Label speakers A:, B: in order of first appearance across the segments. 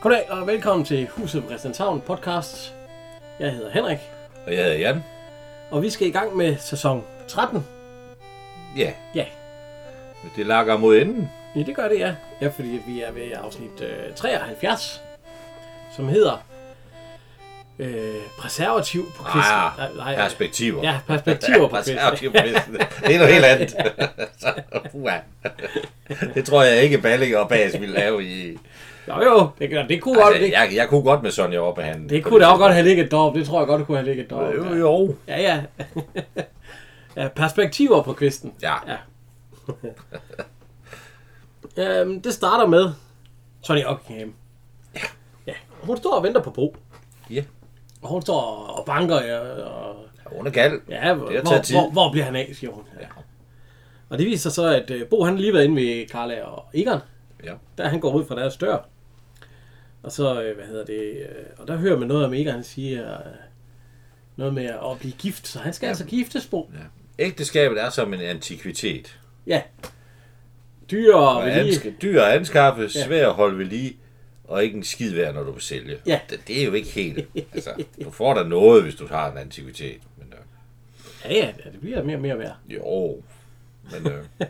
A: Goddag og velkommen til Huset på Christianshavn podcast. Jeg hedder Henrik,
B: Og jeg hedder Jan.
A: og vi skal i gang med sæson 13.
B: Ja,
A: Ja,
B: men det lakker mod enden.
A: ja det gør det, ja. Ja, fordi vi er ved afsnit øh, 73, som hedder øh, Preservativ på kvisten.
B: Ah, perspektiver.
A: Ja, perspektiver på kvisten.
B: Perspektiver på kvisten. Det er noget helt andet. Så, uha. det tror jeg ikke, Balling og Bas ville lave i...
A: Jo, jo, det, gør- det kunne godt.
B: Altså,
A: det,
B: jeg, jeg kunne godt med Sonja op af handen.
A: det kunne da også godt have ligget deroppe. Det tror jeg godt, det kunne have ligget deroppe.
B: Jo,
A: ja.
B: jo.
A: Ja, ja. ja perspektiver på kvisten.
B: Ja,
A: Ja. Øhm, det starter med Tony Ockham. Ja. ja. Hun står og venter på Bro.
B: ja.
A: Og hun står og banker. Og, og,
B: Under kald.
A: ja, hvor,
B: Det har taget tid.
A: hvor, hvor, hvor, bliver han af, siger hun. Ja.
B: Ja.
A: Og det viser sig så, at øh, Bo han har lige været inde ved Carla og Egon.
B: ja.
A: Der han går ud fra deres dør. Og så, øh, hvad hedder det, øh, og der hører man noget om Egon siger øh, noget med at blive gift. Så han skal ja. altså giftes, Bo.
B: ja. Ægteskabet er som en antikvitet.
A: Ja. Dyr og
B: Og
A: ved lige-
B: ansk- dyr at anskaffe,
A: Ja.
B: svær at holde ved lige, og ikke en skid værd, når du vil sælge.
A: Ja.
B: Det, det er jo ikke helt... Altså, du får da noget, hvis du har en antikvitet. Men, øh,
A: Ja, ja, ja, det bliver mere og mere værd.
B: Jo, men øh,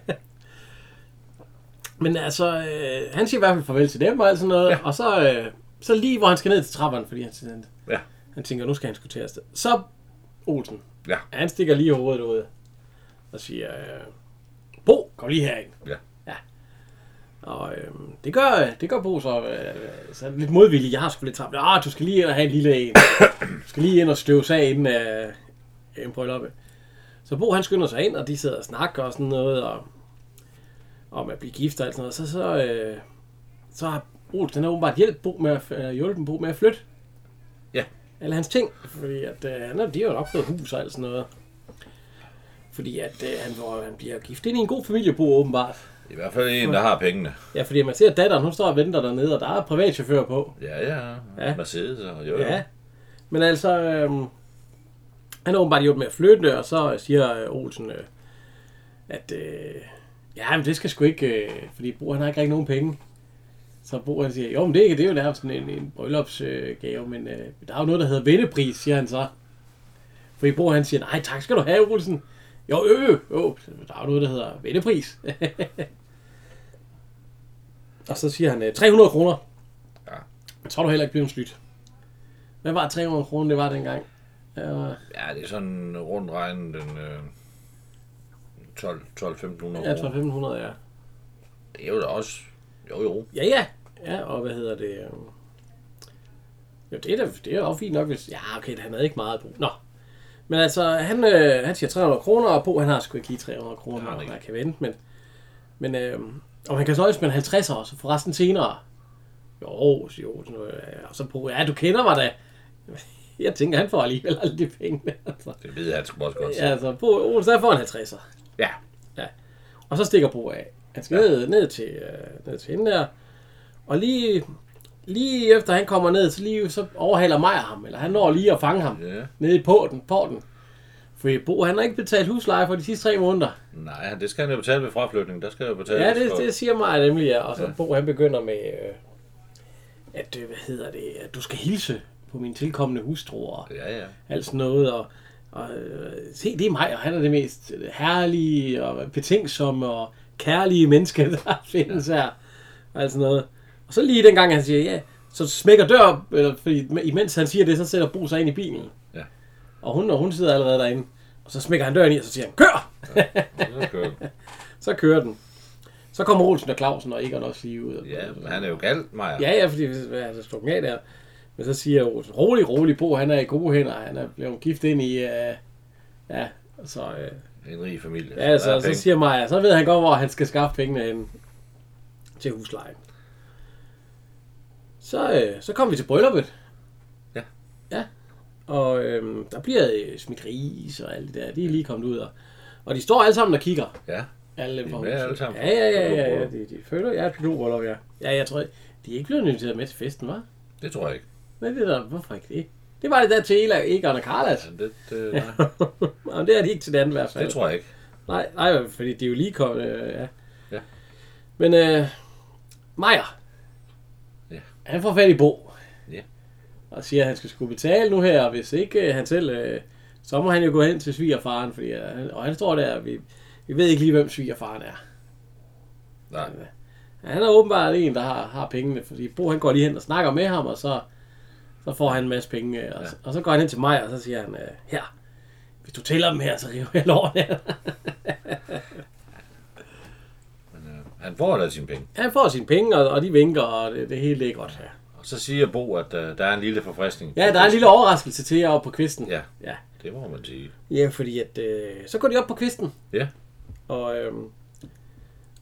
A: Men altså, øh, han siger i hvert fald farvel til dem og alt sådan noget. Ja. Og så, øh, så lige hvor han skal ned til trapperne, fordi han, han,
B: ja,
A: han tænker, nu skal han skulle til afsted. Så Olsen,
B: ja,
A: han stikker lige hovedet ud og siger, øh, Bo, kom lige herind.
B: ja,
A: Og øh, det, gør, det gør Bo så, øh, så lidt modvillig. Jeg har sgu lidt travlt. Ah, du skal lige have en lille en. Du skal lige ind og støve sig inden af øh, en brylluppe. Så Bo han skynder sig ind, og de sidder og snakker og sådan noget, og om at blive gift og alt sådan noget. Så, så, øh, så har Olsen den har åbenbart hjælp Bo med at, øh, hjulpet Bo med at flytte
B: ja,
A: alle hans ting, fordi at, øh, han er, de har jo nok fået hus og alt sådan noget. Fordi at øh, han, hvor han bliver gift ind i en god familie, Bo åbenbart.
B: i hvert fald en, der har pengene.
A: Ja, fordi man ser, at datteren hun står og venter dernede, og der er privatchauffør på.
B: Ja, ja,
A: Ja.
B: ja. Mercedes og jo, jo.
A: Ja. Men altså, øhm, han er åbenbart gjort med at flytte, og så siger øh, Olsen, øh, at øh, ja, men det skal sgu ikke, øh, fordi Bo han har ikke rigtig nogen penge. Så Bo han siger, jo, men det, er ikke- det er jo nærmest sådan en, en bryllupsgave, øh, gave, men øh, der er jo noget, der hedder vennepris, siger han så. Fordi Bo han siger, nej tak skal du have, Olsen. Jo, ø, ø, jo, der er jo noget, der hedder vennepris. og så siger han, øh, 300 kroner.
B: Ja.
A: Jeg tror du heller ikke bliver en snydt. Hvad var 300 kroner, det var dengang? Øh,
B: ja, det er sådan rundt regnet den øh, 12 12-1500
A: Ja, 12
B: kroner.
A: 500, ja.
B: Det er jo da også, jo jo.
A: Ja, ja. Ja, og hvad hedder det? øhm, Jo, det er da det er også fint nok, hvis... Ja, okay, han havde ikke meget brug. Nå. Men altså, han, øh, han siger 300 kroner, og på han har sgu ikke lige 300
B: Det
A: kroner,
B: har han
A: og
B: ikke.
A: man kan vente, men... Men, øh, og man kan så også med 50 år, så for resten senere. Jo, siger Olsen, øh, og så på, ja, du kender mig da. Jeg tænker, han får alligevel alle de penge. Altså.
B: Det ved han sgu også godt.
A: Ja, altså, på Olsen, han får en 50'er.
B: ja.
A: Og så stikker Bo af. Han skal ja. ned, ned, til, øh, ned til hende der. Og lige, lige efter han kommer ned, så, lige, så overhaler Maja ham. Eller han når lige at fange ham.
B: Ja.
A: Nede i porten. porten. Fordi Bo, han har ikke betalt husleje for de sidste tre måneder.
B: Nej, det skal han jo betale ved fraflytning. Der skal jeg jo betale.
A: Ja, det,
B: for-
A: det siger Maja nemlig, ja. Og så ja. Bo, han begynder med, øh, at, øh, hvad hedder det, at du skal hilse på mine tilkommende hustruer.
B: Ja, ja.
A: alt sådan noget, og, og øh, se, det er mig, og han er det mest herlige og betænksomme og kærlige menneske, der findes her, og alt sådan noget. Og så lige dengang, han siger, ja, så smækker dør, eller, fordi imens han siger det, så sætter Bo sig ind i bilen,
B: Ja.
A: og hun, og hun sidder allerede derinde, og så smækker han døren i, og så siger han, kør!
B: Så kører den.
A: Så kører den. Så kommer Olsen og Clausen og Egon også lige ud. og-
B: Ja, men han er jo galt, Maja.
A: Ja, ja, fordi hvis hvad, altså, slog den af der. Men så siger Olsen, rolig, rolig, Bo, han er i gode hænder. Han er blevet gift ind i... Øh, ja, så, øh,
B: En rig familie.
A: ja,
B: der
A: så,
B: er
A: så
B: penge.
A: siger Maja, så ved han godt, hvor han skal skaffe pengene hen til huslejen. Så, øh, så kom vi til brylluppet.
B: Ja.
A: Ja. Og øh, der bliver øh, smidt ris og alt det der. De er lige kommet ud. Og, og de står alle sammen og kigger.
B: Ja,
A: Alle
B: er
A: på
B: med
A: huset.
B: alle sammen.
A: Ja, ja, ja, ja, ja.
B: Pilotbryllup.
A: De, de føler, jeg er pilotbryllup, ja. Ja, jeg tror, de er ikke blevet inviteret med til festen, hva'?
B: det tror jeg ikke.
A: Men det der, hvorfor ikke det? Det var det der til Ela, Egon og Karlas.
B: Men Det, det, nej,
A: Men det er de ikke til det andet i hvert fald.
B: det tror jeg ikke.
A: Nej, nej, fordi det er jo lige kommet, øh, ja.
B: Ja.
A: Men øh, Maja,
B: Ja.
A: han får fat i Bo.
B: Ja.
A: Og siger, at han skal skulle betale nu her, og hvis ikke øh, han selv... Øh, så må han jo gå hen til svigerfaren, fordi, øh, han- og han står der, og vi, vi ved ikke lige, hvem svigerfaren er.
B: Nej.
A: Ja, han er åbenbart en, der har, har pengene, fordi Bo han går lige hen og snakker med ham, og så, så får han en masse penge. øh, Og, ja. og så går han hen til mig, og så siger han, øh, her, hvis du tæller dem her, så river jeg lårene af dig."
B: Han får da sine penge.
A: Han får sine penge, og, og de vinker, og det, det hele det er godt. Ja.
B: Og så siger Bo, at uh, der er en lille forfriskning.
A: ja, der er en lille overraskelse til jer oppe på kvisten.
B: Ja,
A: ja.
B: det må man sige.
A: ja fordi at, øh, så går de op på kvisten,
B: Ja.
A: og, øh,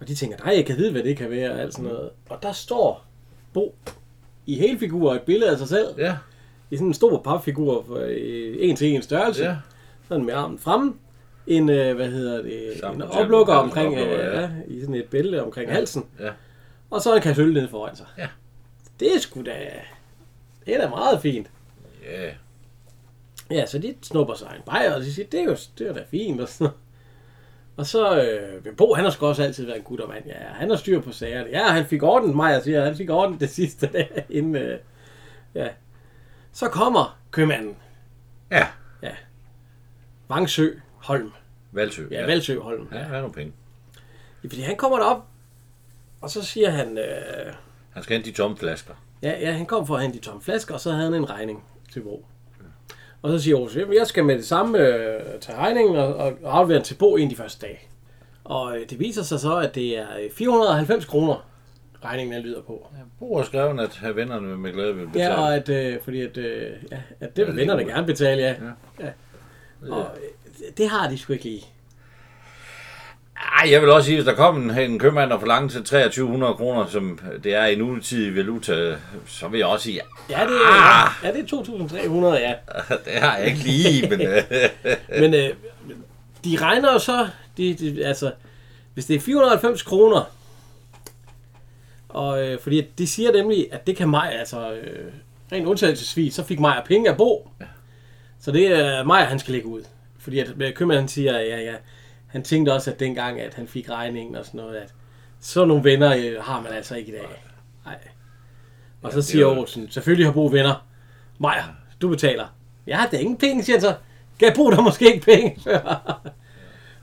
A: og de tænker, nej, jeg kan vide, hvad det kan være, og alt sådan noget. Og der står Bo i hele figur et billede af sig selv.
B: Ja,
A: i sådan en stor papfigur, for, øh, en til en størrelse,
B: ja.
A: ja. sådan med armen fremme, en, øh, hvad hedder det,
B: Sammen
A: en
B: med
A: oplukker
B: tanden,
A: omkring,
B: en oplukker,
A: øh,
B: ja.
A: ja. i sådan et bælte omkring ja. halsen,
B: ja.
A: og så en kasse øl nede foran sig.
B: Ja.
A: Det er sgu da, det er da meget fint.
B: Ja,
A: Ja, så de snupper sig en bajer, og de siger, det er jo det er da fint, og sådan noget. Og så, øh, men Bo, han har sgu også altid været en guttermand. Ja, han har styr på sagerne. Ja, han fik ordnet mig, jeg siger, han fik ordnet det sidste dag, inden, øh, ja. Så kommer købmanden.
B: ja.
A: Vangsø Holm.
B: Valsø.
A: Ja, Valsø Holm.
B: Han har nogle penge.
A: Ja, fordi han kommer derop, og så siger han, øh,
B: Han skal hente de tomme flasker.
A: ja, ja, han kom for at hente de tomme flasker, og så havde han en regning til Bo. Og så siger Aarhus, jamen, jeg skal med det samme øh, tage regningen og, og, og aflevere den til Bo en af de første dage. Og øh, det viser sig så, at det er øh, 490 kroner, regningen den lyder på.
B: Ja, Bo har skrevet, at have vennerne med glæde vil betale.
A: Ja, og at, øh, fordi at, øh, ja, at det vil
B: det
A: vennerne
B: kunne-
A: gerne betale, ja. ja. Og øh, det har de sgu ikke lige.
B: Ej, jeg vil også sige, at hvis der kom en, en købmand og forlangte til 2300 kroner, som det er i nutidig valuta, så vil jeg også sige,
A: Ja, det,
B: Ah!
A: ja, det er 2.300, ja.
B: at det har jeg ikke lige, men øh,
A: Men øh, de regner jo så, de, de, altså, hvis det er 490 kroner, og øh, fordi de siger nemlig, at det kan mig, altså øh, rent undtagelsesvis, så fik Maja penge af Bo. Så det er Maja, han skal lægge ud. Fordi at øh, købmanden siger, ja, ja, han tænkte også, at dengang, at han fik regningen og sådan noget, at sådan nogle venner øh, har man altså ikke i dag. Nej. Og så
B: det
A: siger
B: er jo-
A: Olsen, selvfølgelig har Bo venner. Maja, du betaler. Jeg har da ingen penge, siger han så. Gav Bo der måske ikke penge før?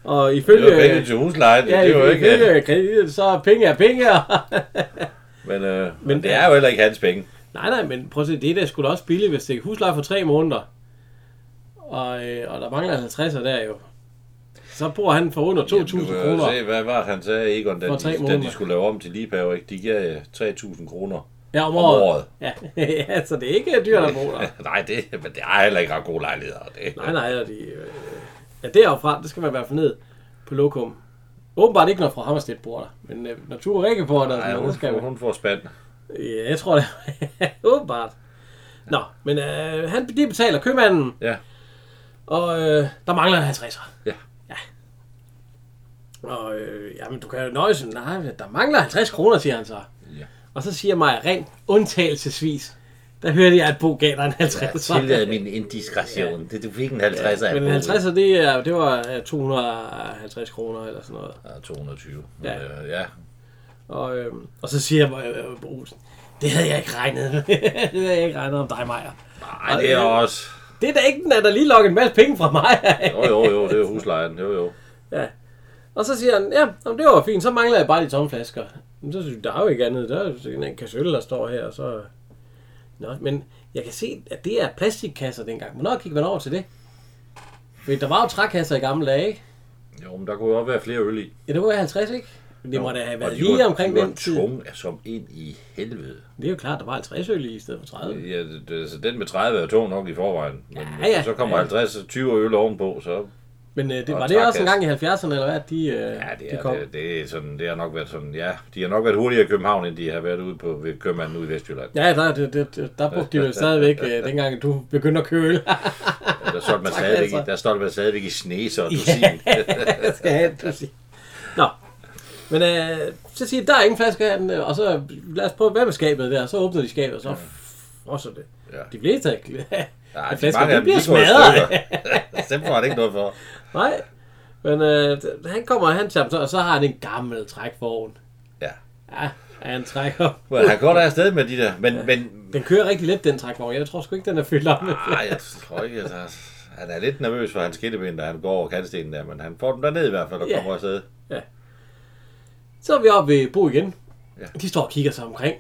A: og
B: det
A: ifølge...
B: er jo penge til huslejen,
A: Ja,
B: det er jo ikke...
A: ifølge kredit, så er penge er penge.
B: Men, øh, men det er jo heller ikke hans penge.
A: nej, nej, men prøv at se, det er da sgu da også billigt, hvis det er husleje for tre måneder. Og, øh, og der mangler 50'er der jo. Så bor han for under 2.000
B: Jamen, du kan jo
A: kroner.
B: Se, hvad var det, han sagde, Egon, da,
A: For tre
B: de, da
A: måneder.
B: de skulle lave om til ligepaver, ikke? De gav øh, 3.000 kroner
A: Ja, om
B: om
A: året.
B: året.
A: Ja. ja, så det er ikke dyrt at bo der.
B: Nej, det, men det er heller ikke ret gode lejligheder. Det.
A: Nej, nej, og de, øh, ja, deroppe det skal man i hvert fald ned på lokum. Åbenbart ikke, når fra Hammerstedt bor der, men øh, når Ture Rikke bor der,
B: Nej,
A: Ej,
B: hun,
A: det skal
B: får,
A: man.
B: hun får spand.
A: Ja, Øh, jeg tror det. Åbenbart. Nå, men øh, han, de betaler købmanden,
B: Ja,
A: og øh, der mangler en 50'er.
B: Ja.
A: ja. Og øh, jamen, du kan jo nøjes. Nej, der mangler 50 kroner, siger han så.
B: Ja.
A: Og så siger Maja, rent undtagelsesvis, der hørte jeg, at Bo gav dig en 50'er.
B: min indiskretion. Det, du fik en
A: Men en 50'er, det, er, det var øh, 250 kroner eller sådan noget.
B: Ja, 220. Men,
A: Ja.
B: øh, ja.
A: Og, øh, og så siger øh, øh, Olsen, det havde jeg ikke regnet med. det havde jeg ikke regnet om dig, Maja.
B: Ej, det er også...
A: Det er da ikke den, at der lige lokker en masse penge fra mig.
B: Jo, jo, jo, det er huslejen. Jo, jo.
A: og så siger han, ja, jamen, det var fint, så mangler jeg bare de tomme flasker. Men så synes jeg, der er jo ikke andet. Der er sådan en kasse øl, der står her, og så... Nå, men jeg kan se, at det er plastikkasser dengang. Hvornår gik man over til det? Fordi der var jo trækasser i gamle dage, ikke?
B: Jo, men der kunne jo også være flere øl i.
A: Ja, det var i 50, ikke? Men det må da have
B: Og
A: været
B: de var-
A: lige omkring
B: de var
A: den tid.
B: tunge som ind i helvede.
A: Det er jo klart, der var 50 øl i, i stedet for 30.
B: Ja, det, det, altså, den med 30 er tung nok i forvejen. Men
A: Ja,
B: ja, ja,
A: ja,
B: så kommer
A: ja.
B: 50 og 20 øl ovenpå, så...
A: Men øh, det,
B: Og
A: var det også en
B: trækasse.
A: gang i 70'erne, eller hvad, at de, øh, ja,
B: Ja,
A: det de
B: det, er,
A: kom?
B: det, det, er sådan, det har nok været sådan, ja, de har nok været hurtigere i København, end de har været ude på ved købmanden ude i Vestjylland.
A: Ja, der, det, det, det- der brugte de jo stadigvæk, øh, dengang du begyndte at køle.
B: Ja, der solgte man
A: Tak,
B: stadigvæk, i-
A: altså.
B: der solgte man stadigvæk i sne, så du
A: Ja.
B: yeah.
A: Jeg skal have det, sige. Nå, men øh, så siger de, der er ingen flaske af den, øh, og så lad os prøve, hvad med skabet der? Så åbner de skabet, og så frosser det.
B: Ja.
A: De fleste af
B: Nej,
A: af
B: de mange
A: flaskerne,
B: af
A: de
B: dem,
A: bliver
B: de går i
A: smadret.
B: stykker. Dem får han ikke noget for.
A: Nej, men øh, han kommer, og han tager dem så, og så har han en gammel trækvogn.
B: Ja.
A: Ja, Ja, han trækker.
B: Men han går der afsted med de der. Men, men
A: Den kører rigtig let, den trækvogn. Jeg tror sgu ikke, den er fyldt op. med-
B: nej, jeg tror ikke, altså, han er lidt nervøs for hans skidteben, da han går over kantstenen der, men han får dem derned i hvert fald og
A: Ja.
B: kommer afsted.
A: Så er vi oppe ved Bo igen.
B: Ja.
A: Ja. De står og kigger sig omkring.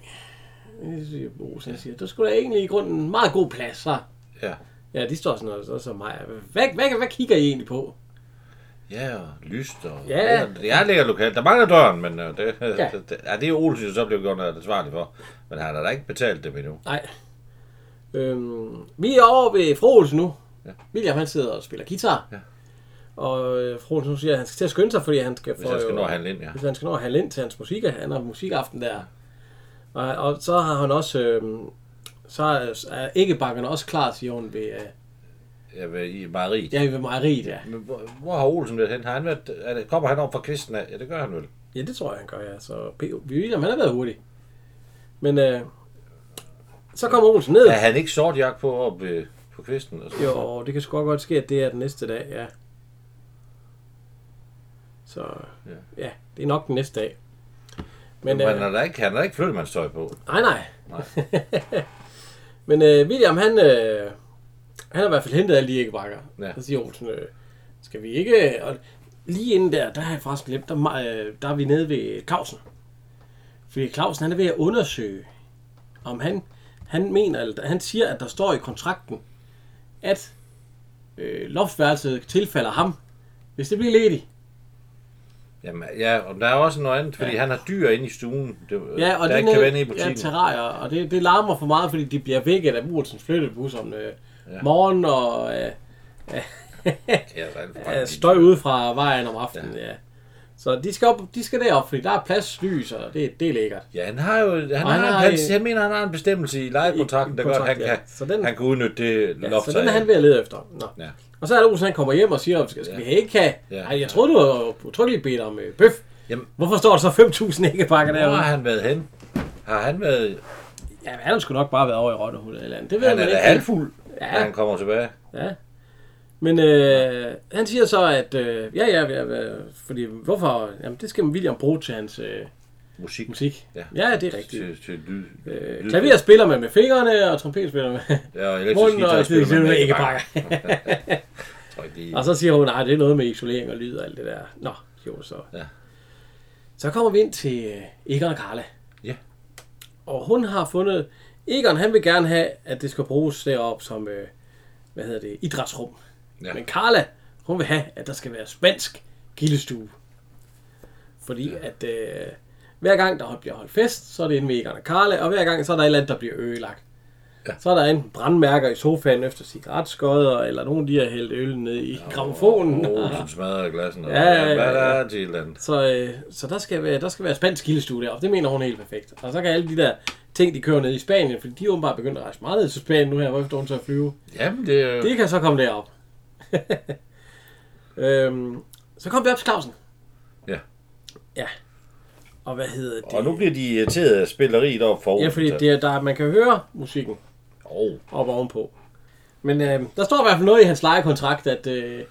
A: Jeg siger, Bo, så jeg siger, du skulle da egentlig i grunden en meget god plads, så.
B: Ja.
A: Ja, de står sådan noget, så så mig. Hvad, hvad, hvad kigger I egentlig på?
B: Ja, og lyst og...
A: Ja.
B: Ja. Jeg ligger lokalt. Der mangler døren, men øh, det, ja.
A: Ja.
B: det, ja, det er Olsen, så blev gjort ansvarlig for. Men han har da ikke betalt dem endnu.
A: Nej. Øhm, vi er over ved Froels nu.
B: Ja.
A: Ja. William han sidder og spiller guitar.
B: Ja.
A: Ja. Og øh, Froels nu siger, at han skal til at skynde sig, fordi han skal...
B: Hvis han skal nå at handle ind, ja.
A: Hvis han skal nå at handle ind til hans musik, han har musikaften der. Og, og så har han også... Øhm, så er- er æggebakkerne også klar, siger hun ved, øh,
B: Jeg vil i Marie. Ja.
A: ja, ved mejeriet. Ja.
B: Men hvor, hvor, har Olsen været hen? Har han været, er det, kommer han op fra kvisten af? Ja, det gør han vel.
A: ja, det tror jeg, han gør, ja. Så P- William, han har været hurtig. Men øh, så kommer Olsen ned.
B: Er han ikke sort jakke på op øh, på kvisten? Og så,
A: Jo, det kan sgu godt ske, at det er den næste dag, ja. Så
B: Ja.
A: ja, ja det er nok den næste dag.
B: Men,
A: Men,
B: men
A: øh,
B: han har da ikke, han har da ikke flyttemandstøj på.
A: nej, nej.
B: Nej.
A: Men øh, William, han, øh, han har i hvert fald hentet alle de æggebakker.
B: Ja.
A: Ja. Så siger Olsen, øh, skal vi ikke... Og lige inden der, der har jeg faktisk glemt, der, ma- øh, der er vi nede ved Clausen. Fordi Clausen, han er ved at undersøge, om han, han mener, eller han siger, at der står i kontrakten, at øh, loftværelset tilfalder ham, hvis det bliver ledigt.
B: Jamen, ja, og der er også noget andet, fordi ja. han har dyr inde i stuen, det,
A: Ja, og
B: der
A: det
B: ikke kan være inde i
A: ja,
B: butikken. Ja,
A: terrarier, og det, det larmer for meget, fordi de bliver vækket af Murtens flyttebus om øh, morgen og øh,
B: ja, der er alt for
A: af
B: mange
A: støj ude fra vejen om aftenen. Ja. ja. Så de skal, op, de skal derop, fordi der er plads, lys, og det, det er lækkert.
B: Ja, han har jo... Han, har,
A: Og han
B: han,
A: har,
B: han,
A: øh,
B: jeg mener, han har en bestemmelse i lejekontrakten,
A: i-
B: der
A: i
B: gør, at han,
A: kontrakt, ja.
B: kan,
A: Så den-
B: han kan udnytte det
A: Ja,
B: loft.
A: så den er
B: af.
A: han ved at lede efter. Nå.
B: Ja.
A: Og så er det Olsen, han kommer hjem og siger, skal, skal vi ikke have...
B: Ja.
A: Ja. Ej, jeg troede, du var utryggeligt bedt om øh, bøf.
B: Jamen.
A: Jamen. Hvorfor står der så 5.000 æggepakker
B: Hvor
A: derude?
B: har han været hen? Har han været...
A: Ja, han har sgu nok bare været over i Rottehullet eller andet. Det ved
B: Han er
A: man
B: da
A: ikke.
B: halvfuld, ja.
A: Ja.
B: når han kommer tilbage.
A: Ja. Men øh, han siger så, at øh, ja, ja, ja, ja, fordi hvorfor? Jamen, det skal William bruge til hans øh,
B: Musik.
A: musik.
B: Ja.
A: Ja. ja, det er rigtigt.
B: Til, til lyd.
A: Øh,
B: lyd-
A: klaver spiller man med fingrene, og trompet spiller man med
B: Ja, og elektrisk
A: munden, og
B: guitar
A: det
B: spiller
A: spiller
B: man
A: med
B: ikke
A: æggepakker.
B: bare. Tror ikke lige.
A: Og så siger hun, nej, det er noget med isolering og lyd og alt det der. Nå, jo så.
B: Ja.
A: Så kommer vi ind til øh, Egon og Carla.
B: Ja.
A: Og hun har fundet... Egon, han vil gerne have, at det skal bruges derop som, øh, hvad hedder det, idrætsrum.
B: Ja.
A: Ja. Men Carla, hun vil have, at der skal være spansk gildestue. Fordi ja. at øh, hver gang der bliver holdt fest, så er det inde ved Egon og Carla, og hver gang så er der et eller andet, der bliver ødelagt.
B: Ja.
A: Ja. Så er der enten brandmærker i sofaen efter cigaretskodder, eller nogen de har hældt øl ned i gramofonen.
B: Åh, oh, som smadrer glassen. Og, ja,
A: Ja, ja, ja,
B: Hvad der
A: ja.
B: er til et eller andet.
A: Så, øh, så der, skal være, der skal være spansk gildestue deroppe. Det mener hun er helt perfekt. Og så kan alle de der ting, de kører ned i Spanien, fordi de er åbenbart begyndt at rejse meget ned til Spanien nu her, hvorefter hun så flyve.
B: Jamen, det er jo...
A: Det kan så komme derop. øhm, så kom vi op til Clausen.
B: Ja.
A: Ja. Og hvad hedder det?
B: Og nu bliver de irriteret af spilleriet op for
A: ja, fordi det er, der, man kan høre musikken
B: Oh,
A: op ovenpå. Men øh, der står i hvert fald noget i hans lejekontrakt, at, øh,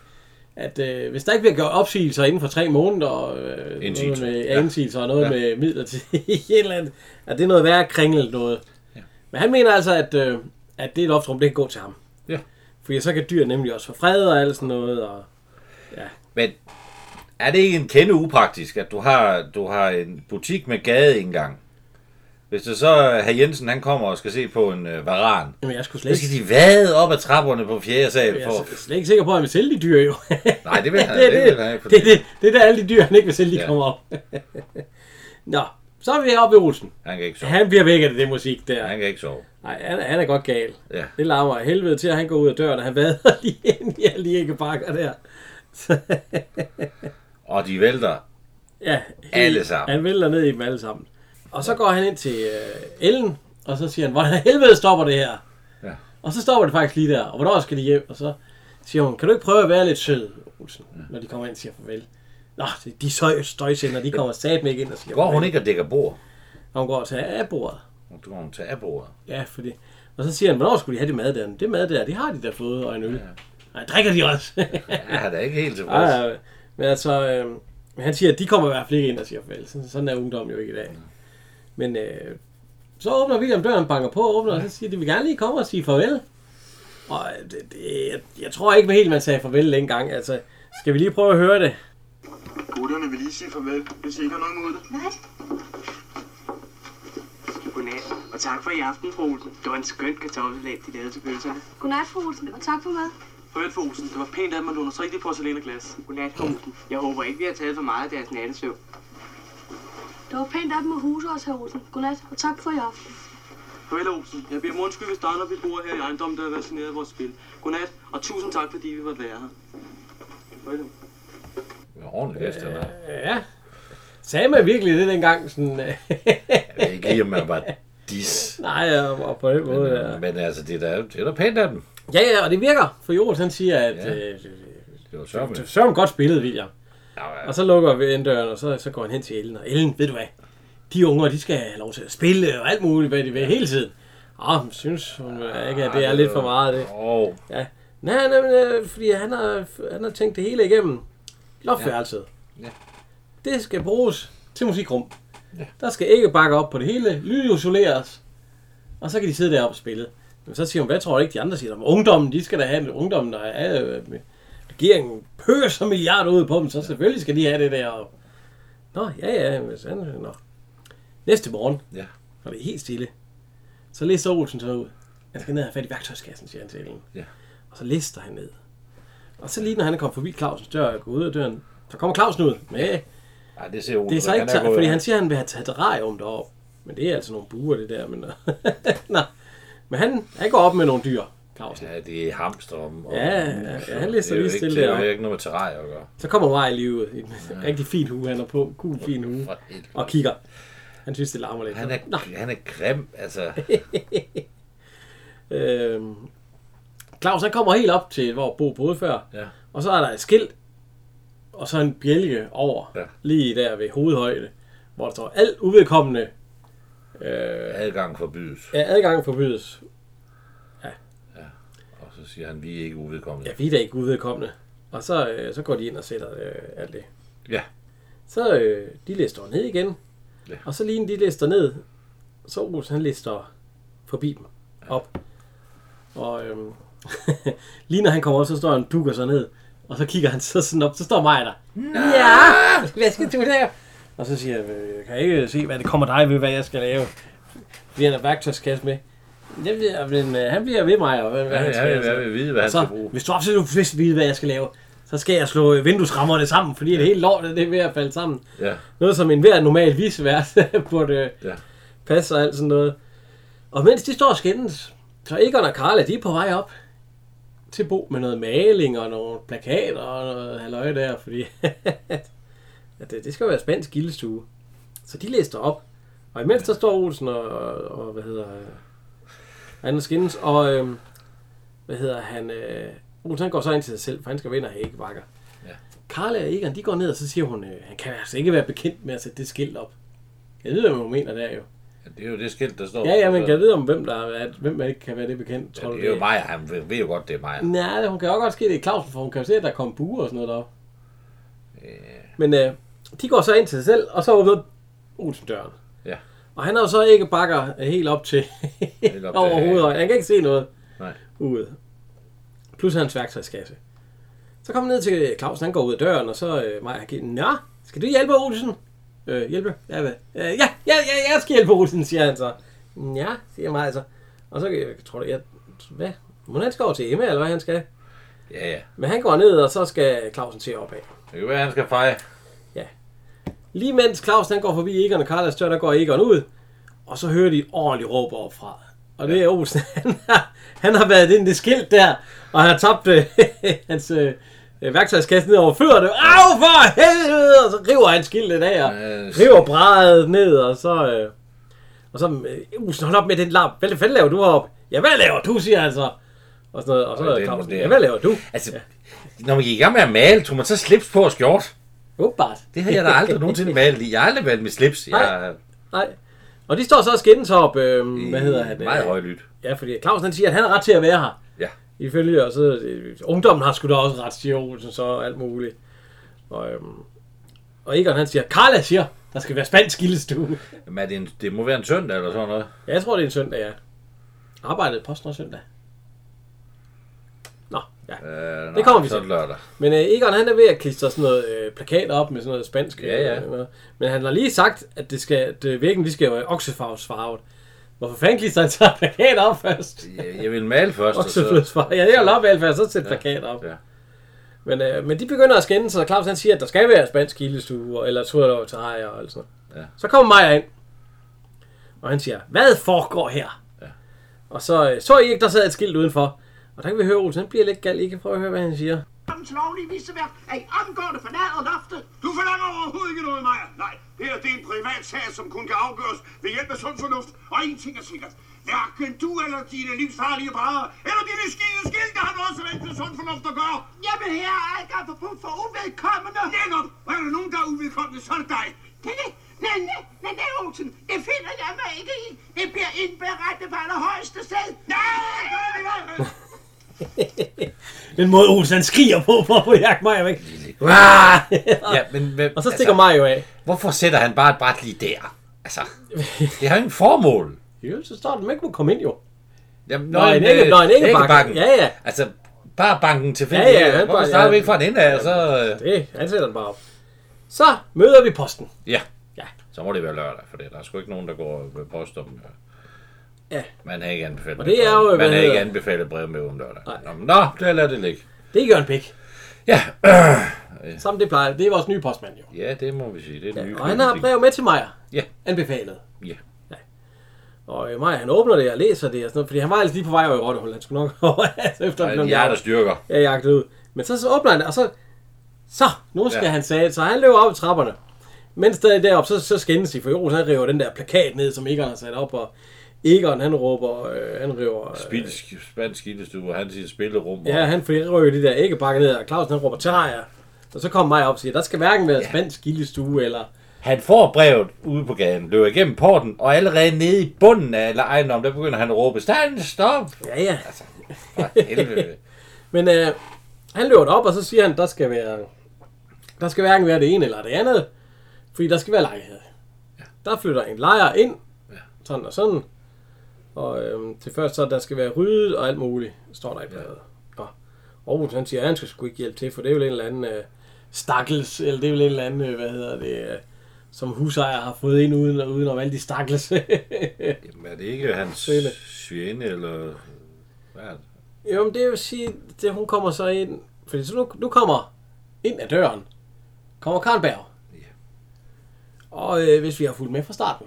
A: at øh, hvis der ikke bliver gjort opsigelser inden for tre måneder, og, øh, noget
B: Indsigelser,
A: med
B: ja.
A: ja. indsigelser og noget
B: Ja.
A: ja. med midler til et eller andet, at det er noget værre kringel noget.
B: Ja.
A: Ja. Men han mener altså, at, øh, at det loftrum, det kan gå til ham.
B: Ja.
A: Fordi så kan dyr nemlig også få fred og alt sådan noget. Og,
B: Men er det ikke en kende upraktisk, at du har, du har en butik med gadeindgang? Hvis det så er herr Jensen, han kommer og skal se på en øh, varan,
A: jamen, jeg skulle slet
B: så
A: ikke,
B: skal de vade op ad trapperne på fjerde sal.
A: jeg
B: For...
A: er slet ikke sikker på, at han vil sælge de dyr jo.
B: Nej, det vil han,
A: det, er
B: det
A: det,
B: vil han ikke.
A: det, er det, det er der alle de dyr, han ikke vil sælge, de
B: Ja.
A: ja. kommer op. Nå, så er vi oppe ved Olsen.
B: Han kan ikke sove.
A: Han bliver væk af det, det musik der.
B: Han kan ikke sove.
A: Nej, han, er- han er godt gal.
B: Ja.
A: Det larmer af helvede til, at han går ud af døren, og han vader lige ind i alle de æggebakker der. Så,
B: Og de vælter.
A: ja,
B: Alle sammen.
A: Han vælter ned i dem alle sammen. Og så går han ind til øh, Ellen, og så siger han, hvordan i helvede stopper det her?
B: Ja.
A: Og så stopper det faktisk lige der, og hvornår skal de hjem? Og så siger hun, kan du ikke prøve at være lidt sød, Olsen, ja. når de kommer ind og siger farvel? Nå, de- de søj- støjsender, de kommer satme ikke ind og siger
B: Går hun
A: farvel.
B: ikke og dækker bord?
A: Og hun går og tager af bordet.
B: Nu går hun til af bordet.
A: Ja, fordi... Og så siger han, hvornår skulle de have det mad der? Det mad der, det har de da fået, og en øl. Ja. Nej, drikker de også?
B: Ja, han er da ikke helt tilfreds.
A: Ej, øhm, ej, men altså, øh, men han siger, at de kommer i hvert fald ikke ind og siger farvel. Sådan, sådan er ungdom jo ikke i dag. Men øh, så åbner William døren, banker på og åbner, og så siger de, vi gerne lige komme og sige farvel. Og øh, det, det, jeg, jeg tror ikke helt, man sagde farvel dengang. Altså, skal vi lige prøve at høre det?
C: Gutterne vil lige sige farvel, hvis I ikke har noget imod det.
D: Nej.
C: Godnat, og tak for i aften, fru Olsen. Det var en skøn kartoffelsalat, de lavede til pølserne.
D: Godnat, fru Olsen, og tak for mad.
C: Hørte fru Olsen, det var pænt af dem at låne os rigtig porcelæn og glas. Godnat, fru Olsen. Jeg håber ikke, vi har taget for meget af deres nattesøvn.
D: Det var pænt af dem at huse os, herr Olsen. Godnat, og tak for i aften.
C: Farvel, Olsen. Jeg beder om undskyld, hvis der er, når vi bor her i ejendommen, der har vaccineret vores spil. Godnat, og tusind tak, fordi vi var være her. Farvel.
B: En ordentlig hest, han har.
A: Ja. Sagde man virkelig det dengang? Sådan, øh,
B: Jeg ved ikke lige, om man var dis.
A: nej, og, og på den måde. Ja.
B: Men altså, det er da, det er da pænt af dem.
A: ja, ja, og det virker. For Joel, han siger, at
B: Ja.
A: ja. øh,
B: Det var sørme.
A: så er godt spillet, William.
B: Ja,
A: Og så lukker vi inddøren, og så, så går han hen til Ellen. Og Ellen, ved du hvad? De unger, de skal have lov til at spille og alt muligt, hvad de vil hele tiden. Åh, hun synes hun øh, ikke, at det er lidt for meget det.
B: Åh,
A: Ja. Nej, nej, men, øh, fordi han har, han har tænkt det hele igennem. Loftværelset.
B: Ja.
A: Det skal bruges til musikrum. Ja. Der skal ikke bakke op på det hele. Lydisoleres. Og så kan de sidde deroppe og spille. Men så siger hun, hvad tror du ikke de andre siger? Om ungdommen, de skal da have det. Ungdommen, der er øh, med- regeringen pøser milliarder ud på dem, så selvfølgelig skal de have det der. Og... Nå, ja, ja, hvis han... Nå. Næste morgen,
B: ja.
A: og det er helt stille. Så lister Olsen så ud. Han skal ned og have fat i værktøjskassen, siger han til Ellen.
B: Ja.
A: Og så lister han ned. Og så lige når han er kommet forbi Clausens dør og går ud af døren, så kommer Clausen ud. Med,
B: Ej, det ser Ole.
A: det er så ikke
B: han er
A: tager,
B: gået-
A: fordi han siger, at han vil have taget terrarium derop. Men det er altså nogle buer, det der. Men, Nå. men han, han går op med nogle dyr, Clausen.
B: Ja, det er hamster om. Og,
A: Ja, ja, ja, han læser
B: Det er jo
A: lige
B: ikke-
A: stille
B: Det er
A: deroppe.
B: jo ikke noget med terrarier at gøre.
A: Så kommer Maja lige ud i en rigtig fin hue, han er på. Cool, fin hue.
B: For helvede.
A: Og kigger. Han synes, det larmer lidt.
B: Han
A: Nå.
B: er, han er grim, altså.
A: Øhm, Claus han kommer helt op til, hvor Bo boede før.
B: Ja.
A: Og så er der et skilt, og så en bjælke over,
B: Ja.
A: lige der ved hovedhøjde, hvor der står, alt uvedkommende øh,
B: Adgang forbydes.
A: er adgang forbydes.
B: Og så siger han, vi er ikke uvedkommende.
A: Ja, vi er da ikke uvedkommende. Og så, øh, så går de ind og sætter øh, alt det.
B: Ja.
A: Så øh, de lister ned igen.
B: Ja.
A: Ja. Og så lige inden de lister ned, så Olsen han lister forbi dem op. Og øhm, lige når han kommer op, så står han dukker sig ned. Og så kigger han så sådan op, så står Maja der. Ja, hvad skal du der? Og så siger jeg, "Øh, jeg kan ikke se, hvad det kommer dig ved, hvad jeg skal lave. Fordi han har værktøjskasse med. Jeg bliver, men, øh, han bliver ved mig, og hvad, hvad
B: Ja,
A: han skal.
B: ja,
A: altså.
B: jeg vil vide, hvad han
A: Og så,
B: skal bruge.
A: Hvis du absolut vil vide, hvad jeg skal lave, så skal jeg slå øh, vinduesrammerne sammen, fordi det hele lortet det er ved at falde sammen.
B: Ja,
A: Noget som enhver normal visevært burde øh, ja.
B: ja.
A: passe og alt sådan noget. Og mens de står og skændes, så Egon og Karla, de er på vej op til Bo med noget maling og nogle plakater og noget halløj der, fordi at det, det skal jo være spansk gildestue. Så de læste op. Og imens der står Olsen og, og, og hvad hedder øh, han skændes, og øhm, hvad hedder han, øh, Olsen han går så ind til sig selv, for han skal vinde og have ikke bakker.
B: Ja.
A: Karla og Egon, de går ned, og så siger hun, øh, han kan altså ikke være bekendt med at sætte det skilt op. Jeg ved, hvad hun mener der jo.
B: Ja, Det er jo det skilt, der står.
A: Ja, ja, men kan jeg
B: det,
A: vide om, hvem der er, hvem man ikke kan være det Mm. bekendt, tror
B: ja,
A: du
B: det er jo mig, han ved, ved jo godt, det er mig.
A: Nej, hun kan jo godt ske, det er Clausen, for hun kan jo se, at der kommer buer og sådan noget deroppe.
B: Ja,
A: Men øh, de går så ind til sig selv, og så åbner Olsen døren.
B: Ja.
A: Og han har jo så ikke bakker helt op til
B: Helt op til-
A: overhovedet. Han kan ikke se noget
B: Nej.
A: ude. Plus hans værktøjskasse. Så kommer han ned til Clausen, han går ud af døren, og så øh, Maja giver Nå, skal du hjælpe Olsen? Øh, hjælpe? Ja, hvad? Øh, ja, ja, ja, jeg skal hjælpe Olsen, siger han så. Ja, siger Maja så. Og så øh, tror du, jeg, hvad? Må han skal over til Emma, eller hvad han skal?
B: ja. ja.
A: Men han går ned, og så skal Clausen til opad.
B: Det kan være, han skal feje.
A: Lige mens Claus han går forbi Egon og Karlas dør, der går Egon ud. Og så hører de ordentligt råb opfra. Og det er Olsen. Han har, han har været inde i det skilt der, og han har tabt øh, hans øh, værktøjskasse ned over fødderne. Au for helvede! Og så river han skiltet af, og
B: Ja, det-
A: river brædet ned, og så... Øh, og så, øh, Olsen, hold op med den larm. Hvad fanden laver du heroppe? Ja, hvad laver du, siger han så. Og, sådan noget, og så
B: Og det
A: er
B: er
A: Clausen,
B: moderne.
A: ja, hvad laver du?
B: Altså, når man gik i gang med at male, tog man så slips på og skjort.
A: Åbenbart.
B: Det har jeg da aldrig nogensinde malet i. Jeg har aldrig malet med slips. Jeg
A: Nej. Nej. Og de står så og skændes op, øh, hvad hedder han?
B: Meget
A: Øh,
B: højlydt.
A: Ja, fordi Claus han siger, at han har ret til at være her.
B: Ja.
A: Ifølge, og så øh, ungdommen har sgu da også ret, siger Olsen, så alt muligt. Og, øhm, og Egon han siger, Carla siger, Der skal være spansk gildestue.
B: Jamen, er det, en, det må være en søndag eller sådan noget.
A: Ja, jeg tror, det er en søndag, ja. Arbejdede posten også søndag. Nå, ja.
B: Øh,
A: Det kommer vi
B: så er
A: til.
B: lørdag.
A: Men øh, Egon, han er ved at klistre sådan noget øh, plakat op med sådan noget spansk.
B: Ja, ja.
A: øh, noget. Men han har lige sagt, at, det skal, at øh, væggen lige skal være oksefarvesfarvet. Hvorfor fanden klistrer han så plakat op først?
B: Jeg, jeg vil male først. og så,
A: Oksefarvesfarvet. Ja, det er jo lopvalg, for så sætte ja. plakat op.
B: ja.
A: Men, øh, men de begynder at skænde, så Claus han siger, at der skal være spansk gildestue, eller turlovetarier og alt sådan noget.
B: Ja.
A: Så kommer Maja ind, og han siger, hvad foregår her?
B: Ja.
A: Og så øh, så I ikke, der sad et skilt udenfor. Og der kan vi høre Olsen, han bliver lidt gal, I kan prøve at høre, hvad han siger.
E: Dammens lovlige visseværk er i omgående forladet loftet.
F: Du forlanger overhovedet ikke noget, Maja. Nej, det her det er en privat sag, som kun kan afgøres ved hjælp af sund fornuft. Og en ting er sikkert. Hverken du eller dine livsfarlige brædder, eller dine skide skilte har noget som helst med sund fornuft at gøre.
E: Jeg vil her alt er forbudt for uvedkommende.
F: Netop, og er der nogen, der er uvedkommende, så er det dig.
E: Det, men, men det, Olsen, det finder jeg mig ikke i. Det bliver indberettet på allerhøjeste sted.
F: Nej, det er det i hvert fald.
A: Den måde Olsen han skriger på, for at få jagt Maja væk. Ah!
B: ja, men, men, altså,
A: og så stikker Maja jo af.
B: Hvorfor sætter han bare et bræt lige der? Altså, det har jo ingen formål.
A: Jo, så står den ikke må komme ind jo.
B: Jamen,
A: Nå, en ægge-
B: øh,
A: nå, en æggebakke.
B: æggebakken.
A: Ja, ja.
B: Altså, bare banken til
A: Ja, ja, han
B: Hvorfor
A: bare-
B: starter
A: ja.
B: vi ikke fra den ende af, og så... øh,
A: Det, han sætter den bare op. Så møder vi posten.
B: Ja.
A: Ja.
B: Så må det være lørdag, for det. der er sgu ikke nogen, der går med post om... øh,
A: Ja.
B: Man har ikke anbefalet
A: Og det er jo, hvad
B: Man har ikke
A: hedder-
B: anbefalet brev med om lørdag.
A: Nej.
B: Nå, men- Nå, det lader det ligge.
A: Det er Jørgen Pæk.
B: Ja,
A: Som det plejer. Det er vores nye postmand jo.
B: ja det må vi sige. Det er den nye
A: Og han har
B: køkken.
A: brev med til Maja.
B: Ja,
A: Anbefalet.
B: ja.
A: Og øh, Maja, han åbner det og læser det og sådan noget, fordi han var altså lige på vej over i Rottehul. Han skulle nok over, altså, efter
B: Og jeg er der styrker.
A: Ja, jagtet ud. Men så, så åbner han det, og så... Så, nu skal ja.
B: Ja.
A: han sige Så han løber op ad trapperne. Mens der deroppe, så, så skændes de, for Jonas han river den der plakat ned, som Egon har sat op, og Egon han råber, øh, han river... Øh,
B: Spil, spansk skidestue, og han siger spillerum. og-
A: Ja, han rykker de der æggebakker ned, og Clausen han råber, terrarier. Og så kommer mig op og siger, der skal hverken være spansk gildestue, eller...
B: Han får brevet ude på gaden, løber igennem porten, og allerede nede i bunden af ejendommen, der begynder han at råbe, stand, stop!
A: Ja, ja.
B: For helvede.
A: Men øh, han løber op, og så siger han, der skal være... Der skal hverken være det ene eller det andet, fordi der skal være lejlighed. Der flytter en lejer ind, sådan og sådan. Og øhm, til først så, der skal være ryddet og alt muligt, står der i bladet. Ja. Og han siger, at han skal sgu ikke hjælpe til, for det er jo en eller anden øh, stakkels, eller det er jo en eller anden, øh, hvad hedder det, øh, som husejer har fået ind uden, uden om alle de stakkels.
B: Jamen, er det ikke hans
A: Svende.
B: svende, eller... Hvad er det?
A: Jo, men det vil sige, at hun kommer så ind, fordi så nu, nu kommer ind ad døren, kommer Karnberg.
B: Ja.
A: Og øh, hvis vi har fulgt med fra starten,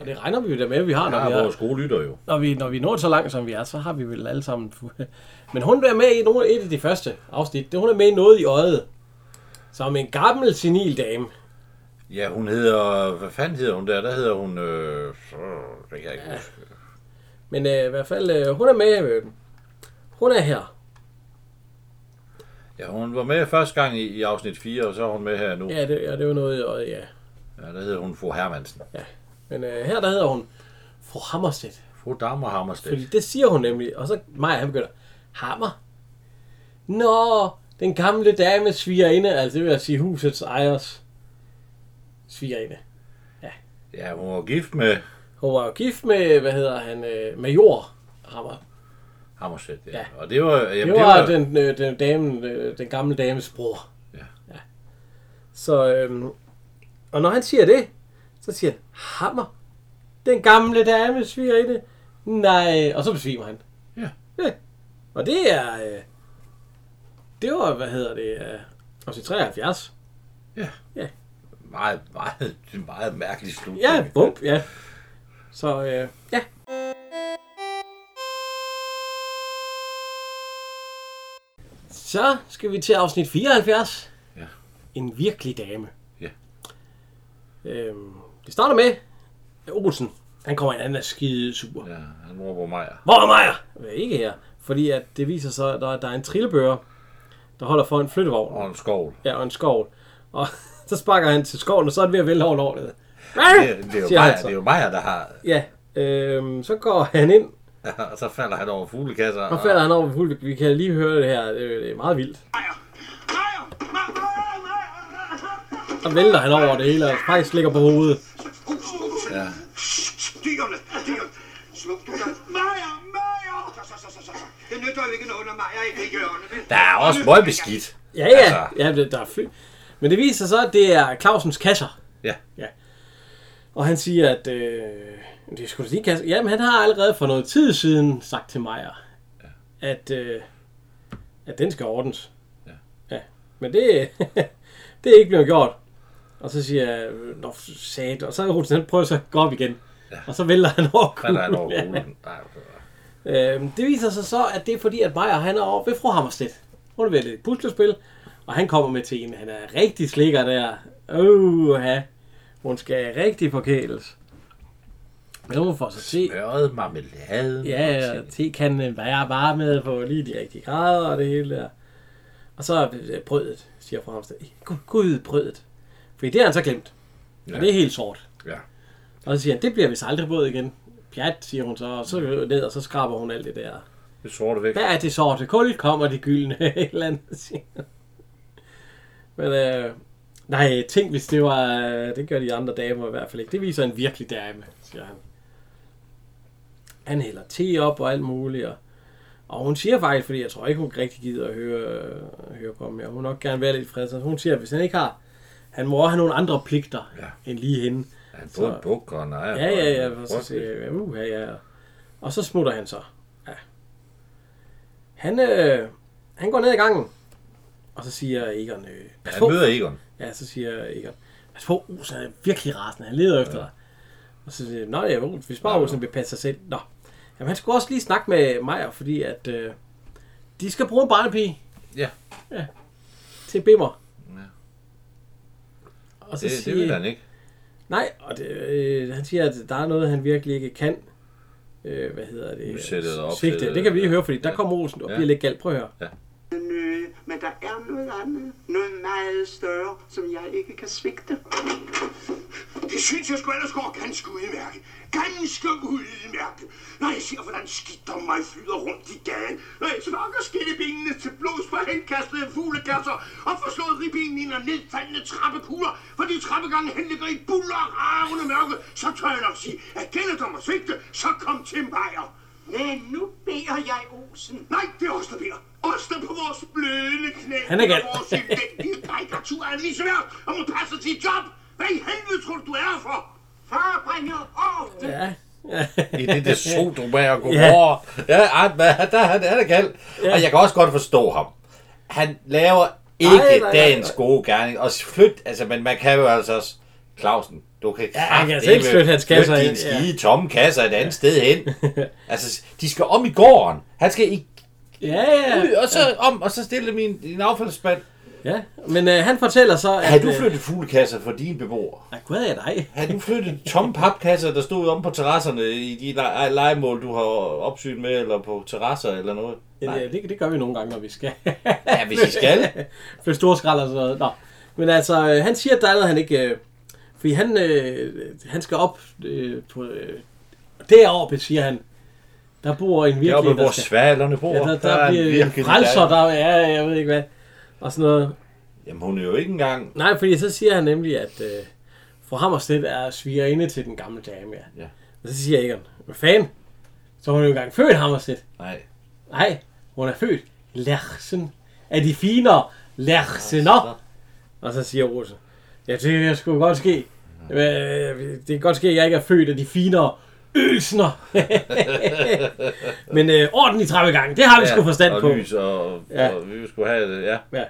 A: og det regner vi jo da med, at vi har, når,
B: Han
A: vi
B: har
A: er,
B: vores gode lytter jo.
A: når, vi, når vi når så langt, som vi er, så har vi vel alle sammen. fu- Men hun er med i nogle, et af de første afsnit. Det, hun er med i noget i øjet, som en gammel senil dame.
B: Ja, hun hedder... Hvad fanden hedder hun der? Der hedder hun... Øh, så- det kan jeg ikke huske.
A: Men øh, i hvert fald, øh, hun er med. Øh, hun er her.
B: Ja, hun var med første gang i, i afsnit 4, og så er hun med her nu.
A: Ja, det, ja, det er jo noget i øjet, ja.
B: Ja, der hedder hun fru Hermansen.
A: Men øh, her der hedder hun Fru Hammerstedt.
B: Fru Dammer Hammerstedt.
A: Fordi det siger hun nemlig. Og så Maja, han begynder, hammer? Nå, den gamle dame svigerinde, altså det vil jeg sige husets ejers svigerinde.
B: Ja, hun var gift med
A: Hun var jo gift med, hvad hedder han, øh, major Hammer.
B: Hammerstedt. Ja.
A: Ja.
B: Og det var...
A: Det
B: Jamen,
A: var, det var den, øh, den, dame, øh, den gamle dames bror.
B: Ja.
A: ja. Så, øhm, og når han siger det, så siger han, hammer? Den gamle dame svigerinde? Nej, og så besvimer han.
B: Ja.
A: Ja. Og det er... Øh, det var, hvad hedder det? Øh, afsnit 73.
B: meget, meget, meget mærkelig slutning.
A: Ja, bump, ja. Så øh, ja. Så skal vi til afsnit 74.
B: Ja.
A: En virkelig dame.
B: Ja.
A: Øhm, det starter med at Olsen. Han kommer ind, han er skide sur.
B: Ja, han råber Maja.
A: Hvor er Maja? Ikke her. Fordi at det viser sig, at der, der er en trillebøger, der holder for en flyttevogn.
B: Og en skovl.
A: Ja, og en skovl. Og så sparker han til skovlen, og så er det ved at vælte over lortet.
B: Det, det, er
A: Siger
B: jo Maja,
A: han så.
B: det er jo Maja, der har...
A: Ja, øhm, så går han ind,
B: Og så falder han over fuglekasser.
A: og falder han over fuld. Vi kan lige høre det her, det er- det er meget vildt.
F: Maja! Maja! Maja! Maja! Maja!
A: der vælter han over det hele, og faktisk ligger på hovedet.
F: Husen, husen.
B: Ja.
F: Dyrene, dyrene. Sluk du dig. Maja, Maja! Så, så, så, så, så. så. Det nytter jo ikke noget, når Maja ikke er i hjørnet. vel?
B: Der er også møgbeskidt.
A: Ja, ja.
B: Altså.
A: ja det, der er fly. Men det viser sig så, at det er Clausens kasser.
B: Ja.
A: ja. Og han siger, at øh, det er sgu da de kasser. Jamen, han har allerede for noget tid siden sagt til Meyer, at, øh, at den skal ordnes. Ja. ja. Men det, det er ikke blevet gjort. Og så siger jeg, øh, nå sat, og så er Rutsen, han prøver så at gå op igen. Ja. Og så vælter han over
B: Der er der en over
A: kuglen. Ja.
B: kuglen. Nej, hvor er det-
A: Øhm, det viser sig så, at det er fordi, at Maja han er over ved fru Hammerstedt. Hun er ved et puslespil, og han kommer med til en. Han er rigtig slikker der. Åh, ha. Hun skal rigtig forkæles. Men hun får så se.
B: Smørret marmelade.
A: Ja, og te kan øh, være bare med på lige de rigtige grader og det hele der. Og så øh, brødet, siger fru Hammerstedt. Gud, Gud, brødet. Fordi det har han så glemt. Og
B: Ja.
A: det er helt sort.
B: ja.
A: Og så siger han, det bliver vist aldrig brød igen. Pjat, siger hun så, og så ned, og så skraber hun alt det der.
B: Det sorte væk.
A: Hvad er det sorte kul? Kommer det gyldne et eller andet? siger han. Men øh, nej, tænk hvis det var... øh, Det gør de andre damer i hvert fald ikke. Det viser en virkelig dame, siger han. Han hælder te op og alt muligt. Og, og hun siger faktisk, fordi jeg tror ikke, hun rigtig gider at høre, øh, høre på ham. mere. Hun vil nok gerne være lidt fred. Så hun siger, at hvis han ikke har... Han må også have nogle andre pligter ja.
B: Ja.
A: end lige hende.
B: Han
A: Så-
B: både en buk og en ejer.
A: Ja,
B: og en øh,
A: ja, ja. Og så
B: rygvild.
A: siger jeg, uh, ja, ja. Og så smutter han så. Ja. Han, øh, han går ned i gangen. Og så siger Egon, øh, pas
B: Han
A: på.
B: møder Egon.
A: Ja, så siger Egon, pas på, Olsen er virkelig rasende. Han leder efter dig. Og så siger jeg, nå ja, Olsen, hvis bare Olsen vil passe sig selv. Nå. Jamen, han skulle også lige snakke med Majer, fordi at øh, de skal bruge en barnepige
B: Ja,
A: til Bimmer.
B: Ja.
A: Og så
B: det, det
A: siger,
B: vil han ikke.
A: Nej, og det, øh, han siger, at der er noget, han virkelig ikke kan. Øh, hvad hedder det?
B: Udsættet og opsættet.
A: Sigte. Det kan vi lige høre, fordi der
B: Ja.
A: kommer Olsen og
B: Ja.
A: bliver lidt galt. Prøv at høre.
E: Nø, men der er noget andet. Noget meget større, som jeg ikke kan svigte.
F: Det synes jeg sgu ellers går ganske udmærket. Ganske udmærket. Når jeg ser, hvordan skidt om mig flyder rundt i gaden. Når jeg smakker skillebenene til blods på henkastede fuglekasser. Og får slået ribbenene og nedfaldende trappekugler. For de trappegange hen ligger i buller og ravende mørke. Så tør jeg nok sige, at gælder der mig sigte, så kom til mig.
E: Men nu beder jeg Olsen.
F: Nej, det er os, der vinder. Os, der på vores bløde knæ.
A: Han er gal.
F: og Vores elendige karikatur er lige svært, og må passe til job. Hvad i helvede tror du, du er her for?
E: For at bringe orden. Ja.
A: Ja.
B: I det der sodoma og
A: Ja.
B: gomorre. Ja, ej, men han- der, han, han er galt. Og jeg kan også godt forstå ham. Han laver ikke
A: Nej, nej, nej,
B: dagens
A: nej.
B: gode gerning. Og flyt, altså, men man kan jo altså også... Clausen, du kan
A: han kan altså
B: kraftedeme
A: ikke flytte hans kasser
B: flytte
A: ind,
B: dine
A: ja.
B: skide tomme kasser et andet sted hen. altså, de skal om i gården. Han skal i
A: ja, ja,
B: ud, og så om, og så stille min, din affaldsspand.
A: ja. Men øh, han fortæller så, at...
B: Har du
A: øh,
B: flyttet fuglekasser for dine beboere?
A: Nej, gud jeg dig.
B: Har du flyttet tomme papkasser, der stod om på terrasserne i de le- legemål, du har opsyn med, eller på terrasser eller noget? Nej.
A: Ja, det, det gør vi nogle gange, når vi skal.
B: Ja, hvis I skal.
A: Flytte store skrald og sådan noget. Nå. Men altså, øh, han siger, at der er noget, han ikke... Øh, fordi han, øh, han skal op øh, på... Øh, deroppe, siger han. Der bor en virkelig...
B: Deroppe,
A: der
B: hvor
A: skal-
B: svalerne bor,
A: Ja, der, der,
B: er
A: der
B: en
A: bliver
B: virkelig
A: frelser,
B: dejlig-
A: der er, jeg ved ikke hvad. Og sådan noget.
B: Jamen, hun er jo ikke engang...
A: Nej, fordi så siger han nemlig, at øh, fru Hammerstedt er svigerinde til den gamle dame. Ja.
B: Ja.
A: Og så siger Egon, hvad fanden? Så er hun jo engang født Hammerstedt.
B: Nej.
A: Nej, hun er født Lersen. Er de finere? Lersener. Og så siger Rose, ja, det skulle godt ske. Øh, Det kan godt ske, at jeg ikke er født af de finere Ølsner. Men øh, orden i trappegangen, det har vi ja, sgu forstand
B: og
A: på.
B: Lys, og,
A: Ja.
B: ja. og, vi skulle have det, ja.
A: Ja.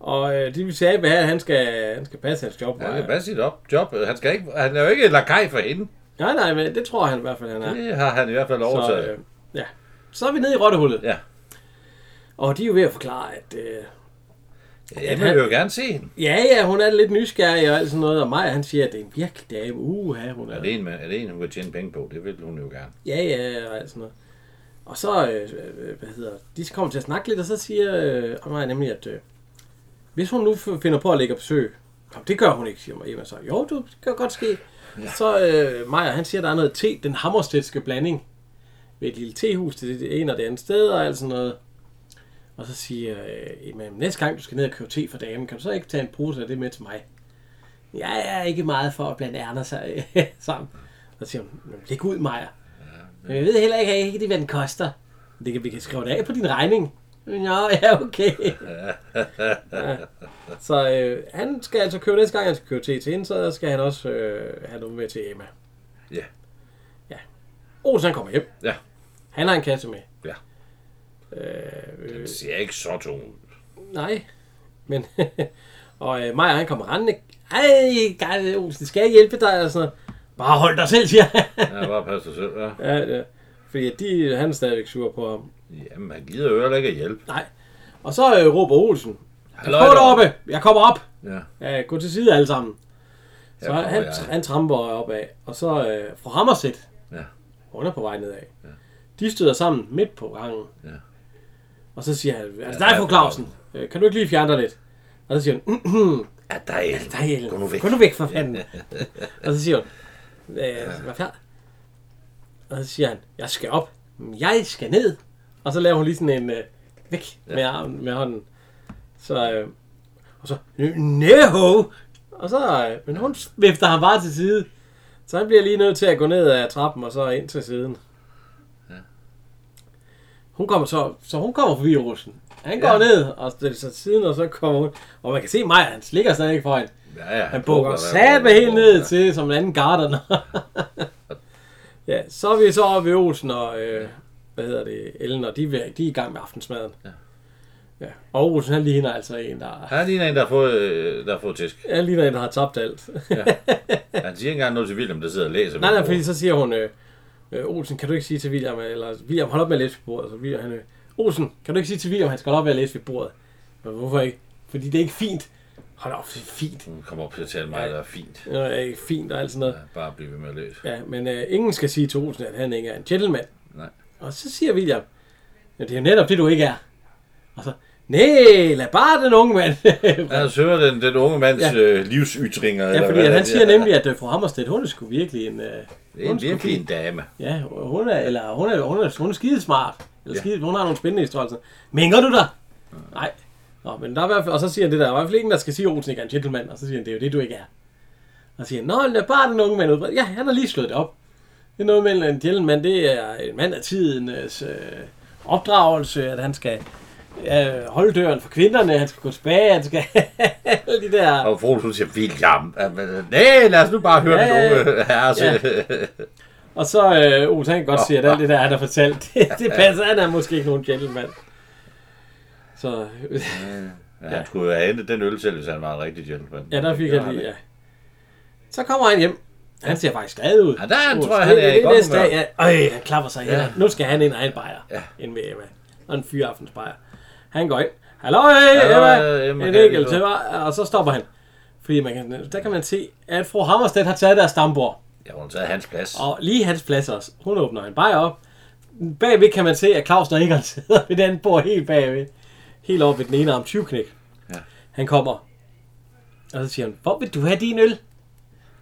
A: Og øh, det vil sige, at Abe her, han skal, han skal passe hans job.
B: Han
A: nej.
B: skal passe sit op, job. Han, skal ikke, han er jo ikke lakaj for hende.
A: nej, nej, men det tror han i hvert fald, han er.
B: Det har han i hvert fald overtaget.
A: Så, øh, ja. så er vi nede i rottehullet.
B: Ja. Og
A: Og de er jo ved at forklare, at øh,
B: jeg vil jo gerne se hende.
A: ja, ja, hun er lidt nysgerrig og alt sådan noget. Og Maja, han siger, at det er en virkelig dame. Uha, hun
B: Er
A: er.
B: det, en, man- er det en, hun kan tjene penge på? Det vil hun jo gerne.
A: Ja, ja, og alt sådan noget. Og så, øh, øh, hvad hedder de så kommer til at snakke lidt, og så siger øh, og Maja nemlig, at øh, hvis hun nu f- finder på at lægge på sø, Nå, det gør hun ikke, siger Maja så. Jo, du, det kan godt ske. Ja. Så øh, Maja, han siger, at der er noget te, den hammerstedske blanding ved et lille tehus til det ene og det andet sted, og alt sådan noget. Og så siger øh, jamen, næste gang du skal ned og købe te for damen, kan du så ikke tage en pose af det med til mig? jeg er ikke meget for at blande ærner sig, sammen. Og så siger hun, "Nå, læg ud, Maja. Men jeg ved heller ikke, at ikke det, hvad den koster. Det kan, vi kan skrive det af på din regning. Nå, ja, okay. Ja. Så øh, han skal altså købe, næste gang han skal købe te til hende, så skal han også øh, have noget med til Emma.
B: Ja.
A: Olsen han kommer hjem.
B: Ja.
A: Han har en kasse med.
B: Ja.
A: Øh, øh,
B: Den ser ikke så tung ud.
A: nej. Men, og øh, Maja han kommer rendende. Ej, Karl Olsen, skal jeg hjælpe dig? Og sådan noget. Bare hold dig selv, siger han.
B: Ja, bare pas dig selv, ja.
A: ja, ja. Fordi at de, han er stadigvæk sur på ham.
B: Jamen, han gider jo heller ikke at hjælpe.
A: Nej. Og så øh, råber Olsen.
B: Halløj
A: Gå
B: deroppe."
A: deroppe, jeg kommer op.
B: Ja.
A: Ja, gå til side alle sammen. Så
B: kommer
A: han,
B: jeg.
A: han tramper opad, og så øh, fra Hammersæt,
B: Ja.
A: hun er på vej nedad. Ja. De støder sammen midt på gangen.
B: Ja.
A: Og så siger han, er det
B: der er
A: dig, fru
B: fru
A: Clausen? Øh, Kan du ikke lige fjerne dig lidt? Og så siger hun, "Mm, mm,
B: Ja, der er Ellen.
A: dig, Ellen.
B: Gå nu væk.
A: Gå nu væk for fanden. og så siger hun, "Øh, hvad fanden? Og så siger han, jeg skal op. Jeg skal ned. Og så laver hun lige sådan en, øh, væk med, armen, med hånden. Så, øh, og så, no! Og så, øh, men hun vifter ham bare til side. Så han bliver lige nødt til at gå ned ad trappen og så ind til siden. Hun kommer så, så hun kommer forbi Olsen. Han går
B: Ja.
A: ned og stiller sig til siden, og så kommer hun. Og man kan se mig, han slikker stadig ikke foran.
B: Ja, ja.
A: Han bukker
B: der.
A: satme helt ned
B: Ja.
A: til, som en anden gardener. ja, så er vi så oppe ved Olsen og, øh, hvad hedder det, Ellen, og de, er ved- de er i gang med aftensmaden. Ja. ja. Og Olsen, han ligner altså en, der,
B: Han ligner en, der har fået, øh, der har fået tæsk.
A: han ligner en, der har tabt alt.
B: Han siger ikke engang noget til William, der sidder og læser.
A: Nej,
B: min
A: nej,
B: bog.
A: fordi så siger hun, øh, øh, Olsen, kan du ikke sige til William, eller William, hold op med at læse ved bordet. Så William, han, øh, Olsen, kan du ikke sige til William, han skal holde op med at læse ved bordet? Men hvorfor ikke? Fordi det er ikke fint. Hold op, det er fint.
B: Hun kommer op til at tale mig, der er fint.
A: Det er ikke fint og alt sådan noget.
B: Ja, bare blive ved med at læse.
A: Ja, men øh, ingen skal sige til Olsen, at han ikke er en gentleman.
B: Nej.
A: Og så siger William, ja, det er jo netop det, du ikke er. Og så, nej, lad bare den unge mand.
B: Ja, så hører den, den unge mands
A: Ja.
B: ja. øh, livsytringer.
A: ja,
B: eller
A: fordi
B: hvad
A: at
B: det
A: han
B: er.
A: siger nemlig, at øh, fru Hammerstedt, hun er sgu virkelig en... Øh,
B: Det er
A: hun
B: en
A: sgu
B: virkelig
A: fin.
B: en dame.
A: Ja, hun er, eller hun er, hun er, hun er skidesmart. Eller ja.
B: Ja.
A: skide, hun har nogle spændende historier. Mænger du dig? Nej. Nå, men der er i hvert fald, og så siger det der, der er i hvert fald ingen, der skal sige, at Olsen ikke er en gentleman. Og så siger han, det er jo det, du ikke er. Og så siger han, nå, lad bare den unge mand ud. Ja, han har lige slået det op. Det er noget med en gentleman, det er en mand af tidens øh, opdragelse, at han skal øh, holde døren for kvinderne, han skal gå tilbage, han skal alle de der...
B: Og Frohs, hun siger, William. Ja, men, øh, Nej, lad os nu bare høre
A: Ja,
B: den
A: ja, ja.
B: unge herre. Ja.
A: Og så, øh, Olsen han kan godt sige, at alt det der, han har fortalt, det, det passer, han er måske ikke nogen gentleman. Så, øh,
B: ja, han skulle jo have hentet den øl selv, hvis han var en rigtig gentleman.
A: ja, der
B: Det
A: fik
B: gjorde
A: han lige,
B: ikke.
A: ja. Så kommer han hjem. Han ser faktisk glad ud.
B: Ja, der er han,
A: Olsen,
B: tror jeg,
A: det-
B: han er i
A: det,
B: godt
A: næste dag,
B: humør.
A: ja. Øj, han klapper sig ja.
B: Ja.
A: Nu skal han ind og have en bajer. Ja.
B: Ja.
A: Ind med Emma. Og en fyraftensbajer. Han går ind. Hallo, Emma.
B: Emma,
A: en
B: kan jeg
A: enkelt
B: lige
A: til mig. Og så stopper han. Fordi man kan, der kan man se, at fru Hammerstedt har taget deres stambord.
B: Ja, hun har taget hans plads.
A: Og lige hans plads også. Hun åbner en bajer op. Bagved kan man se, at Claus og Egon sidder ved den bord helt bagved. Helt oppe ved den ene arm 20 knæk.
B: Ja.
A: Han kommer. Og så siger han, hvor vil du have din øl?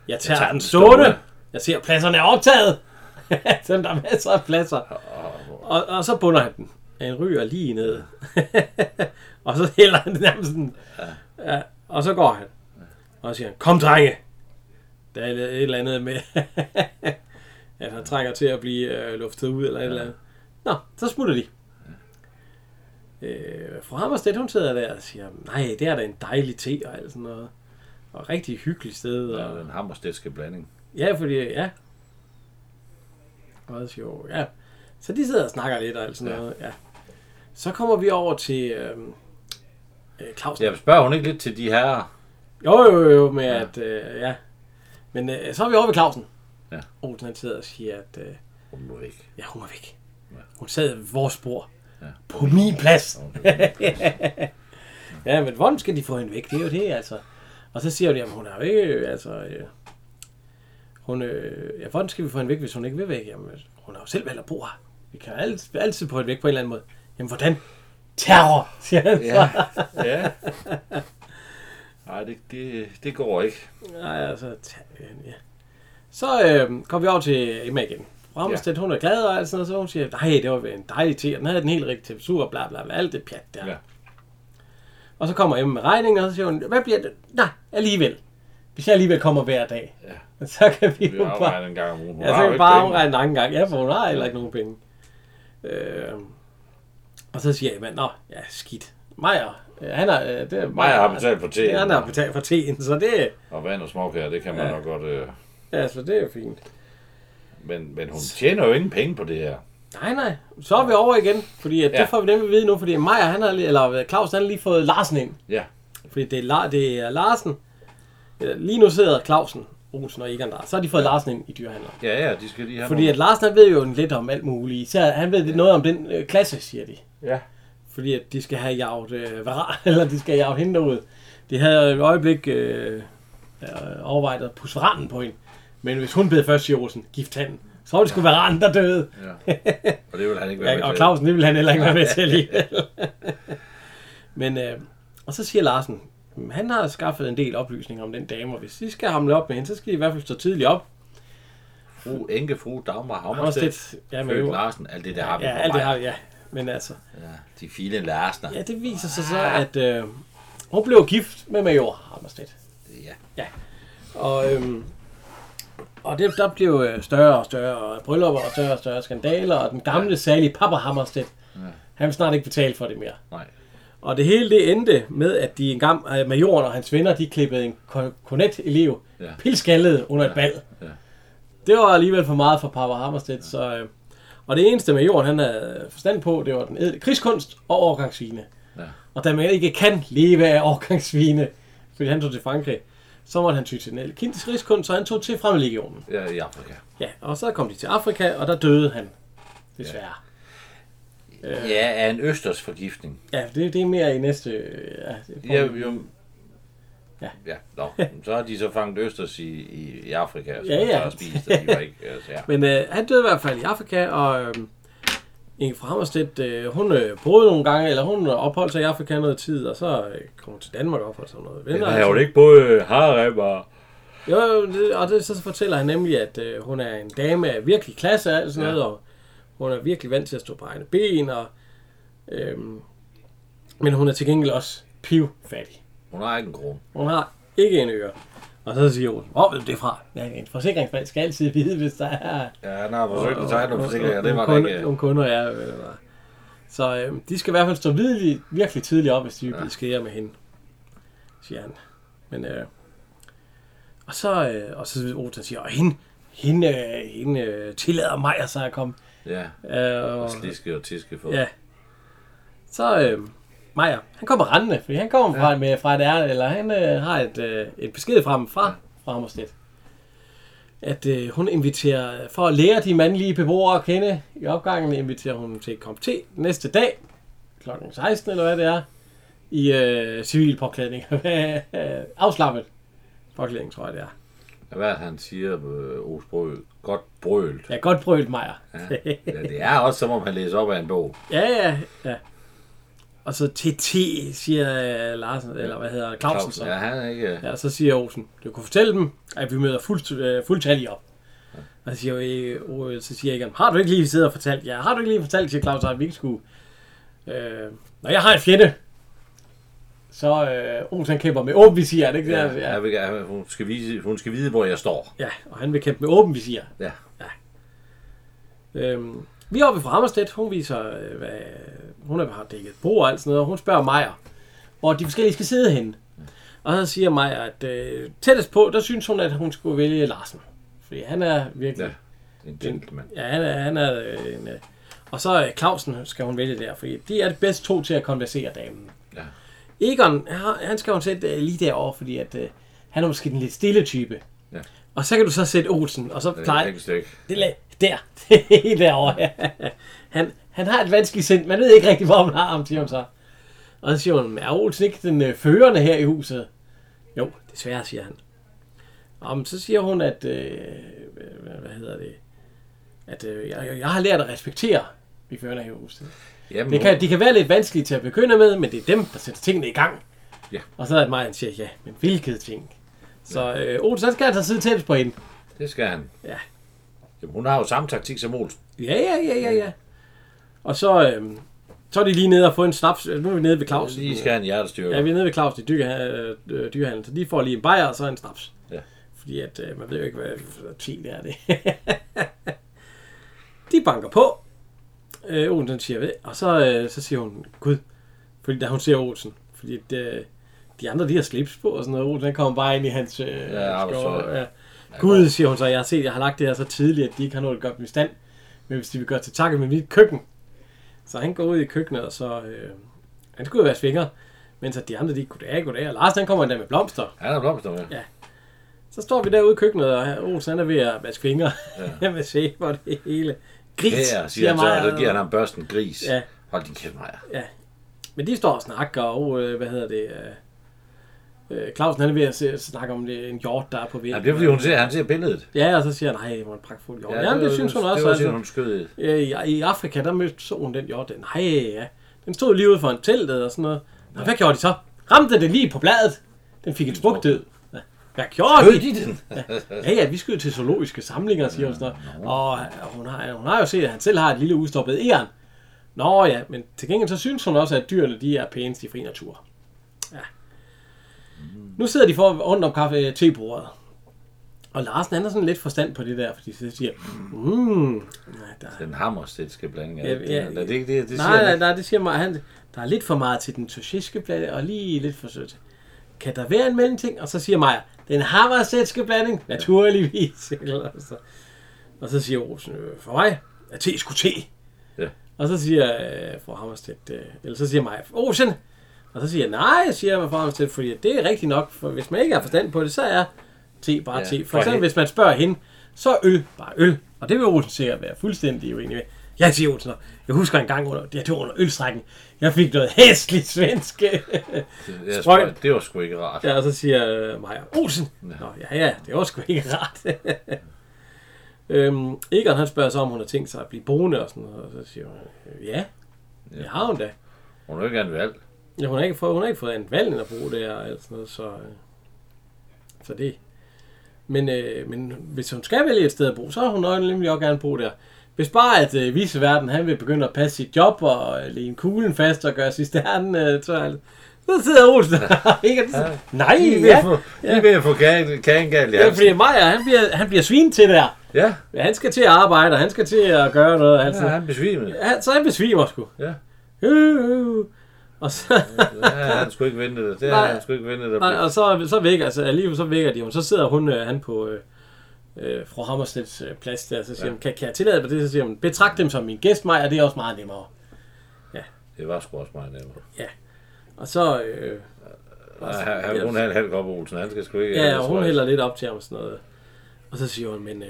A: Jeg tager,
B: tager
A: den
B: den
A: stående.
B: stående.
A: Jeg ser, at pladserne er optaget. så der er masser af pladser. Og, og så bunder han den. Han ryger lige ned. og så hælder han den nærmest sådan. Ja, og så går han. Og så siger han, kom drenge. Der er et eller andet med, at han trænger til at blive øh, luftet ud eller et eller andet. Nå, så smutter de. Øh, fru Hammerstedt, hun sidder der og siger, nej, det er da en dejlig te og alt sådan noget. Og rigtig hyggeligt sted.
B: Ja,
A: Og,
B: den hammerstedske blanding.
A: Ja, fordi, ja. Meget sjovt, ja. Så de sidder og snakker lidt og alt sådan
B: Ja.
A: noget, ja. Så kommer vi over til øhm, øh, Clausen.
B: Ja, spørger hun ikke lidt til de herrer?
A: Jo, jo, jo, med ja. at, øh, ja. Men øh, så er vi over ved Clausen.
B: Ja.
A: Olsen han sidder og siger, at øh,
B: Hun må ikke.
A: ja, hun er væk. Hun sad ved vores bord. Ja.
B: Ja.
A: På min plads.
B: Hun er ikke.
A: Ja, men hvordan skal de få hende væk? Det er jo det, altså. Og så siger de, at hun er jo ikke, øh, altså... Øh, hun, øh, ja, hvordan skal vi få hende væk, hvis hun ikke vil væk? Jamen, hun har jo selv valgt at bo her. Vi kan altid, altid få hende væk på en eller anden måde. Jamen, hvordan? Terror, siger han. Ja.
B: Ja. ja. Nej, det, det, det går ikke.
A: Nej, altså, terror, ja. Så øh, kom vi over til Emma igen. Ramstedt, ja. hun er glad og alt sådan noget, så hun siger, nej, det var en dejlig te, og den havde den helt rigtige temperatur, og bla bla bla, alt det pjat der.
B: Ja.
A: Og så kommer Emma med regningen, og så siger hun, hvad bliver det? Nej, alligevel. Hvis jeg alligevel kommer hver dag, ja. så kan vi,
B: Vi
A: jo bare...
B: afregner en gang om ugen. Hun
A: Ja, så
B: har jo
A: kan vi
B: ikke
A: bare
B: penge.
A: afregne en anden gang. Ja, for hun har heller ikke nogen penge. Øh, og så siger jeg, men nå, ja, skidt. Meyer, øh, han har, øh, det er
B: Meyer har betalt for teen.
A: Ja, han har betalt for teen, så det,
B: Og vand og småkager, det kan man
A: Ja.
B: ja. nok godt... Øh,
A: ja, så det er jo fint.
B: men, men hun tjener jo ingen penge på det her.
A: Nej, nej. Så er vi over igen, fordi at ja.
B: Ja.
A: det får vi nemlig at vide nu, fordi Maja, han har, lige- eller øh, Claus, han har lige fået Larsen ind.
B: Ja.
A: Fordi det er, La, det er Larsen. Ja, Lige nu sidder Clausen, Olsen og Egon der. Så har de fået ja. Larsen ind i dyrehandler.
B: Ja, ja, de skal lige have
A: Fordi at
B: nogle-
A: Larsen, han ved jo lidt om alt muligt. Især han ved ja. noget om den øh, klasse, siger de.
B: Ja.
A: Fordi at de skal have jaget øh, varar, eller de skal jage hende derude. De havde et øjeblik øh, øh, overvejet at pusse varanen på hende. Men hvis hun blev først, siger Olsen, gift handen. Så var det sgu varanen, der døde.
B: ja. Og det vil han ikke være med
A: Ja, og
B: til.
A: Clausen, det ville han heller ikke være med til alligevel. Men, øh, og så siger Larsen, "Mm, han har skaffet en del oplysninger om den dame, og hvis I skal hamle op med hende, så skal I i hvert fald stå tidligt op.
B: Fru, enke, fru, Dagmar, Hammerstedt,
A: Hammerstedt, ja, men
B: Født
A: jo.
B: Larsen, alt det der har vi
A: Ja,
B: på
A: alt det
B: mig.
A: har ja. Men altså,
B: Ja, de fine Larsener.
A: ja, det viser sig så, at øh, hun blev gift med major Hammerstedt.
B: Ja.
A: Og, øhm, og det, der blev øh, større og større bryllupper og større og større skandaler, og den gamle, salige pappa Hammerstedt, han vil snart ikke betale for det mere.
B: Nej.
A: Og det hele det endte med, at de en gang, øh, majoren og hans venner, de klippede en kornet-elev ja.
B: Ja.
A: pilskaldet under ja. et bal. Ja.
B: Ja.
A: Det var alligevel for meget for Papa Hammerstedt, ja. så... Øh, og det eneste majoren, han havde forstand på, det var den edle krigskunst og årgangsvine. Ja.
B: Ja.
A: Og da man ikke kan leve af årgangsvine, fordi han tog til Frankrig, så måtte han ty til den edle kindes krigskunst, så han tog til Fremmedlegionen.
B: Ja, i Afrika.
A: Ja, og så kom de til Afrika, og der døde han. Desværre. Ja.
B: Ja, af en østers forgiftning.
A: Ja, det, det er mere i næste... øh, Ja, det får
B: Ja,
A: vi-
B: jo.
A: Ja.
B: Ja, nå. Så har de så fanget østers i, i, i Afrika, som
A: Ja,
B: ja,
A: ja.
B: ja. har spist, og de var ikke... Altså, ja.
A: Men øh, han døde i hvert fald i Afrika, og øh, Inge fra Hammerstedt, øh, hun øh, boede nogle gange, eller hun øh, opholdt sig i Afrika noget tid, og så øh, kom hun til Danmark og opholdt sig med noget venner.
B: Jeg har jo ikke både harem og...
A: Jo, jo, det, og det, så fortæller han nemlig, at øh, hun er en dame af virkelig klasse og alt sådan ja.
B: Ja.
A: noget, og hun er virkelig vant til at stå på egne ben, og, øh, men hun er til gengæld også pivfattig.
B: Hun har ikke en kron.
A: Hun har ikke en øre. Og så siger hun, hvor ved du det fra? Ja, en forsikringsmand skal altid vide, hvis der er
B: Ja, han har forsøgt at tegne nogle forsikringer, det var der
A: kunder,
B: ikke...
A: Nogle kunder, ja. Eller. hvad. Så øh, de skal i hvert fald stå virkelig, virkelig tidligt op, hvis de ja. skal hjem med hende, siger han. Men, øh, og så, øh, og så Otan siger, og hende, hende, øh, hende øh, tillader mig at så at komme.
B: Ja,
A: Øh, og,
B: og sliske og tiske for.
A: ja. Så øh, Maja, han kommer rendende, fordi han kommer fra, ja. med, fra et ærne, eller han øh, har et, øh, et besked fra ham fra, fra Hammerstedt. At øh, hun inviterer, for at lære de mandlige beboere at kende i opgangen, inviterer hun til et kop te næste dag, kl. 16 eller hvad det er, i øh, civil påklædning. Afslappet påklædning, tror jeg det er.
B: Hvad han siger, øh, Os Brøl? Godt brølt.
A: Ja, godt brølt, Maja.
B: Ja, det er også som om han læser op af en bog.
A: Ja, ja, ja. Og så TT, siger øh, Larsen, eller hvad hedder Clausen, Clausen så.
B: Ja, han er ikke...
A: Ja, så siger Olsen, du kunne fortælle dem, at vi møder fuldt, øh, fuldtallige op. Og så siger, øh, øh, så siger Egon, har du ikke lige siddet og fortalt? Ja, har du ikke lige fortalt til Claus, at vi ikke skulle? Øh, når jeg har en fjende, så øh, Olsen kæmper med åben visir, er det ikke
B: Ja,
A: ja, det? Ja.
B: Jeg vil, gerne- hun, skal vise, hun skal vide, hvor jeg står.
A: ja, og han vil kæmpe med åben visir.
B: Ja.
A: Øhm, vi er oppe fra Hammerstedt. Hun viser, øh, hvad, hun er- har dækket på og alt sådan noget. Og hun spørger Majer, hvor de forskellige skal sidde henne. Og så siger Majer, at øh, tættest på, der synes hun, at hun skulle vælge Larsen. Fordi han er virkelig...
B: Ja. En gentleman.
A: Ja, han er... Han er øh, en, øh, og så øh, Clausen skal hun vælge der, fordi de er det bedst to til at konversere damen.
B: Ja.
A: Egon, han- han skal hun sætte øh, lige derovre, fordi at, øh, han er måske den lidt stille type.
B: Ja.
A: Og så kan du så sætte Olsen, og så
B: Det er
A: plejer...
B: et enkelt stykke.
A: Det lag, der. Det er derovre. Ja. Han, han har et vanskeligt sind. Man ved ikke rigtig, hvor man har ham, siger hun så. Og så siger hun, er Olsen ikke den øh, førende her i huset? Jo, desværre, siger han. Og men så siger hun, at... Øh, hvad, hvad hedder det? At øh, jeg, jeg har lært at respektere de førende her i huset.
B: Jamen,
A: Det kan, de kan være lidt vanskelige til at begynde med, men det er dem, der sætter tingene i gang.
B: Ja.
A: Og så er det mig, der siger, ja, men hvilket ting? Så øh, Olsen, han skal altså sidde tæt på hende.
B: det skal han.
A: Ja.
B: Jamen, hun har jo samme taktik som Olsen.
A: Ja, ja, ja, ja, ja. Og så, øhm, Så er de lige nede og få en snaps. Øh, Nu er vi nede ved Clausen.
B: Lige skal have en hjertestyrker.
A: Ja, vi er nede ved Clausen i dyre, øh, dyrehandlen, så de får lige en bajer og så en snaps.
B: Ja.
A: Fordi at, øh, man ved jo ikke, hvad for ting det er det. de banker på. Øh, Olsen siger ved, og så, øh, så siger hun, gud, fordi da hun ser Olsen, fordi at, øh, de andre, de har slips på og sådan noget. Olsen, han kommer bare ind i hans øh,
B: arbejdstøj.
A: Ja. Gud, siger hun så, jeg har set, jeg har lagt det her så tidligt, at de ikke har noget godt med stand. Men hvis de vil gøre til takke med mit køkken, så han går ud i køkkenet, og så... Øh, han skulle jo være svinger, mens at de andre, de goddag, goddag. Og Lars, han kommer endda med blomster.
B: Han er blomster med.
A: Ja. Så står vi derude i køkkenet, og Olsen, han er ved at vaske fingre. Ja. med sæbe og det hele. Gris,
B: Ja, siger han så,
A: Maja.
B: og så giver han ham børsten gris.
A: Ja.
B: Hold din kæft, Maja.
A: Men de står og snakker, og øh, hvad hedder det... Øh, øh, Clausen, han er ved at se, snakke om det, en hjort, der er på væggen.
B: Ja, det er fordi, hun ser, han ser billedet.
A: Ja, og så siger han, nej, hvor er en pragtfuld hjort. Ja, Jamen, det,
B: var-
A: synes hun
B: det
A: også.
B: var
A: altså.
B: sådan, hun skød.
A: Øh, i, I Afrika, der mødte solen den hjort. Den, nej, ja. Den stod lige ude for en teltet og sådan noget. Nå, hvad gjorde de så? Ramte den lige på bladet. Den fik en sprugtød. Ja. Hvad gjorde
B: Skød
A: de?
B: de den?
A: Ja, ja, vi skød til zoologiske samlinger, siger hun sådan noget. Og hun har, hun har jo set, at han selv har et lille udstoppet æren. Nå ja, men til gengæld så synes hun også, at dyrene de er pænest i fri natur. Ja. Nu sidder de for rundt om kaffe tebordet. Og Larsen han har sådan lidt forstand på det der, fordi så siger, mm, nej, der,
B: Den hammerstedske blanding. Ja,
A: Ja, ja.
B: ja, det, ikke det, det
A: nej,
B: siger
A: nej,
B: han
A: nej, det siger mig. Han, der er lidt for meget til den tyrkiske blanding, og lige lidt for sødt. Kan der være en mellemting? Og så siger Maja, den havarsetske blanding, naturligvis. Eller så. Og så siger Rosen, øh, for mig er te sgu te.
B: Ja.
A: Og så siger øh, fru Hammerstedt, øh, eller så siger Maja, Rosen. Og så siger jeg, nej, siger jeg fru Hammerstedt, fordi det er rigtigt nok, for hvis man ikke har forstand på det, så er te bare
B: Ja,
A: ja, te. For
B: for
A: eksempel,
B: helvede.
A: hvis man spørger hende, så er øl bare øl. Og det vil Olsen sikkert være fuldstændig uenig med. Jeg siger Olsen, og jeg husker en gang, under, det her det var under ølstrækken, jeg fik noget hæsligt svensk. øh,
B: ikke. Ja,
A: Sprøjt.
B: sprøjt. Det var sgu ikke rart.
A: ja, og så siger øh, Maja, Olsen. Nå, ja, ja, det var sgu ikke rart. øhm, Egon, han spørger så, om hun har tænkt sig at blive boende og sådan noget, og så siger hun, øh, ja, det har hun da.
B: Hun har jo ikke andet valg.
A: Ja, hun har ikke fået, hun har ikke fået andet valg end at bruge det her, og alt sådan noget, så, øh, så det. Men, øh, men hvis hun skal vælge et sted at bo, så har hun nok nemlig også gerne bo der. Hvis bare at øh, viseverden, han vil begynde at passe sit job og øh, lægge en kuglen fast og gøre cisternen øh, tør, så sidder Olsen der, ikke? Og så- Nej,
B: Lige ved
A: ja.
B: at få, lige ved at få kagen, kagen galt i
A: Det er
B: halsen.
A: fordi Maja, han bliver, han bliver svin til der.
B: Ja,
A: Ja, Han skal til at arbejde, og han skal til at gøre noget.
B: ja,
A: Altså. Ja.
B: han besvimede.
A: Ja, så han besvimer sgu.
B: Ja.
A: Øh, øh, øh. Og så,
B: Ja, han skulle ikke vente det. Det har
A: Nej.
B: han skulle ikke vente det.
A: Og, og så, så vækker, altså alligevel så vækker de jo. Så sidder hun, øh, han på øh, øh, fru Hammerstedts øh, plads der, så siger ja. hun, kan, kan jeg tillade dig det? Så siger hun, betragt dem som min gæst, mig, og det er også meget nemmere.
B: Det var sgu også meget nemmere.
A: Og så, øh,
B: Nej, han- han- Hun
A: ja,
B: er en halv kop Olsen. Han skal sgu ikke...
A: ja, og hun hælder lidt op til ham og sådan noget. Og så siger hun, men øh,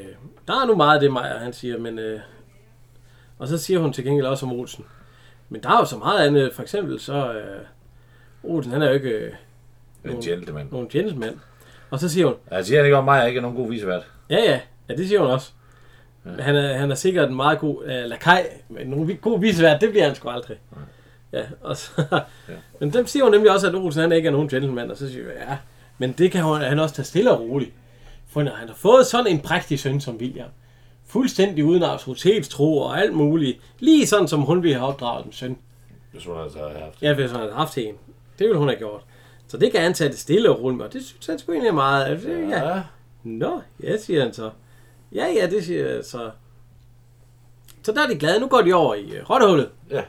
A: der er nu meget af det, Maja, han siger, men... Øh, og så siger hun til gengæld også om Olsen. Men der er jo så meget andet, for eksempel så... Øh, Olsen, han er jo ikke øh,
B: En gentleman.
A: nogen gentleman. Og så siger hun,
B: Jeg siger han ikke om mig, jeg ikke er nogen god visevært.
A: Ja, ja. Ja, det siger hun også. Ja. Han, er, han er sikkert en meget god øh, lakaj, men nogen vi- god visvært, det bliver han sgu aldrig. Ja, og så, ja. Men dem siger hun nemlig også, at Olsen han ikke er nogen gentleman, og så siger jeg, ja, men det kan hun, han også tage stille og roligt. For når han har fået sådan en prægtig søn som William, fuldstændig uden autoritetstro og alt muligt, lige sådan som hun ville have opdraget en søn,
B: Hvis hun altså havde haft.
A: Ja, hvis hun havde haft en. Det ville hun have gjort. Så det kan han tage det stille og roligt med, og det synes han sgu egentlig er meget. Altså, ja. ja. Nå, ja, siger han så. Ja, ja, det siger jeg så. Så der er de glade. Nu går de over i øh, rottehullet.
B: Ja.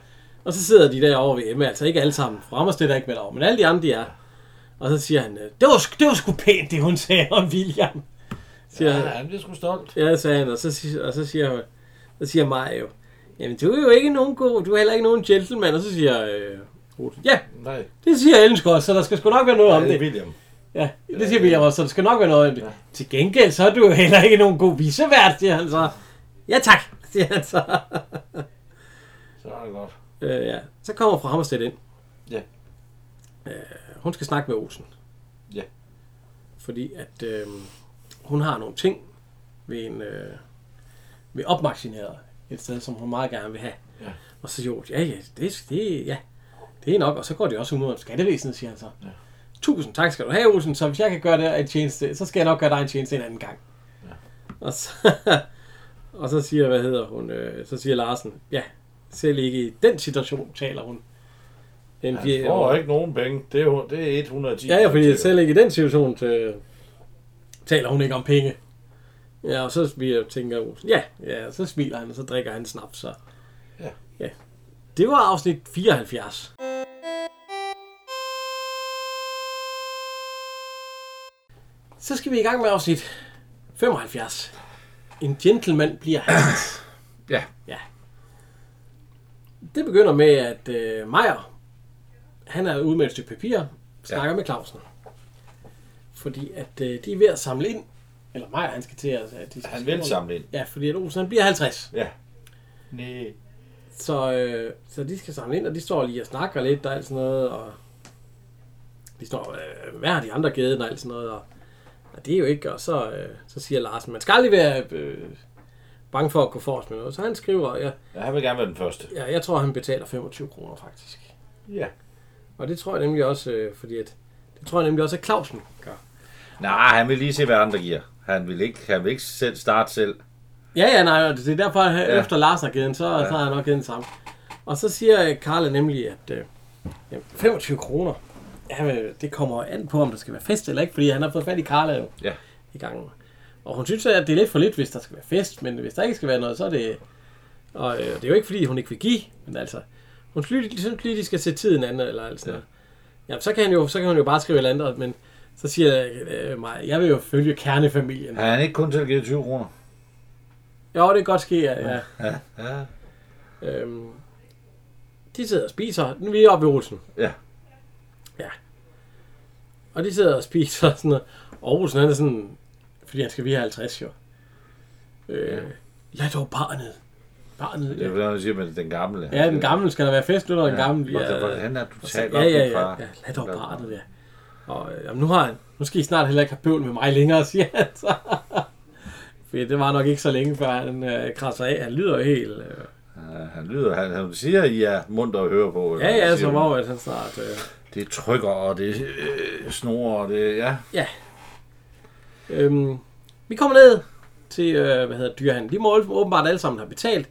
A: Og så sidder de derovre ved Emma. Altså ikke alle sammen. Fremmers det er der ikke med derovre, men alle de andre, de er. Og så siger han, øh, det var, sk- det var sgu pænt, det hun sagde om William. Siger han.
B: Ja, han bliver sgu stolt.
A: Ja, sagde han, og så, sig- og så siger hun, så siger Maja jo, jamen du er jo ikke nogen god, du er heller ikke nogen gentleman, og så siger øh, Olsen, ja,
B: Nej.
A: det siger Ellen sgu også, så der skal sgu nok være noget om
B: Det er
A: det.
B: William.
A: Ja, det siger William også, så der skal nok være noget om det. Til gengæld, så er du jo heller ikke nogen god visevært, siger han så. Ja tak, siger han så.
B: Så er det godt.
A: Øh, ja. Så kommer fra Hammerstedt ind.
B: Ja.
A: Øh, hun skal snakke med Olsen.
B: Ja.
A: Fordi at øh, hun har nogle ting ved en øh, ved opmagasineret et sted, som hun meget gerne vil have.
B: Ja.
A: Og så siger Olsen, ja, ja, det, det, ja, det er nok. Og så går det også ud mod skattevæsenet, siger han så. Ja. Tusind tak skal du have, Olsen. Så hvis jeg kan gøre dig en tjeneste, så skal jeg nok gøre dig en tjeneste en anden gang. Ja. Og så, og så siger, hvad hedder hun, øh, så siger Larsen, ja, Selv ikke i den situation taler hun. Den
B: Han får ikke nogen penge. Det er, hun- det er 110.
A: Ja, ja, fordi
B: sikkert.
A: selv ikke i den situation til, taler hun ikke om penge. Ja, og så vi tænker Olsen, ja, ja, så smiler han, og så drikker han snaps. Så.
B: Ja.
A: ja. Det var afsnit 74. Så skal vi i gang med afsnit 75. En gentleman bliver hans.
B: Ja.
A: ja. Det begynder med, at øh, Meier, han er ude med et stykke papir, snakker ja. med Clausen. Fordi at øh, de er ved at samle ind, eller Meier, han skal til at... at de skal
B: Han
A: skrive
B: vil
A: om-
B: samle ind.
A: Ja, fordi at Olsen han bliver 50.
B: Ja. Nej.
A: Så, øh, så de skal samle ind, og de står lige og snakker lidt og alt sådan noget. Og de står, øh, hvad har de andre givet og alt sådan noget. Og, og det er jo ikke, og så, øh, så siger Larsen, man skal aldrig være øh, bange for at gå forrest med noget. Så han skriver, ja,
B: Ja, han vil gerne være den første.
A: ja, jeg tror, han betaler 25 kroner faktisk.
B: Ja.
A: Og det tror jeg nemlig også, øh, fordi at, det tror jeg nemlig også, at Clausen gør.
B: Nej, han vil lige se, hvad andre giver. Han vil ikke, han vil ikke selv starte selv.
A: Ja, ja, nej, og det er derfor, at ja.
B: Ja.
A: efter Lars har givet den, så, ja. så har han nok givet den samme. Og så siger øh, Karla nemlig, at øh, jamen, 25 kroner, jamen, det kommer an på, om der skal være fest eller ikke, fordi han har fået fat i Karla jo
B: Ja.
A: i gangen. Og hun synes, at det er lidt for lidt, hvis der skal være fest, men hvis der ikke skal være noget, så er det... Og øh, det er jo ikke, fordi hun ikke vil give, men altså... Hun synes synes lige, de skal se tiden an, eller alt sådan noget. Jamen, så kan, han jo, så kan hun jo bare skrive et eller andet, og- men så siger jeg, øh, mig, jeg vil jo følge kernefamilien.
B: Har han ikke kun selv givet 20 kroner?
A: Jo, det kan godt ske, ja. ja.
B: Ja. ja.
A: Øhm, de sidder og spiser. Nu er vi oppe i Olsen.
B: Ja.
A: Ja. Og de sidder og spiser og sådan noget. Og Olsen han er sådan... Fordi han skal blive 50 jo. Øh, ja. Lad dog barnet. Barnet,
B: Det er
A: ja.
B: hvordan man siger, men den gamle.
A: Ja, den gamle skal der være fest, nu når den gamle
B: Ja,
A: bliver...
B: hvordan er du talt
A: ja,
B: om
A: ja,
B: din
A: ja,
B: far?
A: ja, lad dog barnet, ja. Og øh, jamen, nu, har han, nu skal I snart heller ikke have bøvl med mig længere, siger han så. Fordi det var nok ikke så længe, før han øh, krasser af. Han lyder jo helt... Øh,
B: Ja, han lyder, han, han siger, I er mundt at høre på. eller
A: ja, ja,
B: hvad
A: som
B: siger
A: om,
B: du?
A: at han snart... Øh,
B: Det trykker, og det øh, snor, og det, ja.
A: Ja. Øhm, vi kommer ned til, øh, hvad hedder dyrehandel. De må åben- åbenbart alle sammen have betalt,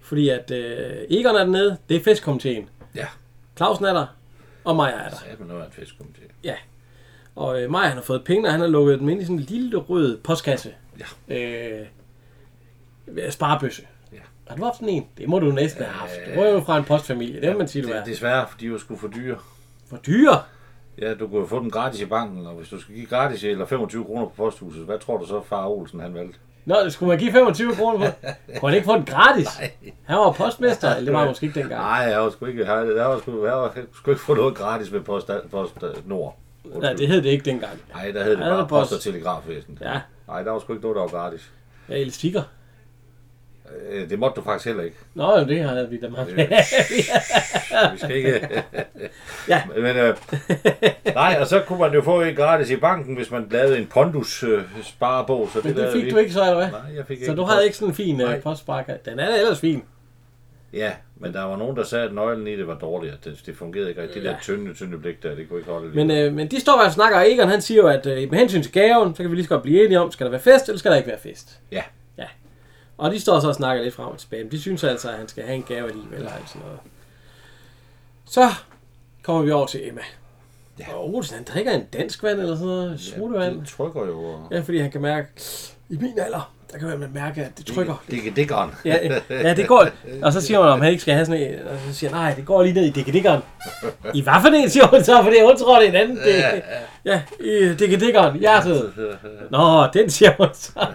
A: fordi at øh, Egon er dernede, det er festkomiteen.
B: Ja.
A: Clausen er der, og Maja er der.
B: Ja, men nu er en fisk kommet til.
A: Ja. Og øh, Maja han har fået penge, og han har lukket dem ind i sådan en lille rød postkasse. Ja. Øh, sparebøsse.
B: Ja. øh,
A: Har du haft sådan en? Det må du næsten have haft. Du var jo fra en postfamilie, det må man sige, du er.
B: Det, desværre, for de var sgu for dyre.
A: For dyre?
B: Ja, du kunne jo få den gratis i banken, og hvis du skal give gratis eller 25 kroner på posthuset, hvad tror du så, far Olsen han valgte?
A: Nå, skulle man give 25 kroner for? Kunne han ikke få den gratis? Han var postmester, eller det var han måske ikke dengang.
B: Nej, jeg har sgu ikke, jeg har, jeg har, sgu, jeg har sgu ikke fået noget gratis med Post, post øh, Nord.
A: Nej, det hed det ikke dengang.
B: Nej, der hed det
A: Ja, det var
B: bare Post og
A: Post.
B: Telegrafvæsen.
A: Ja,
B: Nej, der var sgu ikke noget, der var gratis.
A: jeg elsker.
B: Øh, Det måtte du faktisk heller ikke.
A: Nå, jo, det har vi da meget.
B: Øh, Vi skal ikke...
A: Ja.
B: Men, øh, nej, og så kunne man jo få en gratis i banken, hvis man lavede en pondus øh, sparebog. Så det,
A: Men det
B: lavede
A: fik
B: vi.
A: du ikke så, eller hvad?
B: Nej, jeg fik ikke
A: Så du
B: en
A: havde
B: post-
A: ikke sådan en fin uh,
B: Nej.
A: postsparker. Den er da ellers fin.
B: Ja, men der var nogen, der sagde, at nøglen i det var dårligere. Det, det fungerede ikke rigtigt. Det der tynde, tynde blik der, det kunne ikke holde
A: Men,
B: lige.
A: øh, men de står bare og snakker, og Egon han siger jo, at øh, med hensyn til gaven, så kan vi lige så godt blive enige om, skal der være fest, eller skal der ikke være fest?
B: Ja.
A: Ja. Og de står så og snakker lidt frem og tilbage, men de synes altså, at han skal have en gave alligevel, eller alt sådan noget. Så kommer vi over til Emma. Ja. Og Olsen, han drikker en dansk vand eller sådan noget, smutevand.
B: Det trykker jo. øh, og-
A: Ja, fordi han kan mærke, i min alder, der kan man mærke, at det trykker.
B: Det, det, det
A: Ja, ja, ja, det går. Og så siger man, om han ikke skal have sådan en, og så siger han, nej, det går lige ned i dækkedikkeren. I hvad for en, siger hun så, fordi hun tror, det er en anden. Det, ja, i dækkedikkeren, hjertet. Nå, den siger hun så.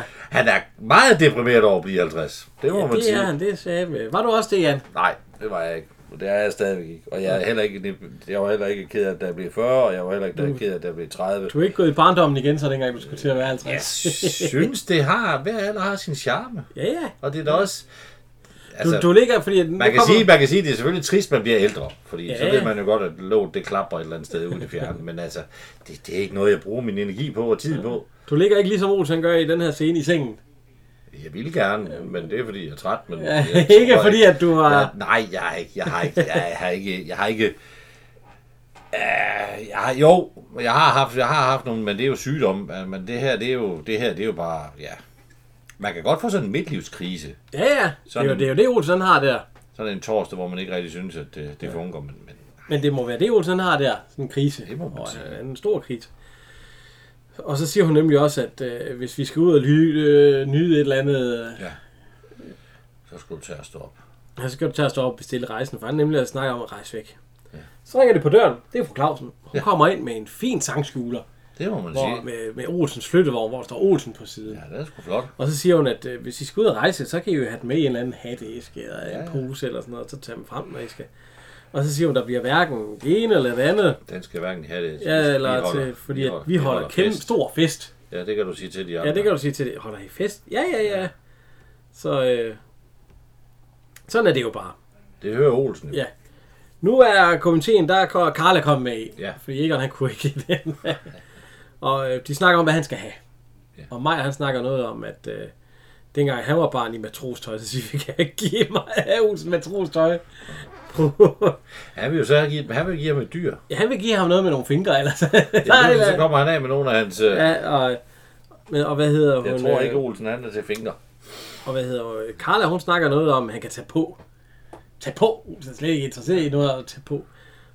B: Han er meget deprimeret over at blive 50. Det må ja, man
A: Det
B: sige.
A: er han, det sagde med. Var du også det, Jan?
B: Nej, det var jeg ikke. Og Det er jeg stadigvæk ikke. Og jeg, er heller ikke, jeg var heller ikke ked af, at der blev 40, og jeg var heller ikke ked af, at der blev 30.
A: Du er ikke gået i barndommen igen, så dengang du skulle til at være 50.
B: Jeg synes, det har, hver alder har sin charme.
A: Ja, ja.
B: Og det er da også... Altså,
A: Du, du ligger, fordi... at nu
B: man, kan
A: kommer-
B: sige, man kan sige, at det er selvfølgelig trist, man bliver ældre. Fordi ja. så
A: Ja.
B: ved man jo godt, at låget det klapper et eller andet sted ude i det fjerne. Men altså, det, det er ikke noget, jeg bruger min energi på og tid på.
A: Du ligger ikke ligesom Olsen gør i den her scene i sengen.
B: Jeg vil gerne, men det er fordi, jeg er træt. Men
A: Ja,
B: jeg tror
A: ikke fordi, at du har...
B: Jeg, nej, jeg har ikke. Jeg har ikke. Jeg har ikke. Jeg har ikke øh, jeg har, jo, jeg har haft, jeg har haft nogle, men det er jo sygdom. Øh, Men det her, det er jo, det her, det er jo bare, ja. man kan godt få sådan en midtlivskrise.
A: Ja, ja.
B: Sådan.
A: Det, er jo, det er jo det, Olsen han har der.
B: Sådan en torsdag, hvor man ikke rigtig synes, at det, det fungerer. Men, men
A: Men det må være det, Olsen han har der. Sådan en krise.
B: Det må man
A: og,
B: sige.
A: øh, en stor krise. Og så siger hun nemlig også, at øh, hvis vi skal ud og lyde, øh, nyde et eller andet, øh,
B: så skulle du tage at stå op.
A: Ja, så skal du tage og stå op og bestille rejsen, for han er nemlig at snakke om at rejse væk. Ja. Så ringer det på døren. Det er fru Clausen. Hun ja. kommer ind med en fin sangskuler,
B: Det må man
A: hvor,
B: sige.
A: med, med Olsens flyttevogn, hvor der står Olsen på siden. Ja.
B: Ja, det er sgu flot.
A: Og så siger hun, at øh, hvis I skal ud og rejse, så kan I jo have den med i en eller anden hatteæske eller ja.
B: Ja,
A: en
B: ja.
A: pose eller sådan noget, og så tage dem frem, når I skal. Og så siger hun, der bliver hverken det ene eller det andet,
B: Den skal hverken have det.
A: ja,
B: Vi
A: eller
B: holder-
A: til, fordi at vi holder kæmpe
B: fest.
A: stor fest.
B: Ja, det kan du sige til de andre.
A: Ja, det kan du sige til det. Holder I fest? Ja, ja, ja. Så øh, sådan er det jo bare.
B: Det hører Olsen. jo.
A: Ja. Nu er komiteen, der er Karla kommet med i.
B: Ja.
A: Fordi Egon, han kunne ikke lide den. og øh, de snakker om, hvad han skal have.
B: Ja.
A: Og Maja, han snakker noget om, at øh, dengang han var barn i matrostøj, så siger vi, kan jeg give mig Olsen matrostøj?
B: Han vil jo så give, han vil give ham et dyr.
A: ja, han vil give ham noget med nogle fingre, ellers.
B: Ja,
A: Nej,
B: pludselig så
A: nej.
B: kommer han af med nogle af hans... øh,
A: ja, og, men, og hvad hedder hun?
B: Jeg tror
A: øh,
B: ikke, Olsen han er til fingre.
A: Og hvad hedder hun? Carla, hun snakker noget om, at han kan tage på. Tag på! Hun er slet ikke interesseret i noget at tage på.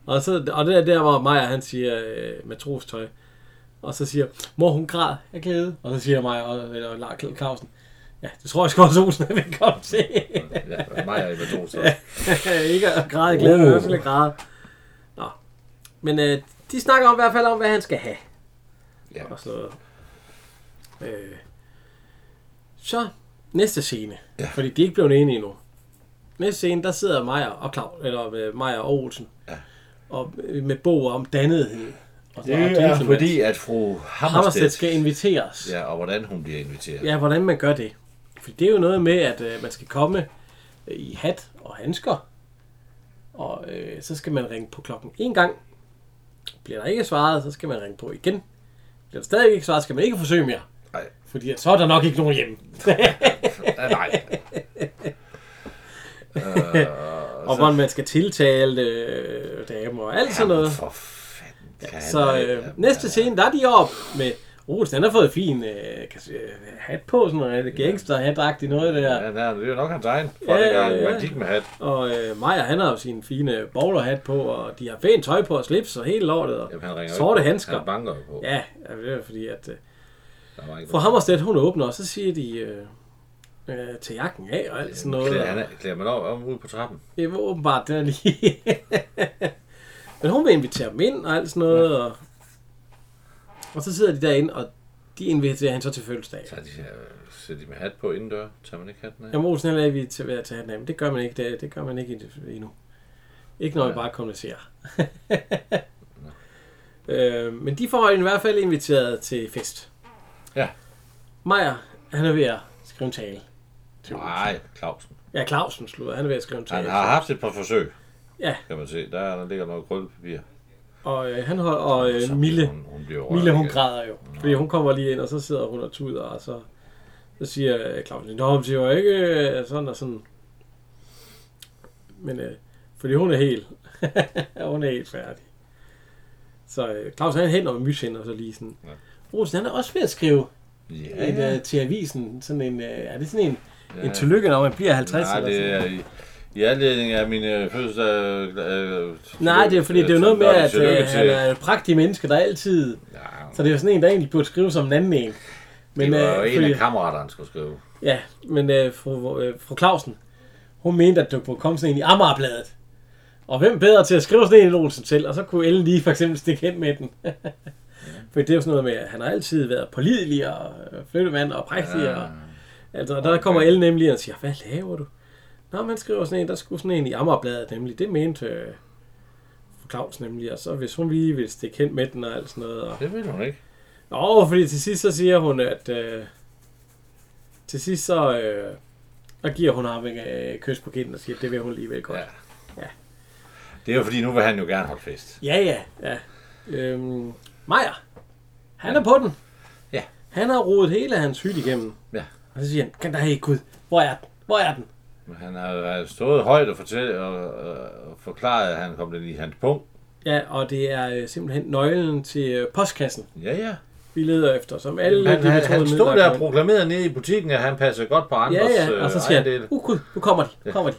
A: Og, så, og det er der, hvor Maja, han siger øh, matrostøj. Og så siger, mor hun græd af glæde. Og så siger Maja, og- eller Lars Clausen, ja, det tror jeg sgu også, Olsen er velkommen til.
B: Ja, mig er i to så.
A: ikke at græde af glæde, men også lidt græde. Nå. Men øh, de snakker om, i hvert fald om, hvad han skal have
B: Ja.
A: og sådan noget. Øh. Så næste scene, ja. fordi de er ikke blevet enige endnu. Næste scene, der sidder Maja og Klav, eller øh, Maja og Olsen,
B: Ja.
A: og øh, med bog om dannethed. Og sådan noget,
B: Det
A: og
B: er
A: gentleman.
B: fordi, at fru
A: Hammerstedt
B: Hammerstedt...
A: skal inviteres.
B: Ja, og hvordan hun bliver inviteret.
A: ja, hvordan man gør det. For det er jo noget med, at øh, man skal komme øh, i hat og handsker, og øh, så skal man ringe på klokken en gang. Bliver der ikke svaret, så skal man ringe på igen. Bliver der stadig ikke svaret, skal man ikke forsøge mere.
B: Nej,
A: Fordi at så er der nok ikke nogen hjemme.
B: ja, nej.
A: og hvordan man skal tiltale øh, damer og alt sådan noget.
B: Jamen, For fanden kan han
A: Så
B: da-
A: øh, næste scene, der er de op med... Olsen, han har fået fin øh, kas- øh, hat på, sådan noget gangster hat noget der.
B: Ja, nej, det er jo nok hans egen. For ja, det
A: Ja,
B: gør
A: ja, ja.
B: ja, ja. med hat.
A: Og øh, Maja, han har jo sin fine bowlerhat på, og de har pænt tøj på og slips og hele lortet. Og
B: Jamen, han ringer jo
A: sorte
B: ikke på.
A: handsker.
B: Han banker jo på.
A: Ja, altså, det er fordi, at øh,
B: Der var ikke
A: fru Hammerstedt, hun åbner, og så siger de... Øh, øh, til jakken af og alt sådan noget.
B: Klæder, han, er- klæder man om, om ud på trappen.
A: Det var åbenbart der lige. Men hun vil invitere dem ind og alt sådan noget. Og, og så sidder de derinde, og de inviterer han så til fødselsdag.
B: Tager de, øh, sætter de med hat på indendør? Tager man ikke hatten af?
A: Jamen Olsen, han er vi til ved at tage den af, men det gør man ikke, det, det gør man ikke ind- endnu. Ikke når vi bare kommunicerer. øh, men de får i hvert fald inviteret til fest.
B: Ja.
A: Maja, han er ved at skrive en tale.
B: Nej, Clausen.
A: Ja, Clausen slutter, han er ved at skrive en
B: Han
A: tale.
B: har haft et par forsøg.
A: Ja.
B: Kan man se. Der, der ligger noget krøllepapir.
A: Og, øh, han holder, og
B: Så
A: øh, Mille,
B: Hun, hun bliver
A: Mille, hun
B: ikke?
A: græder jo. Mm. Fordi hun kommer lige ind, og så sidder hun og tuder, og så, så siger øh, Claus, Nå, hun siger jo ikke øh, sådan og sådan. Men, øh, fordi hun er helt, hun er helt færdig. Så øh, Claus, han hænder med mys og så lige sådan. Ja.
B: Ja.
A: Olsen, han er også ved at skrive
B: Ja,
A: ja,
B: ja.
A: ja. En, øh, til avisen, sådan en, øh, er det sådan en, ja.
B: Ja.
A: en tillykke, når man bliver 50
B: Nej,
A: eller
B: det
A: sådan
B: er i, i anledning af min øh, fødselsdag... Øh, øh,
A: Nej, det er fordi, det er jo noget med,
B: Nå,
A: at
B: tillykke
A: øh, han
B: til-
A: er et prægtig menneske, der altid...
B: Ja,
A: Så det er jo sådan en, der egentlig burde skrive som en anden en.
B: det var jo
A: øh,
B: en af kammeraterne, skulle skrive.
A: Ja, men øh, fru, øh, fru Clausen, hun mente, at du kunne komme sådan en i Amagerbladet. Og hvem bedre til at skrive sådan en end Olsen selv? Og så kunne Ellen lige for eksempel stikke hen med den. For det er jo sådan noget med, at han har altid været pålidelig og øh, flyttemand og prægtig. Ja. Og, altså, og der kommer Ellen nemlig og siger, hvad laver du? Nå, man skriver sådan en, der skulle sådan en i Amagerbladet nemlig. Det mente øh, fru Clausen nemlig. Og så hvis hun lige ville stikke hen med den og alt sådan noget. Og,
B: Det vil hun ikke.
A: Nå, fordi til sidst så siger hun, at... Øh, til sidst så... Øh, og giver hun ham en øh, kys på kinden og siger, at det vil hun alligevel godt.
B: Ja.
A: Ja, Ja.
B: Det er jo fordi, nu vil han jo gerne holde fest.
A: ja, ja. ja. Øhm, Majer, han er på den.
B: Ja.
A: Han har rodet hele hans hytte igennem.
B: Ja.
A: Og så siger han, kan der ikke Gud, hvor er den? Hvor er den?
B: Men han har jo har stået højt og, fortæl, og, og, og forklaret, at han kom lidt i hans punkt.
A: Ja, og det er øh, simpelthen nøglen til øh, postkassen.
B: Ja, ja.
A: billeder efter, som alle
B: Han,
A: de
B: han,
A: betroede
B: han stod
A: midler
B: der og
A: kom.
B: proklamerede nede i butikken, at han passer godt på andres
A: Ja, ja, og så
B: øh,
A: siger han,
B: ejendele.
A: uh, gud, nu kommer de, nu kommer de.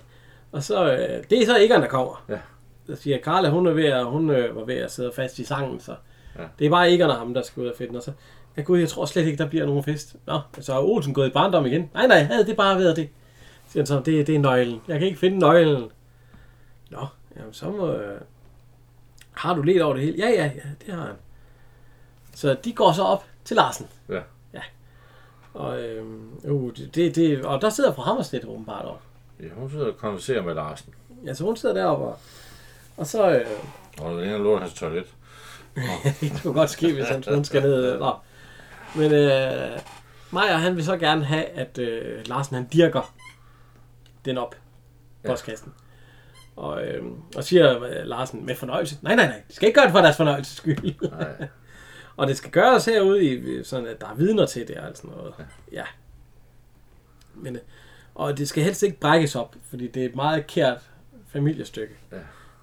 A: Og så, øh, det er så Egon, der kommer.
B: Ja.
A: Der siger, Carla, hun, er ved at, hun øh, var ved at sidde fast i sangen, så
B: Ja.
A: det er bare Egon og ham, der skal ud og fedt. Og så, ja gud, jeg tror slet ikke, der bliver nogen fest. Nå, så er Olsen gået i barndom igen. Nej, nej, havde det bare været det. Så siger han så, det, det er nøglen. Jeg kan ikke finde nøglen. Nå, jamen så må... Øh, har du let over det hele? Ja, ja, ja, det har han. Så de går så op til Larsen.
B: Ja.
A: Og, øhm, uh, det, det, det, og der sidder fru Hammerslet åbenbart op.
B: ja, hun sidder og konverserer med Larsen.
A: Altså hun sidder deroppe, og, og så... Øh,
B: Og det ene lort hans toilet.
A: det kunne godt ske, hvis han, hun skal ned. øh, Nå. Men øh, Maja, han vil så gerne have, at øh, Larsen han dirker den op. Postkassen. Og, øh, og siger øh, Larsen med fornøjelse. Nej, nej, nej. De skal ikke gøre det for deres fornøjelses skyld.
B: Nej.
A: Og det skal gøres herude, i, øh, sådan at der er vidner til det og alt sådan noget. Ja. ja. Men, øh, og det skal helst ikke brækkes op, fordi det er et meget kært familiestykke.
B: Ja.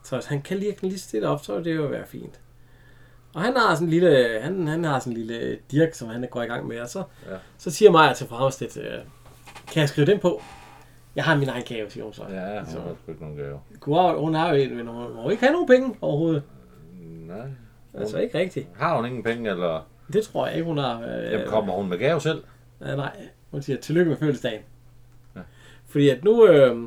A: Så hvis han kan lige den lige stille op, så vil det jo være fint. Og han har sådan en lille, han, han har sådan en lille dirk, som han går i gang med, og så,
B: Ja.
A: så siger Maja til Fremstedt, øh, kan jeg skrive den på? Jeg har min egen gave, siger hun så.
B: Ja, hun har sgu ikke nogen gave.
A: Wow, hun har jo en, men hun må ikke have nogen penge overhovedet.
B: Nej.
A: Altså ikke rigtigt.
B: Har hun ingen penge, eller
A: Det tror jeg ikke, hun har. Øh,
B: Jamen, kommer hun med gave selv?
A: Nej, nej. Hun siger, tillykke med fødselsdagen. Fordi at nu, øh,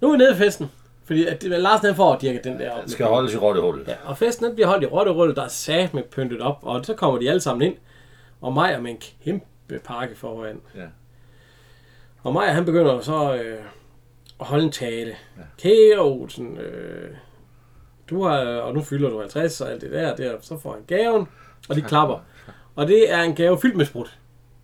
A: nu er vi nede i festen. Fordi at det, Larsen han får dirket den der op.
B: Den skal holdes i rottehullet.
A: Ja, og festen den bliver holdt i Rotterøl, der er sat med pyntet op. Og så kommer de alle sammen ind. Og Maja med en kæmpe pakke foran.
B: Ja.
A: Og Maja han begynder jo så øh, at holde en tale. Ja. Kære Olsen, øh, du har, og nu fylder du 50 og alt det der, der så får han gaven, og de klapper. Og det er en gave fyldt med sprut.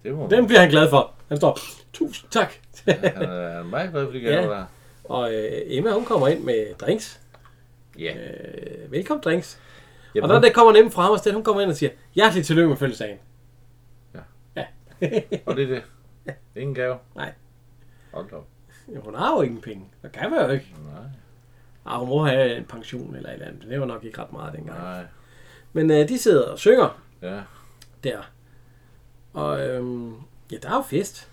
B: Det må
A: Den bliver han glad for. Han står, tusind tak.
B: Han er meget glad for de gaver,
A: Ja.
B: der. er.
A: og øh, Emma, hun kommer ind med drinks.
B: Ja.
A: Øh, velkommen drinks.
B: Jamen,
A: og når det kommer nemlig fra Hammerstedt, hun kommer ind og siger, hjertelig tillykke med fødselsdagen.
B: Ja.
A: Ja.
B: Og det er det. Ingen gave.
A: Nej.
B: Hold da op.
A: hun har jo ingen penge. Det kan man jo ikke.
B: Nej.
A: Ah, hun må have en pension eller et eller andet. Det var nok ikke ret meget dengang.
B: Nej.
A: Men øh, de sidder og synger
B: Ja.
A: der. Og øhm, ja, der er jo fest.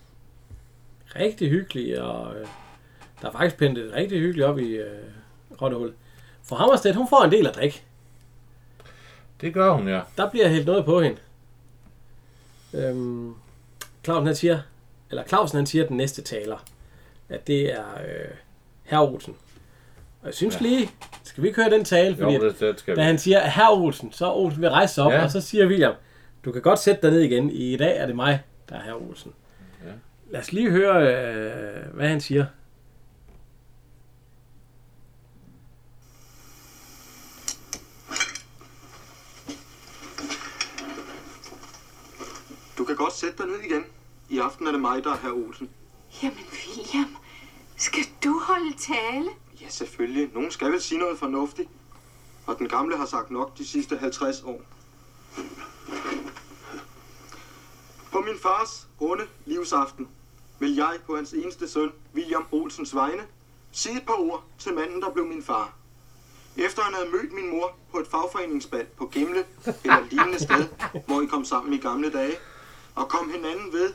A: Rigtig hyggelig, og øh, der er faktisk pæntet rigtig hyggeligt op i øh, Rottehul. For Hammerstedt, hun får en del af drik.
B: Det gør hun, ja.
A: Der bliver hældt noget på hende. Øhm, Clausen han siger, eller Clausen han siger den næste taler, at det er øh, herr Olsen. Og jeg synes ja. lige, skal vi ikke høre den tale?
B: Jo,
A: Fordi jo,
B: det, det skal vi.
A: da han siger herr Olsen, så er Olsen vil rejse sig op, ja.
B: Ja.
A: og så siger William, du kan godt sætte dig ned igen. I dag er det mig, der er herr Olsen. Ja.
B: Ja.
A: Lad os lige høre, øh, hvad han siger.
C: Du kan godt sætte dig ned igen. I aften er det mig, der er herr Olsen.
G: Jamen, William, skal du holde tale?
C: Ja, selvfølgelig. Nogen skal vel sige noget fornuftigt. Og den gamle har sagt nok de sidste 50 år. På min fars runde livsaften vil jeg på hans eneste søn, William Olsens vegne, sige et par ord til manden, der blev min far. Efter han havde mødt min mor på et fagforeningsbal på Gimle eller lignende sted, hvor I kom sammen i gamle dage, og kom hinanden ved,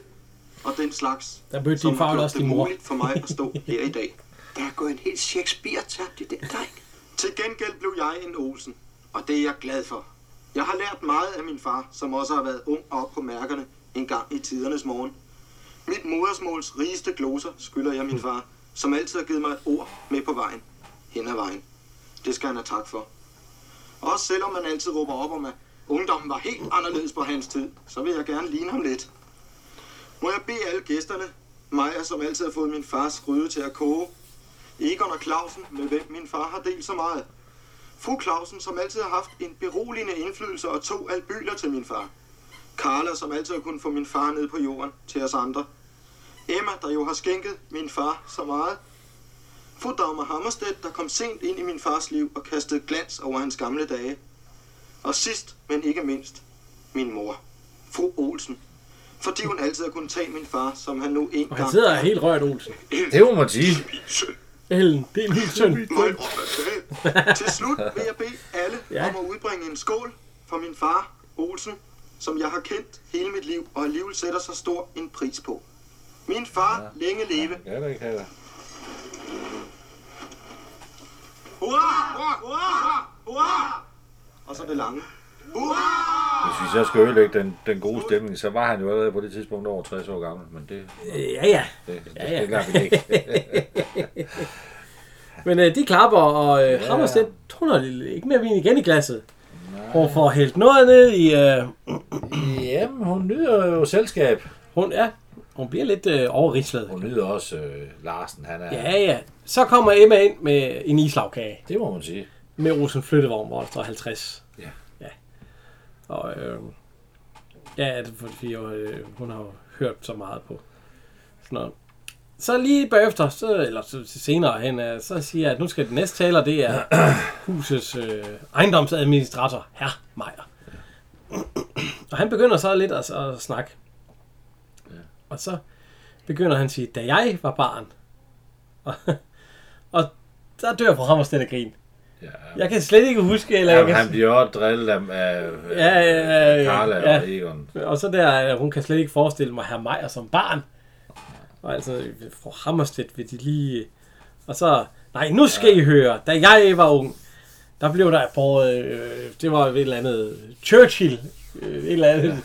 C: og den slags,
A: Der mødte
C: som
A: din far
C: har
A: vel
C: gjort
A: også
C: det
A: din mor.
C: muligt for mig at stå her i dag.
E: Der er gået en helt Shakespeare tabt i den dreng.
C: Til gengæld blev jeg en Olsen, og det er jeg glad for. Jeg har lært meget af min far, som også har været ung og op på mærkerne en gang i tidernes morgen. Mit modersmåls rigeste gloser skylder jeg min far, som altid har givet mig et ord med på vejen. Hen ad vejen. Det skal han have tak for. Også selvom man altid råber op om, at ungdommen var helt anderledes på hans tid, så vil jeg gerne ligne ham lidt. Må jeg bede alle gæsterne, Maja, som altid har fået min fars gryde til at koge, Egon og Clausen, med hvem min far har delt så meget. Fru Clausen, som altid har haft en beroligende indflydelse og to albyler til min far. Carla, som altid har kunnet få min far ned på jorden til os andre. Emma, der jo har skænket min far så meget. Fru Dagmar Hammerstedt, der kom sent ind i min fars liv og kastede glans over hans gamle dage. Og sidst, men ikke mindst, min mor. Fru Olsen. Fordi hun altid har kunnet tage min far, som han nu
A: Og han
C: engang
A: sidder helt rørt, Olsen.
B: Det må man sige.
A: Ellen, det er min søn.
C: Møg op ad dagen. Til slut vil jeg bede alle
A: Ja.
C: ja. om at udbringe en skål for min far, Olsen, som jeg har kendt hele mit liv, og alligevel sætter så stor en pris på. Min far, længe leve.
B: Ja, det kan jeg.
C: Hurra! Hurra! Hurra! Hurra! Og så det lange.
B: Hvis vi så skal ødelægge den, den gode stemning, så var han jo allerede på det tidspunkt over 60 år gammel, men det,
A: Øh, ja, ja.
B: det, det
A: Ja, ja.
B: skal ikke engang ikke.
A: Men øh, de klapper, og øh, ja. Hammerstedt, hun har ikke mere vin igen i glasset. Hun får hældt noget ned i... Øh,
B: Jamen, hun nyder jo selskab.
A: hun, ja, hun bliver lidt øh, overrislet.
B: Hun nyder også øh, Larsen, han er...
A: Ja, ja. Så kommer Emma ind med en islagkage.
B: Det må man sige.
A: Med Rosen flyttevogn, hvor der står 50.
B: Ja.
A: ja. Og øh, ja, det er for- fordi øh, hun har jo hørt så meget på sådan noget. Så lige bagefter, så, eller så så senere hen, øh, så siger jeg, at nu skal den næste taler, det er husets øh, ejendomsadministrator, herr Meier. Og han begynder så lidt at, at snakke. Og så begynder han at sige, da jeg var barn. Og, og der dør fra Hammerstedt af grin.
B: Ja.
A: Jeg kan slet ikke huske, eller
B: Jamen,
A: jeg
B: han
A: kan...
B: bliver også drillet af, af
A: Ja, ja, ja, ja.
B: Carla
A: Ja.
B: og Egon.
A: Og så der, at hun kan slet ikke forestille mig herr Meier som barn. Og altså, fru Hammerstedt vil de lige... øh, Og så, nej, nu skal I høre, da jeg var ung, der blev der på, øh, det var et eller andet, Churchill, øh, et eller andet, ja.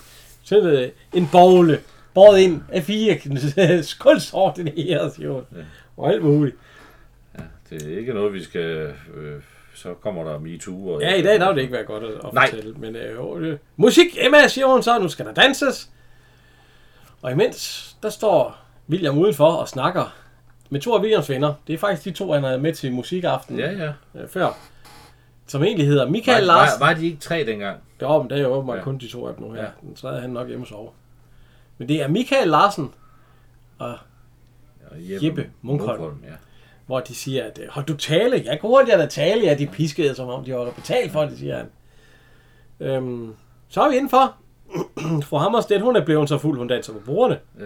A: sådan øh, en bogle, båret ind af fire skuldsordineret, jo, ja. og alt muligt.
B: Det er ikke noget, vi skal... Øh, så kommer der MeToo. Og
A: Ja, i dag der ville det ikke være godt at, at
B: Nej.
A: fortælle. Men øh, jo, øh, musik, Emma, siger hun så, nu skal der danses. Og imens, der står William udenfor og snakker med to af Williams venner. Det er faktisk de to, han havde med til musikaften
B: Ja, ja.
A: øh, før. Som egentlig hedder Michael
B: Var,
A: Larsen.
B: var, var de ikke tre dengang?
A: Jo, men det er jo åbenbart ja.
B: Ja.
A: kun de to af dem nu her. Ja.
B: Ja.
A: Den tredje er han nok hjemme og sove. Men det er Michael Larsen,
B: Ja,
A: Jeppe Munkholm.
B: ja.
A: hvor de siger, at øh, hold du tale? Jeg kunne hurtigt da tale. Ja, de piskede, som om de var betalt for det, siger han. Øhm, så er vi indenfor. Fru Hammerstedt, hun er blevet så fuld, hun danser på bordene.
B: Ja.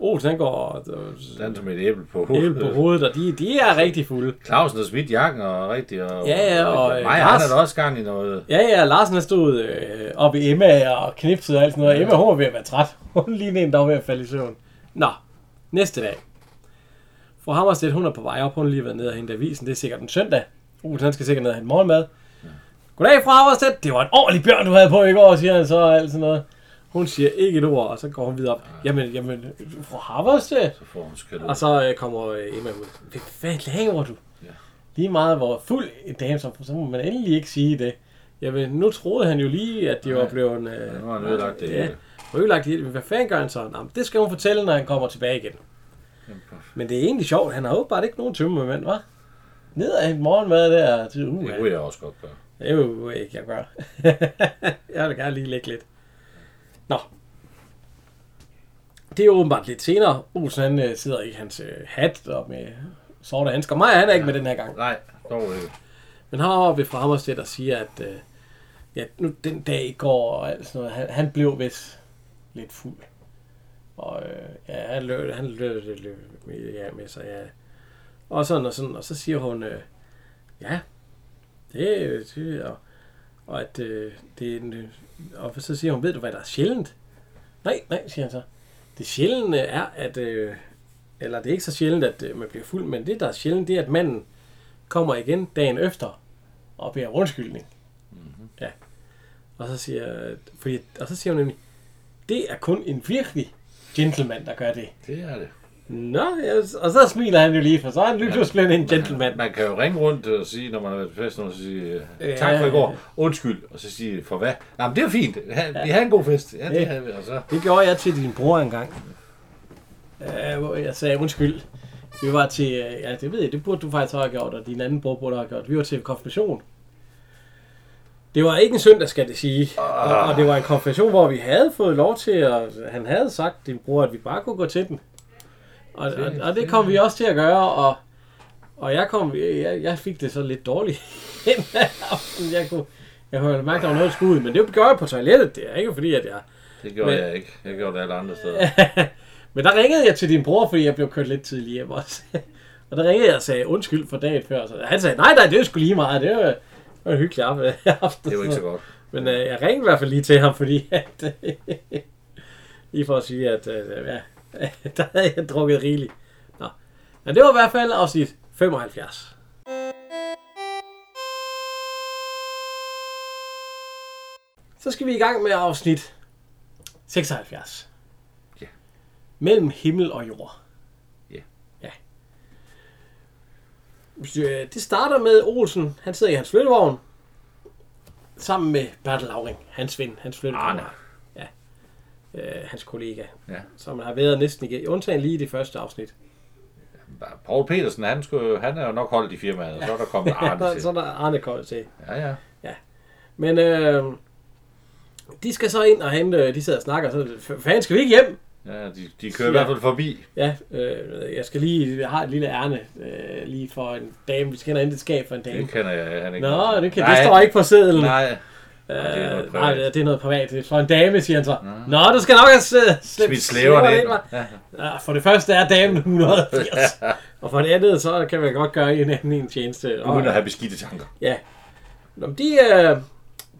A: Olsen, han går og øh,
B: Den som et æble på hovedet.
A: æble på hovedet, og de, de er rigtig fulde.
B: Clausen har smidt jakken og rigtig... Og,
A: Ja, ja, og, øh,
B: Maja, han
A: Lars-
B: er da også gang i noget...
A: Ja, ja, Larsen han stod øh, oppe i Emma og knipsede og alt sådan noget. Emma, hun var ved at være træt. Hun lignede en, der var ved at falde i søvn. Nå, næste dag. Fru Hammerstedt, hun er på vej op. Hun har lige været nede og hente avisen. Det er sikkert en søndag. Uh, han skal sikkert ned og hente morgenmad. Goddag, fru Hammerstedt. Det var en ordentlig bjørn, du havde på i går, siger han så og alt sådan noget. Hun siger ikke et ord, og så går hun videre op. Jamen, jamen, fru Hammerstedt.
B: Så får hun skal
A: Og så øh, kommer øh, Emma ud. Hvad, hvad laver du? Ja.
B: Ja.
A: Lige meget hvor fuld en dame som, så må man endelig ikke sige det. Jamen, nu troede han jo lige, at det var
B: Nej.
A: blevet... Øh,
B: nu har han ødelagt det
A: Ja,
B: hele.
A: og ødelagt det hele. Men hvad fanden gør han så? Nå, men det skal hun fortælle, når han kommer tilbage igen. Men det er egentlig sjovt. Han har åbenbart ikke nogen tømmermænd, hva'? Ned ad en morgenmad der. Til, uh,
B: Det kunne jeg også godt gøre.
A: det er jo ikke, jeg gør. jeg vil gerne lige lægge lidt. Nå. Det er åbenbart lidt senere. Olsen han øh, sidder i hans øh, hat og med sorte handsker. Maja han er ikke med den her gang.
B: Nej, dog ikke.
A: Men heroppe fra Hammerstedt og siger, at øh, ja, nu den dag i går og alt sådan noget, han, han blev vist lidt fuld. Og øh, ja, han løb, han løb, løb, løb med, ja, med sig, ja. Og sådan og sådan, og så siger hun, øh, ja, det, er jo- det og, og at øh, det er en, øh, og så siger hun, ved du hvad der er sjældent? Nej, nej, siger han så. Det sjældne er, at, øh, eller det er ikke så sjældent, at øh, man bliver fuld, men det der er sjældent, det er, at manden kommer igen dagen efter og beder om undskyldning. Mm-hmm. Ja. Og så siger, fordi, og så siger hun nemlig, det er kun en virkelig gentleman, der gør det.
B: Det er det.
A: Nå, ja, og så smiler han jo lige, for så er han lykkeligvis en gentleman.
B: Man kan jo ringe rundt og sige, når man har været til festen, og så sige, øh,
A: Ja.
B: tak for i går, undskyld, og så sige, for hvad? Nej, men det er fint, ha, vi havde en god fest. Ja,
A: Ja.
B: det havde vi, og så...
A: Det gjorde jeg til din bror engang. Øh, hvor jeg sagde undskyld. Vi var til, øh, ja det ved jeg, det burde du faktisk have gjort, og din anden bror burde have gjort. Vi var til konfirmation. Det var ikke en søndag, skal det sige. Og, og det var en konfirmation, hvor vi havde fået lov til, at han havde sagt, din bror, at vi bare kunne gå til den. Og, og, og det kom vi også til at gøre, og, og jeg, kom, jeg, jeg fik det så lidt dårligt den aften. Jeg kunne, jeg kunne mærke, at der var noget skud, men det gør jeg på toilettet. Det er ikke fordi, at jeg
B: Det gjorde
A: Men-
B: men... jeg ikke. Jeg gjorde det alle andre steder.
A: Men der ringede jeg til din bror, fordi jeg blev kørt lidt tidligt hjem også. og der ringede jeg og sagde undskyld for dagen før. Så han sagde, nej, nej, det er sgu lige meget. Det var, det var en hyggelig aften.
B: Det var ikke så godt.
A: Men øh, jeg ringede i hvert fald lige til ham, fordi at, øh, lige for at sige, at øh, ja, der havde jeg drukket rigeligt. Nå. Men det var i hvert fald afsnit 75. Så skal vi i gang med afsnit 76.
B: Ja.
A: Mellem himmel og jord.
B: Ja.
A: Ja. Øh, Det starter med Olsen. Han sidder i hans flyttevogn sammen med Bertel Lauring, hans ven, hans flyttekammerat. Ja. Øh, hans kollega.
B: Ah, Ja.
A: Som har været næsten igen. Undtagen lige i det første afsnit.
B: Paul Petersen, han, skulle, jo- han er jo nok holdt i firmaet, og så Ah, er der kommet Arne
A: så
B: til.
A: er der Arne kommet til.
B: Ja, ja.
A: Men øh, de skal så ind og hente, de sidder og snakker, så "F- fanden skal vi ikke hjem?
B: ja de, de kører i hvert fald forbi.
A: Ja, øh, jeg skal lige, jeg har et lille ærne øh, lige for en dame, vi skal ind og hente et skab for en dame.
B: Det kender jeg, han ikke.
A: Nå, det, kan, det står ikke på sedlen.
B: Nej, det er noget
A: Øh, nej,
B: privat.
A: det er noget privat. Det er for en dame, siger han så. Nå, du skal nok have slæ-
B: smidt slæverne ind.
A: hva'?"
B: Ja.
A: Ja, for det første er damen 180. og for det andet, så kan man godt gøre en anden en tjeneste. Og,
B: Uden at have beskidte tanker.
A: ja. Nå, men de, øh,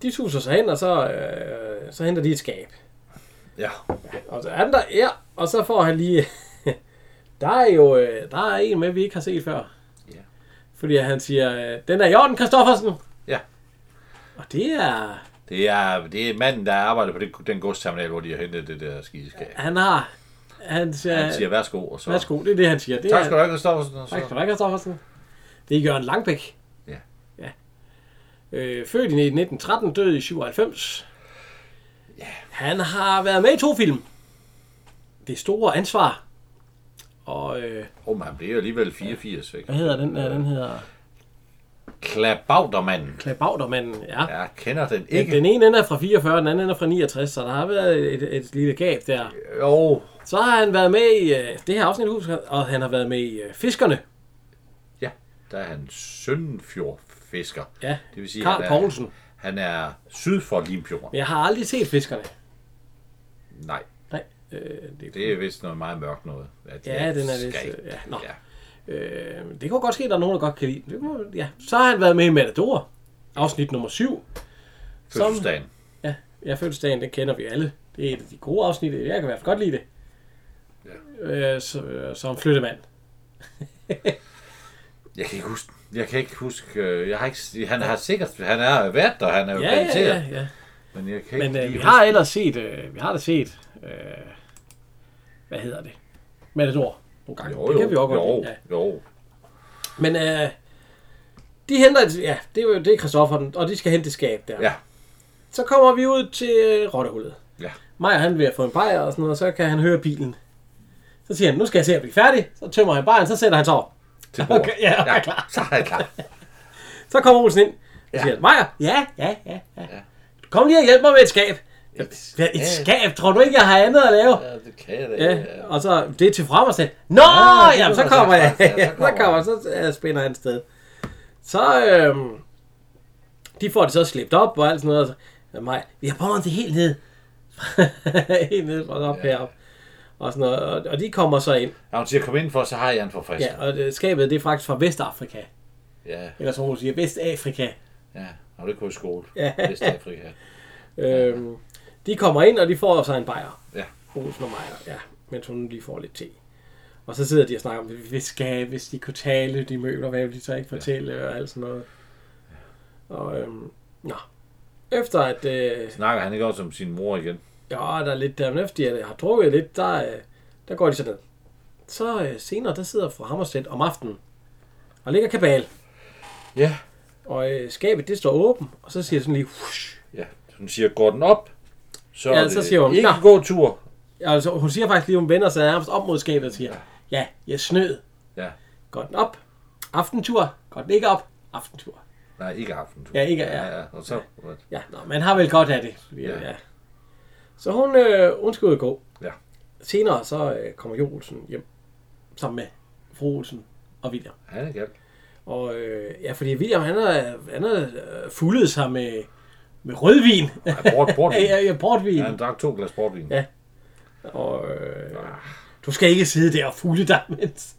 A: de suser sig hen, og så, øh, så henter de et skab.
B: Ja.
A: Og så er den der, ja, og så får han lige... der er jo øh, der er en med, vi ikke har set før.
B: Ja.
A: Fordi han siger, øh, den er Jorden Kristoffersen.
B: Ja.
A: Og det er...
B: Det er, det er manden, der arbejder på det, den godsterminal, hvor de har hentet det der skideskab.
A: Han har... Han siger,
B: Han siger, værsgo, og så...
A: Øh, værsgo, det er det, han siger. Det
B: Tak
A: er,
B: skal du have, Christoffersen. og så-
A: Tak skal du have, Kristoffersen. Det er Jørgen Langbæk.
B: Ja.
A: ja. Øh, født i 1913, død i 97. Ja. Han har været med i to film. Det store ansvar. Og øh,
B: Åh, oh, han bliver alligevel 84, ikke?
A: hvad hedder den der? Den hedder
B: Klabaudermanden.
A: Klabaudermanden. Ja. ja.
B: Jeg kender den
A: Den,
B: ikke.
A: den ene ende er fra 44, den anden ende er fra 69, så der har været et, et lille gab der.
B: Jo,
A: Så har han været med i øh, det her afsnit, husker jeg, og han har været med i øh, Fiskerne.
B: ja. Der er han Søndenfjordfisker.
A: Ja,
B: Det vil sige,
A: Carl
B: han er,
A: Poulsen.
B: Han er syd for Limfjorden.
A: Men jeg har aldrig set Fiskerne.
B: Nej,
A: Nej, øh, det,
B: det er vist noget meget mørkt noget. At
A: Ja,
B: jeg
A: den er vist,
B: skal-
A: øh, ja, nå.
B: ja.
A: Øh, det kunne godt ske, at der er nogen, der godt kan lide den. det kunne, ja. Så har han været med i Matador, afsnit nummer 7.
B: Fødselsdagen.
A: Ja, ja fødselsdagen, den kender vi alle. Det er et af de gode afsnit, jeg kan i hvert fald godt lide det. Ja. Øh, så, øh, som flyttemand.
B: Jeg kan ikke huske, jeg kan ikke huske, øh, jeg har ikke, han har sikkert, han er været der, han er jo
A: Ja, ja,
B: krediteret,
A: ja, ja.
B: men jeg kan
A: Men
B: ikke
A: øh,
B: lige
A: vi
B: huske-
A: har ellers set, øh, vi har da set, øh, hvad hedder det? Matador nogle gange.
B: jo, jo,
A: det kan vi også
B: jo,
A: godt lide.
B: jo,
A: Ja.
B: jo,
A: Men øh, de henter, et- ja, det er jo det er Christoffer, og de skal hente et skab der.
B: ja,
A: Så kommer vi ud til øh, Rottehullet.
B: ja,
A: Maja han er ved at få en bajer og sådan noget, og så kan han høre bilen. Så siger han, nu skal jeg se at blive færdig. Så tømmer han bajeren, så sætter han sig over.
B: til bordet.
A: Okay, ja, jeg er klar.
B: Så er jeg klar.
A: Så kommer Olsen ind. Så siger han, Maja, ja, ja, ja, ja. Kom lige og hjælp mig med et skab. Hvad, et skab? Tror du ikke, jeg har andet at lave?
B: Ja, det kan jeg da.
A: Ja, Øh, og så, det er til frem og sagde, Nå,
B: Ja,
A: ja,
B: det
A: jamen, så
B: kunne
A: kommer
B: man
A: jeg.
B: sige. Ja,
A: Ja,
B: så
A: så
B: kommer
A: kommer så øh, spænder han sted. Så, øhm, de får det så slæbt op og alt sådan noget. og Så, mig, vi har båret det helt ned. helt ned fra op ja. herop. Og, sådan noget. og- og de kommer så ind.
B: Ja, hun siger, kom ind for, så har jeg en forfrisker.
A: Ja, og det- skabet det er faktisk fra Vestafrika.
B: Ja,
A: Eller som hun siger, Vestafrika.
B: ja. Og det kunne i skole.
A: Ja.
B: Vestafrika.
A: Øhm, de kommer ind, og de får sig en bajer.
B: Ja.
A: Olsen og Meier, ja. Mens hun lige får lidt te. Og så sidder de og snakker om, hvis, skal, hvis de kunne tale, de møbler, hvad vil de så ikke fortælle, og alt sådan noget. Og øhm, nå. Efter at, øh,
B: Snakker han ikke også om sin mor igen?
A: ja, der er lidt der, men efter de har drukket lidt, der, øh, der går de så ned. Så øh, senere, der sidder fru Hammerstedt om aftenen, og ligger kabal.
B: Ja.
A: Og øh, skabet, det står åbent, og så siger det sådan lige, whoosh,
B: Ja. Hun siger, går den op, så
A: Ja,
B: er det
A: så siger hun,
B: ikke
A: "Nå."
B: en god tur.
A: Altså, hun siger faktisk lige, at hun vender sig nærmest op mod skabet og siger, ja, jeg snød.
B: Ja.
A: Går den op? Aftentur. Går den ikke op? Aftentur.
B: Nej, ikke aften.
A: Ja, ikke- ja.
B: ja. ja. Og så,
A: Ja, nå, man har vel godt af det. Fordi, ja.
B: Ja.
A: Ja. Så hun, øh, hun skal ud og gå.
B: Ja.
A: Senere så øh, kommer Jolsen hjem sammen med fru Olsen og William.
B: han er galt.
A: Og øh, ja, fordi William, han har, han har øh, fuldet sig med, med rødvin.
B: Ja, bort, bort.
A: Ja, ja, ja, portvin.
B: Ja, han drak to glas portvin.
A: Ja. Og øh, du skal ikke sidde der og fulde dig, mens,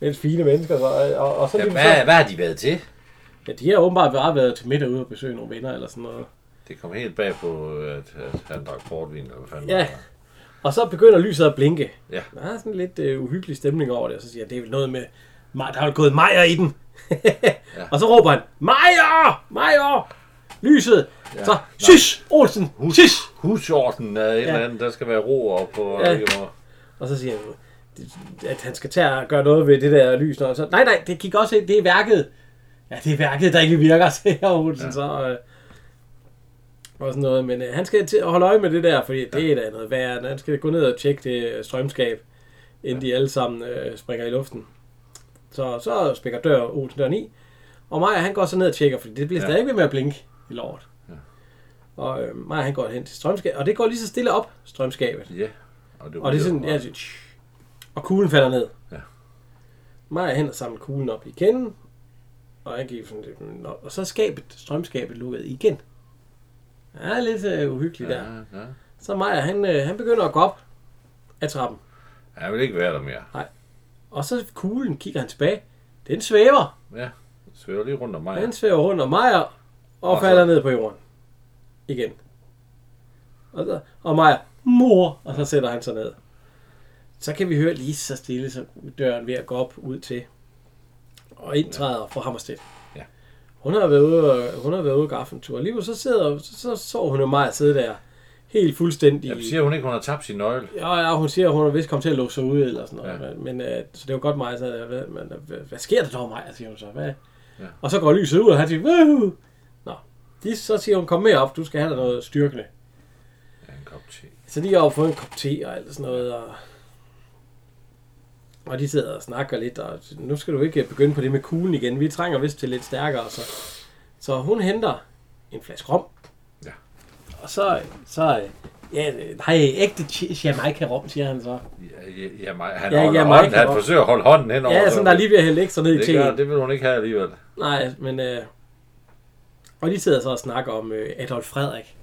A: mens fine mennesker. Så, og, og så,
B: Ja,
A: lige
B: hvad,
A: så,
B: hvad har de været til?
A: Ja, de har åbenbart bare været til middag ude og besøge nogle venner eller sådan noget.
B: Det kom helt bag på, at, at han drak portvin, eller hvad fanden
A: Ja.
B: det var.
A: Og så begynder lyset at blinke.
B: Ja.
A: Der er sådan lidt øh, uhyggelig stemning over det, og så siger jeg, det er vel noget med, "Maj- der er vel gået Majer i den. ja. Og så råber han, Majer! Majer! Lyset! Ja. Så,
B: nej.
A: sys! Olsen!
B: Hus,
A: Sys!
B: husorden er et ja. eller andet, der skal være ro op på.
A: Ja.
B: Ja.
A: Og så siger han, "Det- at han skal tage og gøre noget ved det der lys. Og så, nej, nej, det gik også ind. Det er værket. Ja, det er værket, der ikke virker, siger Olsen. Ja. Så, øh, og sådan noget. Men øh, han skal til at holde øje med det der, fordi ja. det er da noget værd. Han skal gå ned og tjekke det øh, strømskab, inden ja. de alle sammen øh, springer i luften. Så, så spækker dør Olsen døren i. Og Maja, han går så ned og tjekker, fordi det bliver ja.
B: Ja.
A: stadig ved med at blinke i lort. Ja. Og øh, Maja, han går hen til strømskabet, og det går lige så stille op, strømskabet.
B: ja. Og det,
A: Og det er sådan, ja, det- tsh. og kuglen falder ned.
B: Ja.
A: Maja hen og samler kuglen op igen. Og jeg gik sådan lidt, "Nå." og så er skabet, strømskabet lukket igen. Ja, lidt øh, uhyggeligt ja. der.
B: ja.
A: Så Maja, han, øh, han begynder at gå op af trappen.
B: Han vil ikke være der mere.
A: Og så kuglen kigger han tilbage. Den svæver.
B: Ja. Svæver lige rundt om mig.
A: Den svæver rundt om Maja og, og
B: Og
A: falder
B: så-
A: ned på jorden. Igen. Og, så, og Maja, mor, og så sætter han sig ned. Så kan vi høre lige så stille, så døren ved at gå op ud til. Og indtræder fra Hammerstedt.
B: Ja.
A: Hun har været ude, og- hun har været ude og gå aftentur. Og lige nu så sidder, så, så, så hun jo Maja sidde der. Helt fuldstændig.
B: Jeg siger hun ikke, hun har tabt sin nøgle.
A: Ja, ja, hun siger, at hun er vist kommet til at lukke sig ud eller sådan noget. Ja.
B: Ja.
A: Men, øh, så det er jo godt mig, så øh, hvad, men, øh, hvad, hvad sker der dog mig, siger hun så. Hvad? Ja.
B: Ja.
A: Og så går lyset ud, og han siger, Woo! Nå, de, så siger hun, kom med op, du skal have dig noget styrkende.
B: Ja, en kop te.
A: Så de har jo fået en kop te og alt sådan noget, og, og de sidder og snakker lidt, og nu skal du ikke begynde på det med kuglen igen, vi trænger vist til lidt stærkere. Så, så hun henter en flaske rom,
B: Ja.
A: og så, så øh, ja, øh, nej, ægte chi- Jamaica-rom, siger han så.
B: Ja, ja, ja, mig, han,
A: Ja,
B: ja, holder
A: ja,
B: ja,
A: mig
B: hånden,
A: kan
B: han
A: godt.
B: forsøger at holde hånden hen over.
A: Ja, sådan der er lige ved at hælde ekstra ned i
B: det,
A: teen.
B: gør, det vil hun ikke have alligevel.
A: Nej, men øh, og de sidder så og snakker om øh, Adolf Frederik.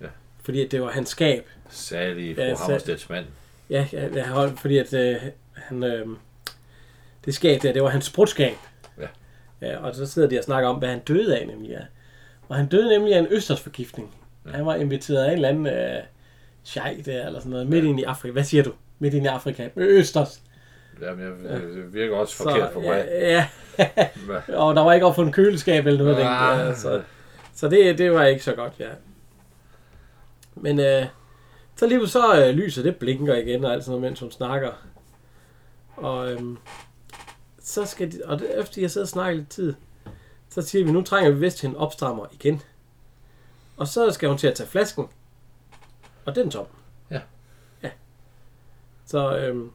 A: Ja.
B: Ja.
A: Fordi at det var hans skab.
B: Særlig
A: Ja, så-
B: fru Hammerstedts mand.
A: Ja, ja, ja hold- fordi at øh, han, øh, det skab der, det var hans sprutskab.
B: Ja.
A: ja. Og så sidder de og snakker om, hvad han døde af nemlig. Ja. Og han døde nemlig af en østersforgiftning. Ja. Han var inviteret af en eller anden øh, sheik der, eller sådan noget, midt ja. ind i Afrika. Hvad siger du? Midt ind i Afrika. Østers.
B: Jamen, jeg, det virker også forkert for mig.
A: Ja, ja.
B: Hvad?
A: Og der var ikke opfundet køleskab eller noget, ah.
B: Ah.
A: ja, så, så det, det var ikke så godt, ja. Men øh, så lige pludselig så øh, lyset, det blinker igen og alt sådan noget, mens hun snakker. Og øhm, så skal de, og det, efter de har siddet og snakket lidt tid, så siger vi, nu trænger vi vist til en opstrammer igen. Og så skal hun til at tage flasken, og den er tom.
B: Ja.
A: Ja. Så øhm,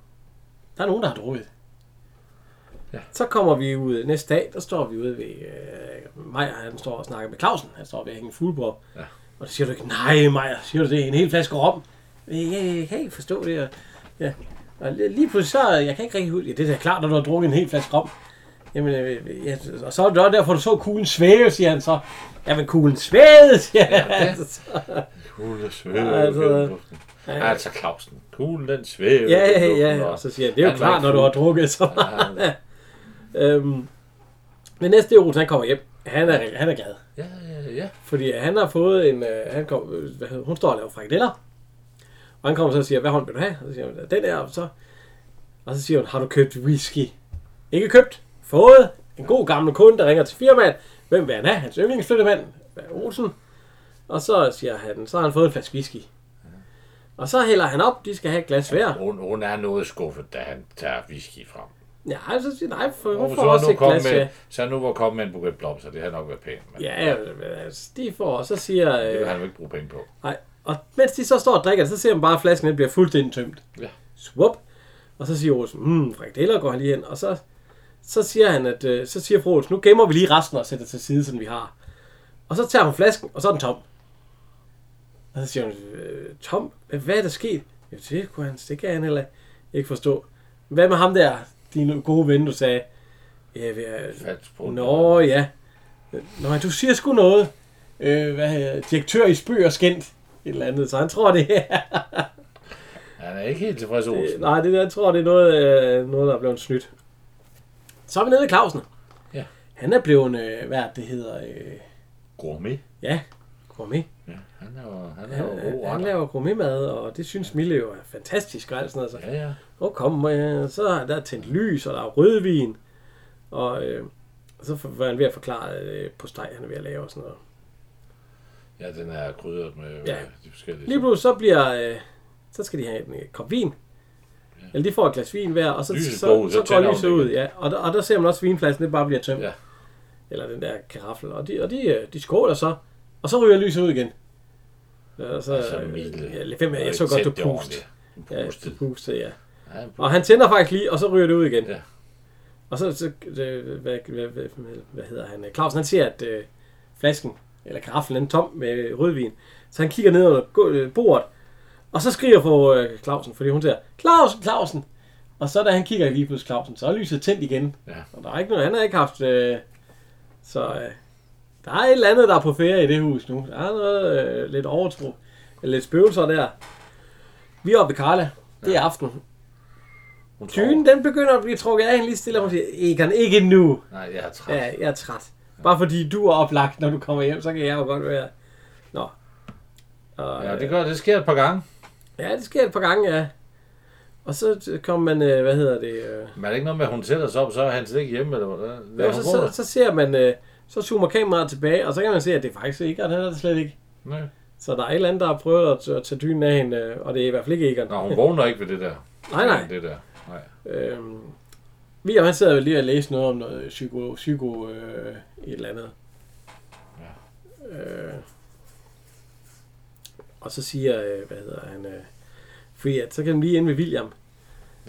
A: der er nogen, der har drukket. Så kommer vi ud næste dag, der står vi ude ved øh, Maja, han står og snakker med Clausen, han står ved at hænge fuldbror. Ja. Og så siger du ikke, nej Maja, siger du det, en hel flaske rom. Øh, Jeg, jeg kan ikke forstå det. Og, ja. og lige- lige pludselig så, øh, jeg kan ikke rigtig ud, ja, det er da klart, når du har drukket en hel flaske rom. Jamen, øh, ja, og så er det også derfor, du så kuglen svæve, siger han så. Jamen, kuglen svævede, siger ja, han. Så,
B: Kugle svæver.
A: Altså-
B: Altså, altså Clausen. Kuglen, den svæver.
A: ja,
B: i luften,
A: ja, ja. Og så siger han, det er jo
B: han var
A: klart,
B: ikke
A: når du
B: fuld.
A: har drukket så meget. Ja. øhm, men næste år, han kommer hjem. Han er, han er glad.
B: Ja, ja, ja.
A: Fordi han har fået en... Øh, han kom, øh, hvad hedder, hun står og laver frikadeller. Og han kommer så og siger, hvad hånd vil du have? Og så siger hun, den der. Og så, og så siger hun, har du købt whisky? Ikke købt. Fået. En god gammel kunde, der ringer til firmaet. Hvem vil han have? Hans yndlingsflyttemand. Hvad er Olsen? Og så siger han, så har han fået en flaske whisky. Og så hælder han op, de skal have et glas hver.
B: Hun, hun er noget skuffet, da han tager whisky frem.
A: Ja, så siger nej, for
B: Og
A: hun
B: så
A: får også
B: er nu
A: et glas
B: kommet
A: med.
B: med, så er nu var kommet med en buket blomster. Det har nok været pænt, men
A: Ja, ja, altså, de får, og så siger...
B: det
A: Øh,
B: vil han jo ikke bruge penge på.
A: Nej, og mens de så står og drikker, så ser man bare, at flasken den bliver fuldstændig tømt.
B: Ja.
A: Swup. Og så siger Olsen, hmm, frikadeller går han lige hen. Og så, så siger han, at øh, så siger fru Olsen, nu gemmer vi lige resten og sætter til side, som vi har. Og så tager hun flasken, og så er den tom. Og så siger hun, øh, tom, hvad er der sket? Jeg det kunne han, det kan han heller ikke forstå. Hvad med ham der, din gode ven, du sagde? Ja, vi er-
B: Fatsprut.
A: Nå ja. Nå, men du siger sgu noget. Øh, hvad hedder direktør i Spøg og Skændt. Et eller andet, så han tror det er.
B: Han er ikke helt tilfreds, Olsen.
A: Nej, øh, det, jeg tror, det er noget, øh, noget der er blevet snydt. Så er vi nede ved Clausen.
B: Ja.
A: Han er blevet, øh, hvad er det, det hedder, øh,
B: Gourmet.
A: ja, gourmet.
B: Ja, han laver,
A: Han,
B: han laver
A: øh,
B: gode
A: han
B: retter.
A: laver gourmetmad, og det synes Mille jo er fantastisk og alt sådan noget. Så.
B: Ja, ja.
A: Og kom, øh, så er der tændt lys, og der er rødvin. Og øh, så for- var han ved at forklare øh, på steg, han er ved at lave og sådan noget.
B: Ja, den er krydret med
A: Ja.
B: ja. de forskellige
A: Lige pludselig så bliver, øh, så skal de have en øh, kop vin. Ja. Eller de får et glas vin hver, og så,
B: Lyset
A: så,
B: går ud,
A: så,
B: så
A: går
B: tænder
A: lyset
B: hun det
A: ud. Ja. Og, der, og der ser man også at vinflasken, det bare bliver tømt.
B: Ja.
A: Ja. Eller den der karaffel. Og de, og de, øh, de skåler så, og så ryger lyset ud igen. Og så,
B: Altså,
A: øh,
B: Mikkel,
A: ja, lad være med,
B: har
A: jeg
B: ikke
A: så godt,
B: tændt
A: du
B: det
A: pustede.
B: ordentligt.
A: Ja,
B: Pustet.
A: du pustede, ja.
B: Ja, han
A: Og han tænder faktisk lige, og så ryger det ud igen.
B: Ja.
A: Ja. Og så, så øh, hvad, hvad, hvad, hvad hedder han? Clausen, han ser, at øh, flasken, eller karaffelen, den er tom med rødvin. Så han kigger ned under gå- øh, bordet, og så skriger på øh, Clausen, fordi hun siger, Clausen, Clausen! Og så da han kigger lige pludselig Clausen, så er lyset tændt igen.
B: Ja.
A: Og der er ikke noget, han har ikke haft... Øh, så øh, der er et eller andet, der er på ferie i det hus nu. Der er noget øh, lidt overtro, eller lidt spøgelser der. Vi er oppe i Karla. Det er aften.
B: hun
A: Dynen,
B: tror-
A: den begynder at blive trukket af hende lige stille, og hun siger, Egon, ikke nu.
B: Nej, jeg er træt.
A: Ja, jeg er træt. Bare fordi du er oplagt, når du kommer hjem, så kan jeg jo godt være... Nå. Og,
B: Ja, det, gør, det sker et par gange.
A: ja, det sker et par gange, ja. Og så kommer man, øh, hvad hedder det... Øh,
B: Men er det ikke noget med, at hun sætter sig op, så er han slet ikke hjemme, eller hvordan?
A: jo,
B: Ja,
A: så, så, så, ser man, øh, så zoomer kameraet tilbage, og så kan man se, at det er faktisk Egon, han er det slet ikke.
B: Nej.
A: Så der er et eller andet, der har prøvet at, t- at tage dynen af hende, øh, og det er i hvert fald ikke Egon.
B: Nå, hun vågner ikke ved det der.
A: Nej, nej.
B: Det der. Nej.
A: Øhm, vi han sidder jo lige og læser noget om noget psyko, psyko øh, et eller andet. Ja. Øh, og så siger, øh, hvad hedder han, øh, fordi at, så kan man lige ind med William.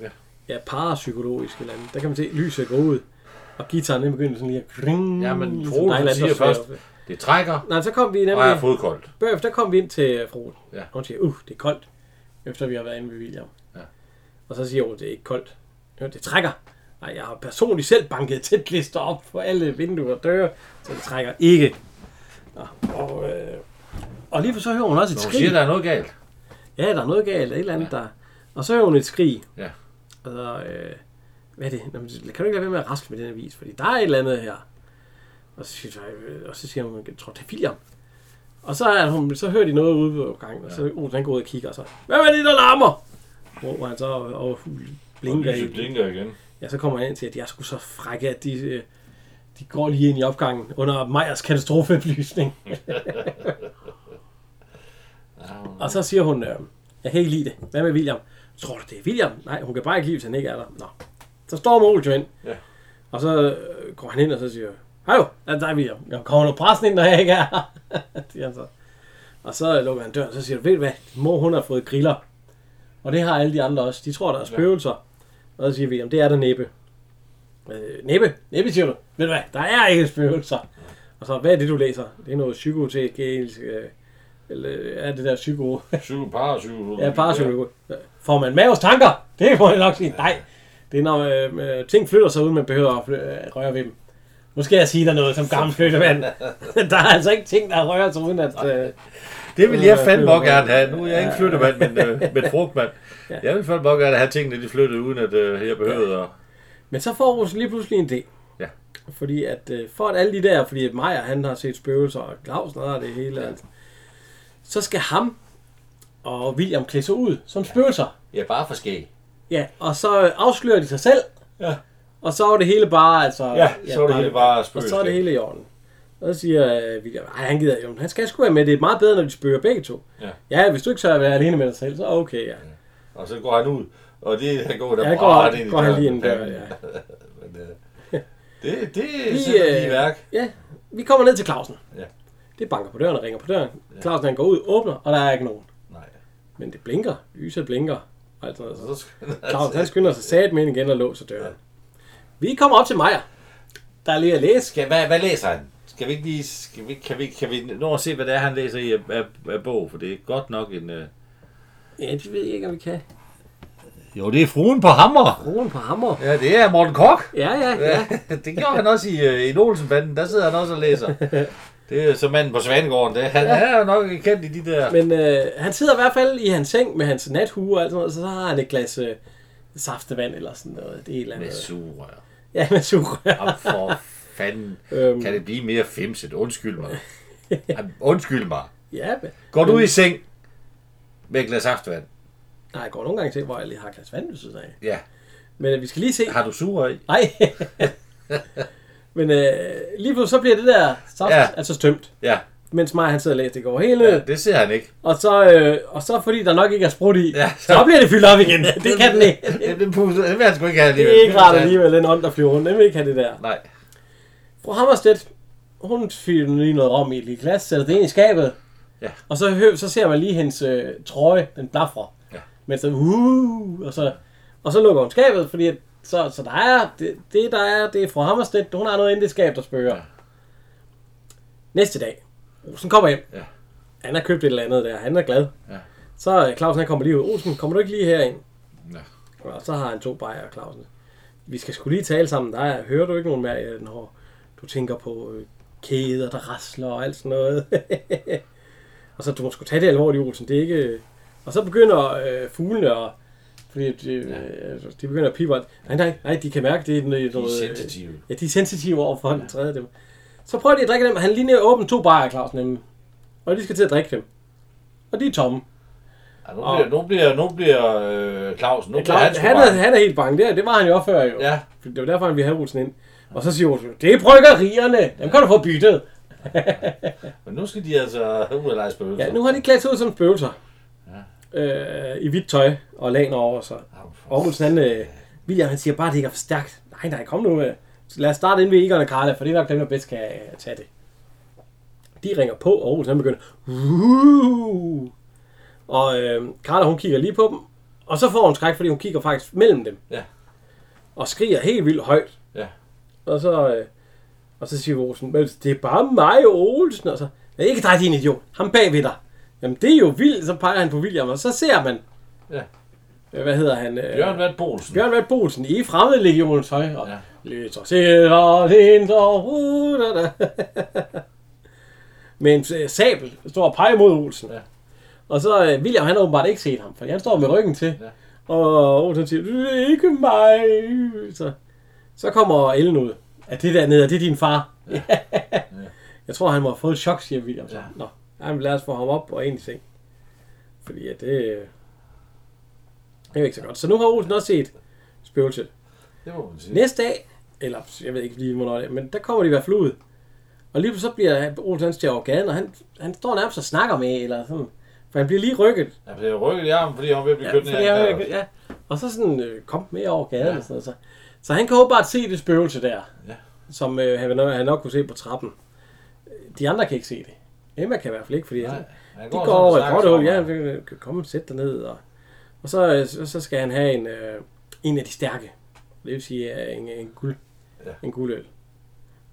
B: Ja.
A: Ja, parapsykologisk eller andet. Der kan man se, at lyset går ud. Og gitaren den begynder sådan lige at... Kring,
B: Ja, men
A: ligesom
B: Troels,
A: der er et eller
B: han
A: andet,
B: siger
A: der
B: først,
A: svæver.
B: det trækker,
A: Nej, så kom vi nemlig...
B: og jeg er fodkoldt.
A: Bagefter kom vi ind til øh, fruen.
B: Ja.
A: Ja. Og hun siger, uh, det er koldt, efter vi har været inde ved William.
B: Ja.
A: Ja. Og så siger hun, det er ikke koldt. Jo, det trækker. Nej, jeg har personligt selv banket tætklister op på alle vinduer og døre, så det trækker ikke. Nå, og, øh, og lige for så hører hun også et
B: Når hun
A: skrig.
B: siger, der er noget galt.
A: Ja, der er noget galt, et eller andet ja. der. Og så hører hun et skrig.
B: Ja.
A: Og så, øh, hvad er det? Nå, men kan du ikke lade være med at raske med den avis? Fordi der er et eller andet her. Og så siger, øh, og så siger hun, jeg tror, det er William. Og så, er hun, så hører de noget ude på gangen, og så oh, den går ud og kigger, og så, hvad er det, der larmer? Hvor han så og, og blinker
B: Og lyset
A: i.
B: blinker igen.
A: Ja, så kommer han ind til, at jeg skulle så frække, at de, øh, de går lige ind i opgangen under Meyers katastrofeoplysning. og så siger hun, øh, jeg kan ikke lide det. Hvad med William? Tror du, det er William? Nej, hun kan bare ikke lide, hvis han ikke er der. Nå. Så står Mogens jo ind.
B: Ja.
A: Og så øh, går han ind og så siger, Hej jo, er det dig, William? Jeg kommer nu pressen ind, når jeg ikke er her. siger han så. Og så lukker han døren, så siger du, ved du hvad, Din mor hun har fået griller. Og det har alle de andre også. De tror, der er spøgelser. Og så siger William, det er der næppe. Øh, næppe? Næppe, siger du. Ved du hvad, der er ikke spøgelser. Og så, hvad er det, du læser? Det er noget psykotekælisk, øh, eller er det der psyko...
B: Psyko, parapsykologi.
A: ja, parapsykologi. Får man mavens tanker? Det må jeg nok sige. Nej, det er når øh, øh, ting flytter sig uden man behøver at fly- øh, røre ved dem. Nu skal jeg sige dig noget som gammel flyttemand. der er altså ikke ting, der rører sig uden at... Øh,
B: Det vil jeg
A: Øh,
B: fandme
A: flytter-
B: også gerne have. Nu er jeg ikke flyttemand, men, øh, men frugtmand. Jeg vil fandme også gerne have tingene, de flyttede, uden at øh, jeg behøvede at...
A: Men så får Rosen lige pludselig en idé.
B: Ja.
A: Fordi at, øh, for at alle de der, fordi at Maja, han har set spøgelser, og Clausen har det hele, ja. så skal ham og William klæde sig ud som spøgelser.
B: Ja, bare for skæg.
A: Ja, og så øh, afslører de sig selv.
B: Ja.
A: Og så er det hele bare, altså...
B: Ja, så er det hele bare
A: Og
B: spøgelser.
A: så er det hele i orden. Og så siger øh, William, nej, han gider jo, men han skal sgu være med. Det er meget bedre, når de spøger begge to.
B: Ja.
A: ja hvis du ikke tør at være alene med dig selv, så okay, ja.
B: Og så går han ud, og det han går der
A: Ja, jeg
B: brat
A: går,
B: i
A: går han
B: døren.
A: lige ind der, ja.
B: Men, øh, det, det
A: Vi,
B: sætter de i
A: øh,
B: værk.
A: Ja, vi kommer ned til Clausen.
B: Ja.
A: Det banker på døren og ringer på døren. Clausen han går ud, åbner, og der er ikke nogen.
B: Nej.
A: Men det blinker. Lyset blinker. Og alt sådan noget.
B: Så skal han
A: Clausen han
B: altså-
A: skynder sig sat med ind igen og låser døren. Vi kommer op til Maja. Der er lige at læse.
B: Skal, hvad, hvad læser han? Skal vi ikke lige... Skal vi, kan, vi, kan vi nå at se, hvad det er, han læser i af, af, af bog? For det er godt nok en... Øh...
A: Ja, det ved jeg ikke, om vi kan.
B: Jo, det er fruen på hammer.
A: Broen på hammer.
B: Ja, det er Morten Kok.
A: Ja, ja, ja.
B: det gjorde han også i, øh, i Olsenbanden. Der sidder han også og læser. Det er som manden på Svanegården. Det, han er jo nok kendt i de der...
A: Men øh, han sidder i hvert fald i hans seng med hans nathue og alt sådan noget. Så, så har han et glas øh, saftevand eller sådan noget. Det er et eller andet.
B: Med sugerør.
A: Ja, med sugerør.
B: Jamen for fanden
A: Øhm.
B: øhm. kan det blive mere femset? Undskyld mig. Ej, Undskyld mig.
A: Ja, men-
B: Går du i seng med et glas aftvand?
A: nej, jeg går nogle gange til, hvor jeg lige har et glas vand ved siden af.
B: Ja.
A: Men øh, vi skal lige se.
B: Har du suger i?
A: Nej. Men øh, lige pludselig så bliver det der saft ja.
B: Ja.
A: altså tømt.
B: Ja.
A: Mens mig han sidder og læser det går hele.
B: ja.
A: Ja.
B: Det ser han ikke.
A: Og, så, øh, og så fordi der nok ikke er sprudt i, ja,
B: Ja,
A: så.
B: så-
A: så bliver det fyldt op igen. Det kan den ikke.
B: Det, det, puster- det vil han sgu ikke have
A: Det
B: alligevel.
A: er ikke rart alligevel, den ånd, der flyver rundt. Den vil ikke have det der.
B: Nej.
A: Fru Hammerstedt, hun fylder lige noget rom i et lille glas, sætter det ind i skabet.
B: Ja.
A: Og så, hø- så ser man lige hendes øh, trøje, den blafrer.
B: Ja.
A: Men så, uh, og så, og så lukker hun skabet, fordi at- så, så der er, det, det der er, det er fru Hammerstedt, hun har noget inde i det skab, der spørger. Ja. Næste dag, Olsen kommer hjem.
B: Ja.
A: Han har købt et eller andet der, han er glad.
B: Ja.
A: Så øh, Clausen, han kommer lige ud. Olsen, kommer du ikke lige herind?
B: Ja.
A: Og så har han to bajere, Clausen. Vi skal skulle lige tale sammen. Der er, hører du ikke nogen mere, ja, når du tænker på øh, kæder, der rasler og alt sådan noget. og så du må sgu tage det alvorligt, Olsen. Det er ikke... øh. Og så begynder øh, fuglene at... Fordi de, øh, de begynder at pipe. og- Nej, nej, nej, de kan mærke, det er noget...
B: De er
A: øh,
B: sensitive.
A: Ja, de er sensitive over for den tredje dem. Så prøver de at drikke dem. Han lige åbner to bajere, Clausen. nemlig. Og de skal til at drikke dem. Og de er tomme.
B: Ja, nu, bliver, nu bliver, nu bliver øh, Clausen, nu bliver
A: Klar,
B: han sgu
A: han, er,
B: bare-
A: han er helt bange. Det, det var han jo også før, jo.
B: Ja.
A: For Det var derfor, han ville have Olsen ind. Og så siger Olsen, det er bryggerierne. Dem kan du få byttet.
B: Men nu skal de altså ud og lege spøgelser.
A: Ja, nu har de klædt sig ud som spøgelser. Ja. Øh, I hvidt tøj og laner over sig. Og Olsen, han, øh, William, han siger bare, at det ikke er for stærkt. Nej, nej, kom nu. Øh. Så Lad os starte ind ved Egon og Karla, for det er nok dem, der bedst kan øh, tage det. De ringer på, og Olsen han begynder. "Wuh!" Og øh, Karla, hun kigger lige på dem. Og så får hun skræk, fordi hun kigger faktisk mellem dem.
B: Ja.
A: Og skriger helt vildt højt.
B: Ja.
A: Og så, øh, og så siger Olsen, "Men det er bare mig og Olsen. Og så, "Ja, ikke dig, din idiot. Ham bagved dig. Jamen, det er jo vildt. Så peger han på William, og så ser man,
B: Ja.
A: øh, hvad hedder han? Øh,
B: Bjørn Vand Bolsen.
A: Bjørn Vand Bolsen i fremmede legionens tøj. Og, ja.
B: Ja.
A: Lidt og sætter, lidt og uh, da, da. Med en øh, sabel står og peger mod Olsen. Ja.
B: Ja.
A: Og så øh, William, han har åbenbart ikke set ham, for han står med ryggen til. Ja. Og Olsen siger, "Det er ikke mig. Så, så kommer Ellen ud. Er det dernede? Er det din far? Ja. Jeg tror, han må have fået et chok, siger William. Så. Ja.
B: Ja.
A: Nå, jamen, lad os få ham op og ind i seng. Fordi ja, det, øh, det er jo ikke så godt. Så nu har Olsen også set spøgelset.
B: Det må man sige.
A: Næste dag, eller jeg ved ikke lige, hvornår det er, men der kommer de i hvert fald ud. Og lige pludselig så bliver Olsen han til over gaden, og han, han står nærmest og snakker med, eller sådan. For han bliver lige rykket.
B: Ja, for det er rykket i armen, fordi han er ved at blive
A: Ja,
B: kørt
A: fordi
B: ned.
A: han,
B: ad
A: er-
B: en dør.
A: ja. Og så sådan, øh, kom med over gaden ja. og sådan noget. Så, så han kan åbenbart se det spøgelse der,
B: Ja.
A: som øh, han, nok- han nok kunne se på trappen. De andre kan ikke se det. Emma kan i hvert fald ikke, fordi
B: Nej,
A: Nej,
B: han
A: de
B: går
A: går,
B: sådan og
A: over i
B: snakker
A: grottehul. Ja,
B: sammen.
A: han kan komme sæt dig ned. Og, og så, øh, så, så skal han have en, øh, en af de stærke. Det vil sige øh, en, en guld. Ja.
B: Ja.
A: En guldøl.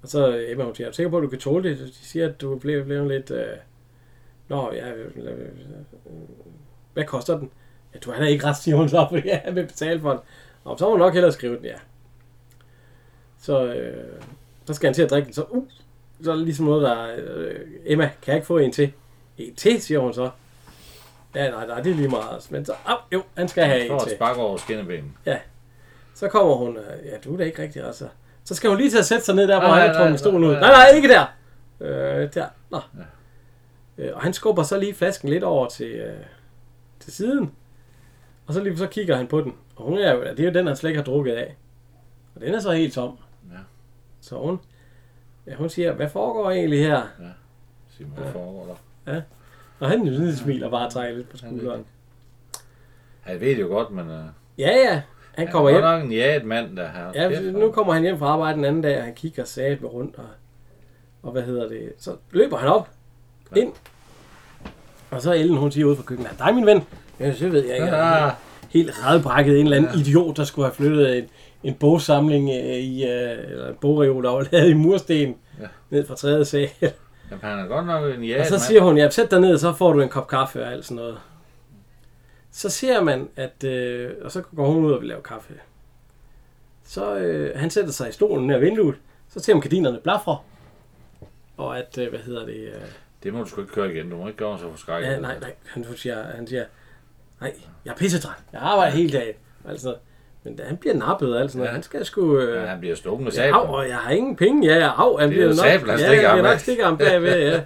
A: Og så øh, Emma, hun siger, er du sikker på, at du kan tåle det? Så de siger, at du blev, blev lidt... Øh, Nå, ja, øh, øh, øh, hvad koster den? Ja, du har da ikke ret, siger hun så, fordi jeg vil betale for den. Nå, så må hun nok hellere skrive den, ja. Så, øh, så skal han til at drikke den, så, uh, så er der ligesom noget, der... Øh, Emma, kan jeg ikke få en til? En til, siger hun så. Ja, nej, nej, det er lige meget. Men så, au, jo, han skal have
B: Han
A: en
B: får
A: til.
B: et spark over skinnebenen.
A: Så kommer hun, øh, ja, du er da ikke rigtig, altså. Så skal hun lige til at sætte sig ned der, hvor
B: Nej,
A: han
B: Ah, nej,
A: har trukket
B: nej,
A: stolen ud.
B: nej,
A: Nej,
B: nej.
A: nej, ikke der. Øh, der. Nå. Øh, og han skubber så lige flasken lidt over til, øh, til siden. Og så lige så kigger han på den. Og hun er, jo- det er jo den, han slet ikke har drukket af. Og den er så helt tom.
B: Ja.
A: Så hun, ja, hun siger, hvad foregår egentlig her?
B: Sig mig, hvad foregår der?
A: Og han jo sådan smiler bare og trækker lidt på
B: ved
A: skulderen.
B: Han ved det jo godt, men... Uh,
A: Ja, ja. Han kommer hjem.
B: Han er godt nok en jaget mand, der har...
A: Ja, nu kommer han hjem fra arbejde den anden dag, og han kigger satme rundt, og, og hvad hedder det, så løber han op, ja. ind, og så er Ellen, hun siger ude fra køkkenet, "Er det dig min ven, ja, så ved jeg ikke, ja.
B: Ja,
A: helt radbrækket en eller anden Ah. ja. idiot, der skulle have flyttet en, en bogsamling øh, i, øh, eller en bogreol, der var lavet i mursten, ja.
B: Ja.
A: ned fra tredje sal.
B: jamen, han er godt nok en
A: Og
B: jaget
A: så siger hun, ja, sæt dig ned, så får du en kop kaffe og alt sådan noget. Så ser man, at... Øh, og så går hun ud og vil lave kaffe. Så øh, han sætter sig i stolen nær vinduet. Så ser man gardinerne blafre. Og at, øh, hvad hedder det... Øh,
B: Det må du sgu ikke køre igen. Du må ikke gøre så forskrækket.
A: ja, nej, nej. Han siger, han siger, nej, jeg er pissetræt. Jeg arbejder hele dagen. Altså, Men da han bliver nappet og alt sådan noget. Han skal sgu... Øh,
B: Ja, han bliver stukket med
A: Ja,
B: sablen.
A: Au, og jeg har ingen penge. Ja, ja, au. Han
B: Det er
A: bliver
B: jo
A: nok,
B: sablen, han
A: ja,
B: stikker
A: han
B: ham
A: bliver
B: af.
A: nok stikker ham bagved, ja.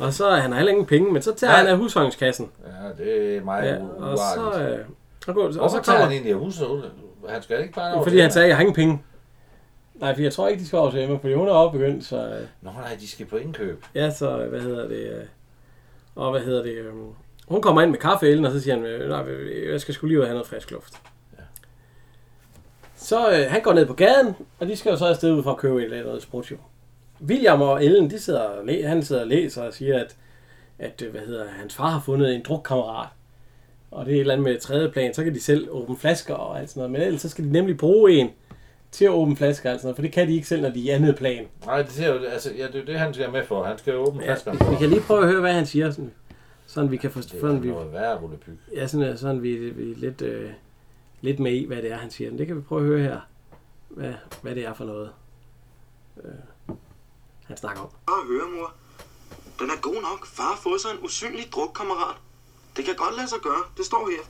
A: Og så han har heller ingen penge, men så tager
B: Nej.
A: han af husholdningskassen.
B: Ja, det er meget
A: Ja,
B: ja,
A: og så... Øh, og, går, og
B: Hvorfor
A: så
B: tager
A: kommer
B: han egentlig af huset ud? Han skal ikke bare over
A: Fordi
B: til
A: han
B: Emma.
A: sagde, jeg har ingen penge. Nej, for jeg tror ikke, de skal over til Emma, fordi hun er opbegyndt, så... Øh,
B: Nå nej, de skal på indkøb.
A: ja, så, øh, hvad hedder det... Øh, og hvad hedder det... Øh, hun kommer ind med kaffeælden, og så siger han, øh, nej, jeg skal skulle lige ud og have noget frisk luft. Så øh, han går ned på gaden, og de skal jo så afsted ud for at købe et eller andet sprutjo. William og Ellen, de sidder og læ- han sidder og læser og siger, at, at øh, hvad hedder, hans far har fundet en drukkammerat. Og det er et eller andet med tredje plan, så kan de selv åbne flasker og alt sådan noget. Men ellers så skal de nemlig bruge en til at åbne flasker og alt sådan noget, for det kan de ikke selv, når de er i andet plan.
B: Nej, det, ser jo, altså, ja, det er jo det, han skal med for. Han skal jo åbne ja,
A: Ja,
B: flaskerne
A: vi
B: for.
A: kan lige prøve at høre, hvad han siger, sådan, sådan vi kan forstå,
B: Det er
A: sådan vi,
B: noget værre rullepyg.
A: ja, sådan, øh, sådan vi, vi er lidt, øh, lidt med i, hvad det er, han siger. Men det kan vi prøve at høre her, hvad, hvad det er for noget, øh, han snakker om.
C: Bare høre, mor. Den er god nok. Far har fået sig en usynlig drukkammerat. Det kan godt lade sig gøre. Det står her.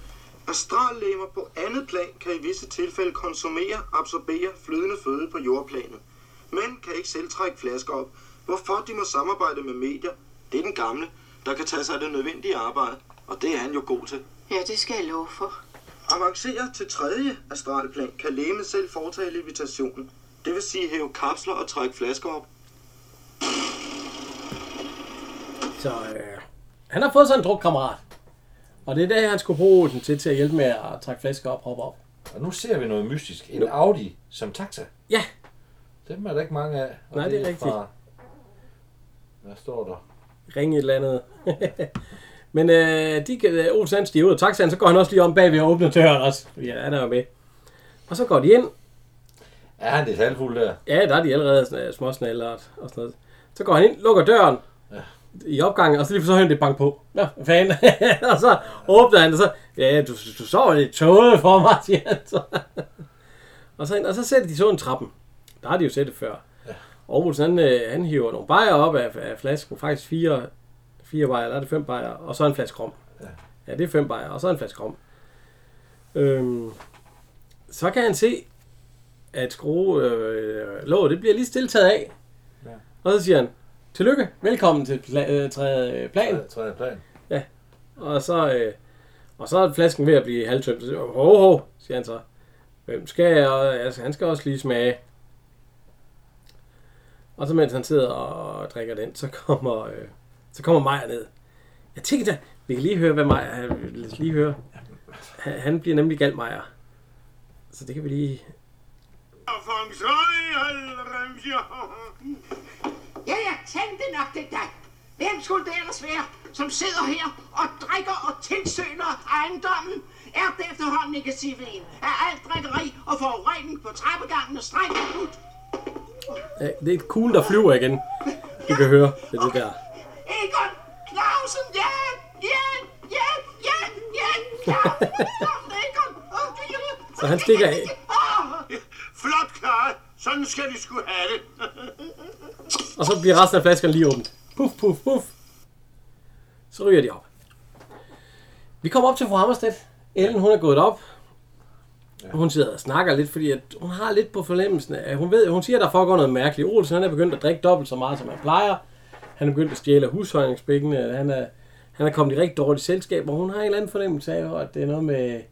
C: Astrallemmer på andet plan kan i visse tilfælde konsumere, absorbere flydende føde på jordplanet. Men kan ikke selv trække flasker op. Hvorfor de må samarbejde med medier? Det er den gamle, der kan tage sig af det nødvendige arbejde. Og det er han jo god til.
G: Ja, det skal jeg love for.
C: Avanceret til tredje astralplan kan lægemet selv foretage levitationen. Det vil sige hæve kapsler og trække flasker op.
A: Så øh, han har fået sig en drukkammerat. Og det er det, han skulle bruge den til, til at hjælpe med at trække flasker op og hoppe op.
B: Og nu ser vi noget mystisk. En Audi som taxa.
A: Ja,
B: Dem er der ikke mange af. Og
A: Nej, det er rigtigt.
B: Hvad står der?
A: ringe et eller andet. Men øh, de kan, øh, Olsen han stiger ud af taxaen, så går han også lige om bagved og åbner døren også. Ja, han er jo med. Og så går de ind.
B: Er han lidt halvfuld der?
A: Ja, der er de allerede sådan, øh, småsnaller og, og sådan noget. Så går han ind, lukker døren i opgangen, og så lige så hører han det bank på. Nå, hvad fanden. og så åbner han, og så, ja, du, du sover lidt tåget for mig, siger han så. og, så ind, og så sætter de sådan trappen. Der har de jo set det før. Og Olsen, han, øh, han hiver nogle bajer op af, af flasken, faktisk fire, fire bajer, eller er det fem bajer, og så en flaske rom. Ja, det er fem bajer, og så en flaske rom. Øhm, så kan han se, at skrue øh, låget, det bliver lige stilltaget af. Ja.
B: Ja.
A: Og så siger han, tillykke, velkommen til pla- øh, tredje øh, plan.
B: Tredje- Tredje plan.
A: Og så, øh, og så er flasken ved at blive halvtømt. Så siger, han, hov, hov, siger han så. Hvem skal jeg? Og, Altså, han skal også lige smage. Og så mens han sidder og drikker den, så kommer, øh, så kommer Maja ned. Jeg tænker da, vi kan lige høre, hvad Maja... øh, Lad os lige høre. Han, han bliver nemlig galt Maja. Så det kan vi lige...
F: Afang Sejl,
E: Ja, jeg tænkte nok det er dig. Hvem skulle det ellers være, som sidder her og drikker og tilsøger ejendommen? Er det efterhånden ikke civil? Er alt drikkeri og forurening på trappegangen og strengt forbudt?
A: Ja, det er et kugle, der flyver igen. Du kan høre det, er det der.
E: Egon Clausen, hjælp! Hjælp! Hjælp! Hjælp! Hjælp! Hjælp! Hjælp! Egon! Åh, Gille!
A: Så han stikker af.
E: Åh!
F: Flot klaret. Sådan skal de skulle have det.
A: Og så bliver resten af flaskerne lige åbent. Puff, puff, puff. Så ryger de op. Vi kommer op til fru Hammerstedt. Ellen, hun er gået op. Hun sidder og snakker lidt, fordi at hun har lidt på fornemmelsen af, hun ved, hun siger, at der foregår noget mærkeligt. Olsen, han er begyndt at drikke dobbelt så meget, som han plejer. Han er begyndt at stjæle af husholdningsbækkene. Han er, han er kommet i rigtig dårligt selskab, og hun har en eller anden fornemmelse af, at det er noget med,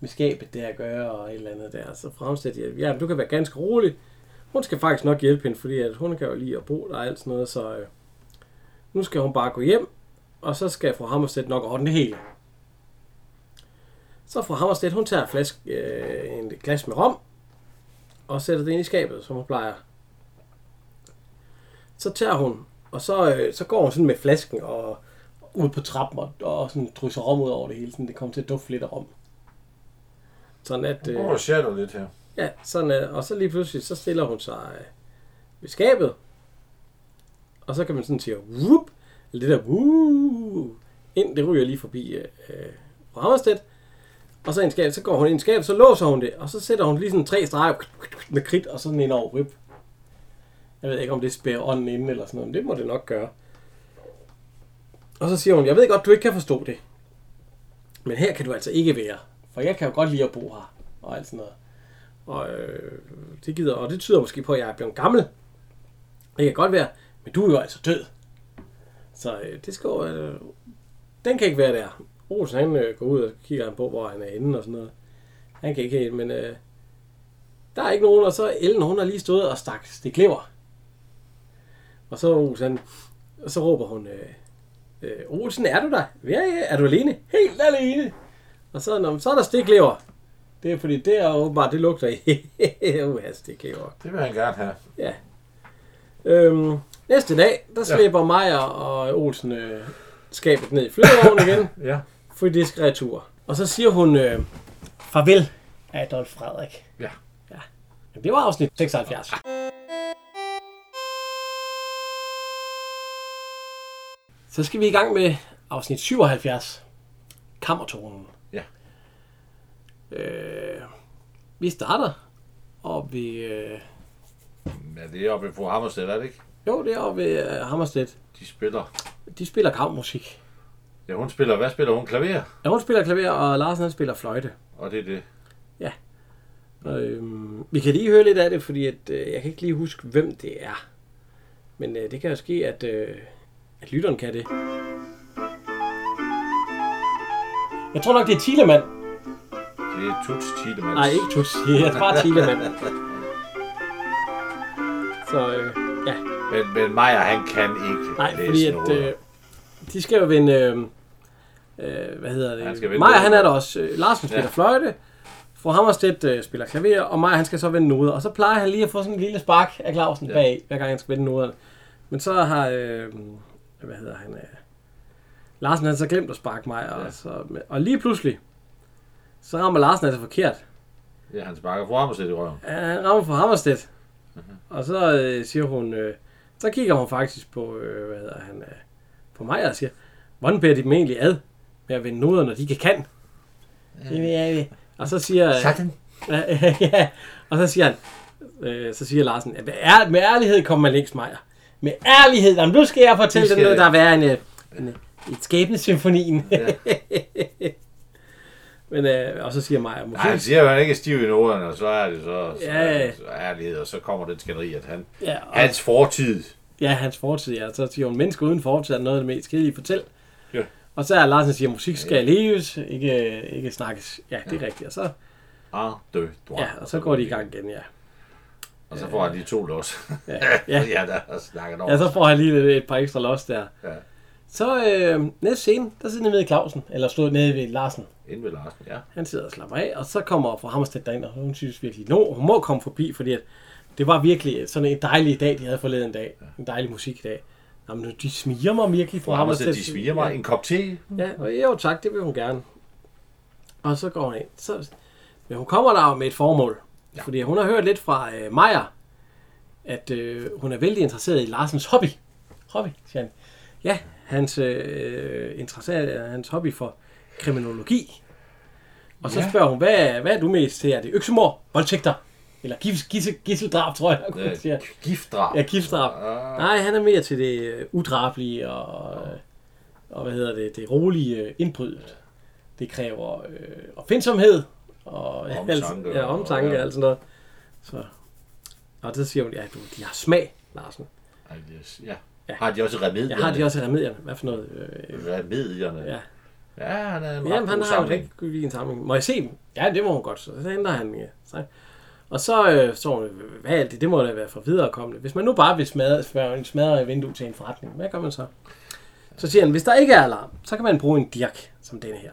A: med skabet der at gøre, og et eller andet der. Så fremstiller jeg, ja, men du kan være ganske rolig hun skal faktisk nok hjælpe hende, fordi at hun kan jo lide at bo der og alt sådan noget, så øh, nu skal hun bare gå hjem, og så skal fru Hammerstedt nok ordne det hele. Så fru Hammerstedt, hun tager en, flaske, øh, en glas med rom, og sætter det ind i skabet, som hun plejer. Så tager hun, og så, øh, så går hun sådan med flasken og ud på trappen og, og sådan drysser rom ud over det hele, sådan det kommer til at dufte lidt af rom. Sådan at... øh,
B: Nu går der shadow lidt her.
A: Ja, sådan er det. Og så lige pludselig, så stiller hun sig øh, ved skabet. Og så kan man sådan sige, whoop, eller det der, woo, ind, det ryger lige forbi øh, fra Hammerstedt. Og så, ind i skabet, så går hun ind i skabet, så låser hun det, og så sætter hun lige sådan tre streger med kridt og sådan en over whip. Jeg ved ikke, om det spærer ånden inde eller sådan noget, men det må det nok gøre. Og så siger hun, jeg ved godt, du ikke kan forstå det. Men her kan du altså ikke være, for jeg kan jo godt lide at bo her. og alt sådan noget. Og øh, det gider, og det tyder måske på, at jeg er blevet gammel. Det kan godt være, men du er jo altså død. Så øh, det skal jo, øh, den kan ikke være der. Olsen han øh, går ud og kigger han på, hvor han er henne og sådan noget. Han kan ikke helt, men øh, der er ikke nogen, og så Ellen, hun har lige stået og stak stiklever. Og så Olsen, han, og så råber hun, øh, øh, Olsen, er du der? Ja, ja, er du alene? Helt alene. Og så, når, så er der stiklever. Det er fordi, det er åbenbart, det lugter i. Uha, stiklever.
B: Det vil han gerne have.
A: Ja. Øhm, næste dag, der slæber ja. Majer og Olsen øh, skabet ned i flyvevognen igen,
B: Ja.
A: fordi det skal retur. Og så siger hun, øh, farvel, Adolf Frederik.
B: Ja.
A: ja. Men det var afsnit 76. Så skal vi i gang med afsnit 77. Kammertonen.
B: Ja.
A: Øh, vi starter og vi... Øh,
B: ja det er oppe på Hammerstedt, er det ikke?
A: jo, det er oppe ved øh, Hammerstedt.
B: De spiller.
A: De spiller gravmusik.
B: Ja, hun spiller. Hvad spiller hun? Klaver?
A: Ja, hun spiller klaver, og Larsen han spiller fløjte.
B: Og det er det.
A: Og, øhm, vi kan lige høre lidt af det, fordi at, øh, jeg kan ikke lige huske, hvem det er. Men øh, det kan jo ske, at, øh, at lytteren kan det. Jeg tror nok, det er Thielemann.
B: Det er Tuts Tidemanns.
A: Nej, ikke Tuts. Det er bare Thielemann. Så øh, ja,
B: Men, men Maja, han kan ikke
A: nej,
B: læse
A: fordi at,
B: noder.
A: øh, de skal jo vinde... Øh, øh, hvad hedder det?
B: Han skal vinde
A: Maja,
B: noder.
A: han er der også. Øh, Larsen spiller
B: Ja.
A: ja. fløjte. Fru Hammerstedt øh, spiller klaver, og Maja han skal så vende noder. Og så plejer han lige at få sådan en lille spark af Clausen ja. bag, hver gang han skal vende noderne. Men så har, øh, hvad hedder han, øh, Larsen han så glemt at sparke mig, og,
B: Ja.
A: ja. så, og lige pludselig, så rammer Larsen altså forkert.
B: Ja, han sparker fra Hammerstedt i røven.
A: Ja, Han rammer for Hammerstedt. Og så øh, siger hun, øh, så kigger hun faktisk på, øh, hvad hedder han, øh, på mig og siger, hvordan bærer de dem egentlig ad med at vende noder, når de ikke kan? Ja. Og så siger... Sådan. ja, og så siger han, øh, så siger Larsen, at med ær- med ærlighed kommer man længst, Maja. Med ærlighed. Jamen, nu skal jeg fortælle
B: Nu
A: dig noget,
B: skal
A: der er værre end, øh, end øh, et skæbnesymfonien.
B: Ja.
A: Men, øh, og så siger Maja,
B: Nej, han siger, at han ikke er stiv i noderne, og så er det så, så,
A: Ja.
B: er det så ærlighed, og så kommer den skænderi, at han,
A: ja, og-
B: hans fortid,
A: Ja, hans fortid, ja. Så siger hun, mennesker uden fortid er noget af det mest kedelige. Fortæl.
B: Ja.
A: Og så er Larsen siger, musik skal leves, ikke, ikke snakkes. Ja, det er rigtigt. Og så,
B: ah, dø, dø.
A: ja, og så går de i gang igen, ja.
B: Og så får han lige to lås.
A: Ja,
B: ja.
A: ja.
B: ja, der er snakket over.
A: Ja, så får han lige lidt- et par ekstra los der.
B: Ja.
A: Så øh, næste scene, der sidder nede ved Clausen, eller stod nede ved Larsen.
B: Inden ved Larsen, ja.
A: Han sidder og slapper af, og så kommer fra Hammerstedt derind, og hun synes virkelig, no, hun må komme forbi, fordi at det var virkelig sådan en dejlig dag, de havde forleden dag. En dejlig musikdag. Jamen, de smiger mig virkelig fra
B: Og Hammerstedt,
A: Hammerstedt.
B: de sviger mig. En kop te.
A: Ja, og jo tak, det vil hun gerne. Og så går hun ind. Så, men hun kommer der jo med et formål. Ja. Fordi hun har hørt lidt fra øh, Maja, at øh, hun er vældig interesseret i Larsens hobby. Hobby, siger han. Ja, hans, øh, interesseret, er hans hobby for kriminologi. Og så
B: Ja.
A: ja. spørger hun, hvad, hvad er du mest til? Er det øksemor, voldtægter? Eller gis, gis, gisseldrab, tror jeg, hun siger.
B: Øh, giftdrab.
A: Ja, giftdrab.
B: Ah,
A: Nej, han er mere til det øh, udrabelige og, øh, og hvad hedder det, det rolige øh, indbrydet. Det kræver øh, opfindsomhed og
B: Omtanke
A: altså, ja,
B: og-
A: omtanke
B: ja.
A: og alt sådan noget. Så. Og så siger hun, ja, du, de har smag, Larsen.
B: ej, yes, ja. Har de også remedierne?
A: Jeg har de også i remedierne. Hvad for noget? Øh,
B: Remedierne.
A: Ja.
B: Ja, han er en ret
A: Jamen, han
B: god
A: har jo en
B: samling.
A: rigtig god en samling. Må jeg se dem? Ja, det må hun godt. Så så henter han ja. Så. Og så øh, står hun, hvad er alt det? Det må da være for viderekommende. Hvis man nu bare vil smadre, smadre, smadre et vindue til en forretning, hvad gør man så? Så siger han, hvis der ikke er alarm, så kan man bruge en dirk, som denne her.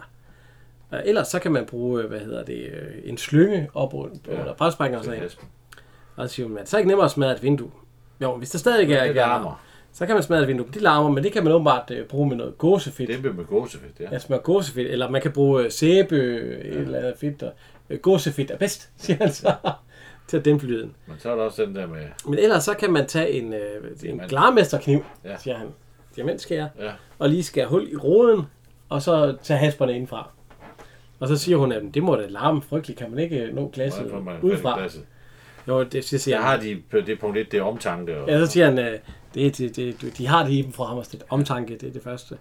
A: Øh, Ellers så kan man bruge, øh, hvad hedder det, øh, en slynge op under Altså, ja. brætsprækken og
B: Det
A: sådan
B: er
A: noget.
B: hesten.
A: Og så siger hun, men så er det ikke nemmere at smadre et vindue. Jo, hvis der stadig ikke er,
B: det
A: ikke er
B: larmer.
A: alarm, så kan man smadre et vindue. Det larmer, men det kan man åbenbart øh, bruge med noget gåsefedt.
B: Dæmpe med gåsefedt, ja.
A: Ja, smør gåsefedt, eller Altså, man kan bruge øh, sæbe, øh, et eller andet fedt. Og, øh, gåsefedt er bedst, siger han så, til at dæmpe lyden.
B: Men så er der også den der med...
A: Men ellers så kan man tage en, øh, en
B: Diamant.
A: glarmesterkniv,
B: Ja.
A: ja. siger han. Diamant skal jeg.
B: Ja.
A: Og lige skære hul i roden, og så tage hasperne indfra. Og så siger hun, at det må da larme frygteligt, kan man ikke øh, nå glasset
B: Hvorfor man
A: udefra?
B: Klasse.
A: Jo, det så siger
B: Der
A: han.
B: har de på det punkt lidt, det er omtanke. Og,
A: Ja, så siger han, øh, det, det, det, de har det i dem fra Hammerstedt. Omtanke, det er det første.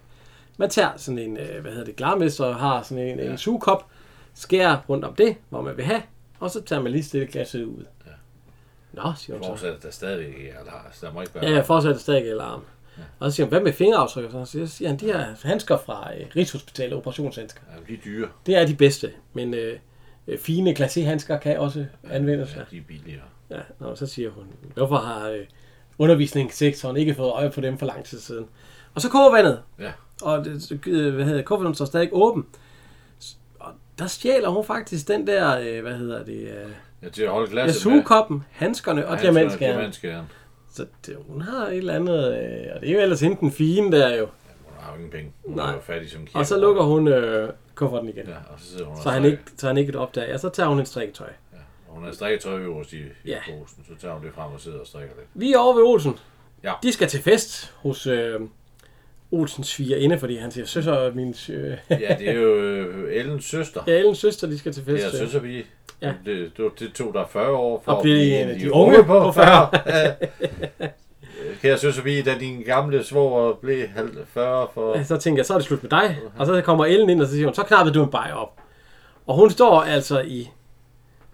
A: Man tager sådan en, øh, hvad hedder det, glarmester, og har sådan en, ja. en sugekop, skærer rundt om det, hvor man vil have Og så tager man lige stille glasset ud. Ja. Nå, siger hun så.
B: Fortsætter der stadigvæk i alarm, så der må ikke være...
A: Ja, jeg fortsætter stadig i alarm. Ja. Og så siger hun, hvad med fingeraftryk? Og så siger- siger han, de her handsker fra øh, Rigshospitalet, operationshandsker.
B: Jamen, de er dyre.
A: Det er de bedste, men øh, øh, fine glacéhandsker kan også anvendes. Ja.
B: Ja, de er billigere.
A: Ja, og så siger hun, hvorfor har øh, undervisningssektoren ikke fået øje på dem for lang tid siden? Og så koger vandet,
B: Ja.
A: og det, så, øh, hvad hedder, kufferten står stadig åben. S- Og der stjæler hun faktisk den der, øh, hvad hedder det, øh,
B: ja til at holde
A: ja,
B: glasset
A: sugekoppen, handskerne og
B: Hans-
A: diamantskæren.
B: Diamantskæren.
A: Så det, hun har et eller andet, øh, og det er jo ellers hende den fine der jo.
B: Hun har jo ingen penge. Hun
A: Nej.
B: er jo fattig som kirke.
A: Og så lukker hun øh, kufferten igen,
B: Ja, og så sidder hun
A: så
B: og
A: han
B: strikker.
A: ikke, så han ikke opdager. Ja, så tager hun et strikketøj.
B: Hun har strikketøj øverst i, i
A: Ja.
B: posen, så tager hun det frem og sidder og strikker lidt.
A: Vi er over ved Olsen.
B: Ja.
A: De skal til fest hos øh, Olsens fire inde, fordi han siger, søster og min... Øh,
B: Ja, det er jo øh, Ellens søster.
A: ja, Ellens søster, de skal til
B: Det er
A: fest. øh.
B: søsterpige.
A: Ja.
B: Ja. Det, det, det tog der 40 år for
A: At blive en af de unge på
B: 40. Kære søsterpige, da din gamle svoger blev halv- 40 for...
A: Ja, Så tænker jeg, så er det slut med dig.
B: Mhm.
A: Og så kommer Ellen ind, og så siger hun, så knappede du en bajer op. Og hun står altså i...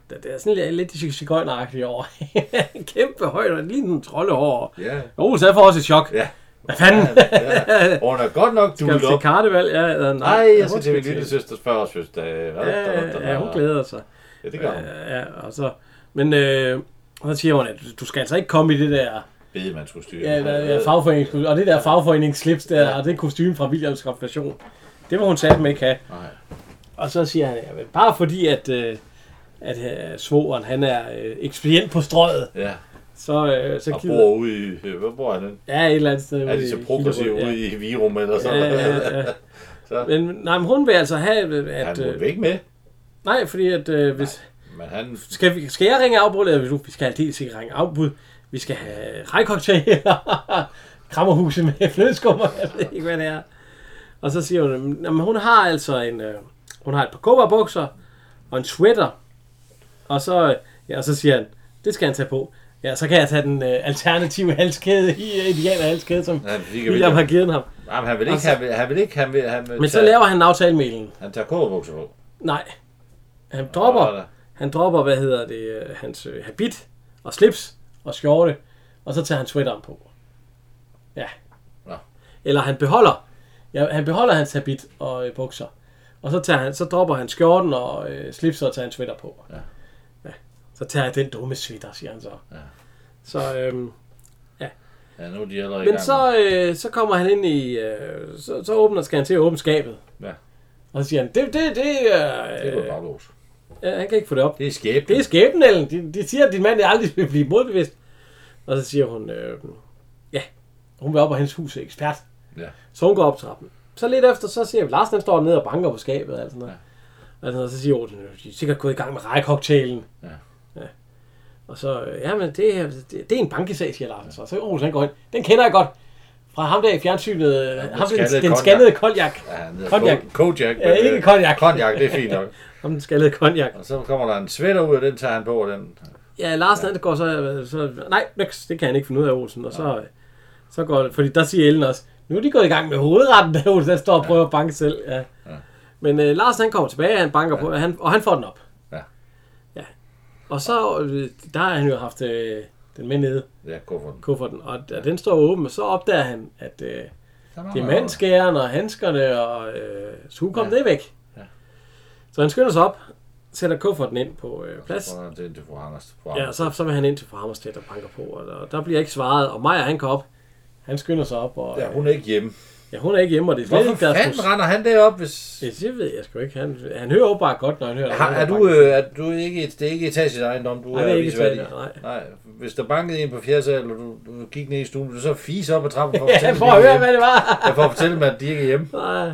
A: der- Det er sådan lidt, lidt cigøjneragtigt over. Kæmpe højt, og lige en troldehår.
B: Ja.
A: Og Olsen er for os i chok.
B: Ja.
A: Hvad fanden?
B: ja. Hun er godt nok
A: Skal
B: duet
A: du til
B: op.
A: karneval? Ja, eller nej,
B: Nej, jeg
A: hun
B: skal til min lille søsters 40 fødselsdag.
A: Ja, ja, hun glæder sig.
B: Ja, det gør hun.
A: Ja, og så... Men øh, så siger hun, at du skal altså ikke komme i det der, øh,
B: Bede, man skulle styre.
A: ja, der, der fagforening, og det der fagforeningsslips der, og det kostume fra Williams konfirmation. Det må hun satme ikke have.
B: Nej.
A: Og så siger han, ja, men bare fordi, at, øh, at øh, svogeren, han er øh, ekspedient på strøget,
B: Ja,
A: så, øh, så
B: og
A: gider...
B: bor ude i... øh, Hvor bor han henne?
A: Ja, et eller andet sted.
B: Er
A: ude
B: de
A: i
B: så progressive
A: Hillerød,
B: ude i Virum eller sådan
A: Ja, ja,
B: noget?
A: ja, ja. Men, nej, men hun vil altså have, øh, at...
B: Han
A: Øh,
B: må ikke med,
A: nej, fordi at... Øh, hvis,
B: men han...
A: skal, vi, skal jeg ringe afbud, eller vil du? Vi skal altid sikkert ringe afbud. Vi skal have rejkoktaler, krammerhuset med flødeskummer, jeg ved ikke, hvad det er. Og så siger hun, "Jamen, jamen, hun har altså en, øh, hun har et par kobberbukser og en sweater. Og så, øh, ja, og så siger han, det skal han tage på. Ja, så kan jeg tage den øh, alternative halskæde, i øh, indianer halskæde, som
B: Ja, det kan vi
A: William
B: ikke.
A: har givet ham.
B: Jamen, han vil ikke,
A: Altså-
B: han vil, han vil ikke, han vil, han vil
A: Men så
B: tage-
A: laver han en aftale med Ellen.
B: Han tager kårebukser på.
A: Nej. Han
B: Hvad er
A: dropper,
B: det?
A: han dropper, hvad hedder det, øh, hans øh, habit og slips og skjorte, og så tager han sweateren på. Ja.
B: Nå.
A: Eller han beholder, ja, han beholder hans habit og øh, bukser, og så, tager han, så dropper han skjorten og øh, slipset og tager en sweater på.
B: Ja.
A: ja. Så tager jeg den dumme sweater, siger han så. Ja. Så, øhm,
B: Ja, nu er de allerede i
A: men
B: gang.
A: så, øh, så kommer han ind i, øh, så, så åbner, skal han til at åbne skabet.
B: Ja.
A: Og så siger han, det, det, det,
B: Det er
A: øh,
B: jo
A: øh,
B: baglås.
A: ja, han kan ikke få det op.
B: Det er skæbne.
A: Det er skæbnen, Ellen. De, de siger, at din mand aldrig vil blive modbevidst. Og så siger hun, øh, ja, hun vil op, og hendes hus er ekspert.
B: Ja.
A: Så hun går op trappen. Så lidt efter, så ser vi, Lars han står nede og banker på skabet og alt sådan noget. Ja. Og sådan noget, så siger Olsen, de er sikkert gået i gang med rejkoktailen.
B: Ja.
A: ja. Og så, øh, ja, men det, er- det, det er en bankesag, siger Larsen så. Så Olsen han går ind. Den kender jeg godt. Fra ham der i fjernsynet, ja, ham den,
B: skaldede
A: den
B: konjak.
A: skaldede konjak.
B: Ja, han hedder
A: Konjak.
B: Ko- Kojak.
A: Ja,
B: men,
A: ikke
B: øh,
A: konjak.
B: Konjak, det er fint nok.
A: Ham den skaldede konjak.
B: Og så kommer der en sweater ud, og den tager han på, og den...
A: Ja, Larsen han går så, så nej, niks, det kan han ikke finde ud af, Olsen. Og så, så går fordi der siger Ellen også, nu er de gået i gang med hovedretten, der Olsen han står og prøver at banke selv. Ja. Men øh, Larsen han kommer tilbage, han banker på, og han, og han får den op.
B: Ja.
A: ja. Og så, øh, der har han jo haft øh, den med nede,
B: Ja, kufferten.
A: kufferten, og ja. den står åben, og så opdager han, at øh,
B: Der mangler noget.
A: demandskæren og handskerne og øh, sugekop, ja. det er væk. Ja. Så han skynder sig op, sætter kufferten ind på øh, plads,
B: Så er det ind til fru Anders. Fru
A: Ja,
B: Anders.
A: og så, så vil han ind til Farmerstedt og banker på, og der, der bliver ikke svaret. Og Maja, han går op. Han skynder sig op, og
B: Ja,
A: ja, hun,
B: hun er ikke hjemme.
A: ja, hun er ikke hjemme, og det er slet
B: Hvorfor
A: ikke deres
B: fanden
A: pros-
B: render han derop, hvis...
A: Ja, det ved jeg sgu ikke. Han, han hører åbenbart godt, når han hører
B: Har, er, du,
A: Øh...
B: øh, er du ikke, et- det er ikke etageejendom, du
A: Nej,
B: er,
A: det er ikke
B: Elisabeth, i?
A: etageejendom,
B: nej. Hvis der bankede en på fjerde sal, og du, du gik ned i stuen, ville du så fise op ad trappen for at
A: Ja,
B: fortælle,
A: prøv at høre, hvad det var.
B: jeg får fortælle mig, at de ikke er hjemme.
A: Nej.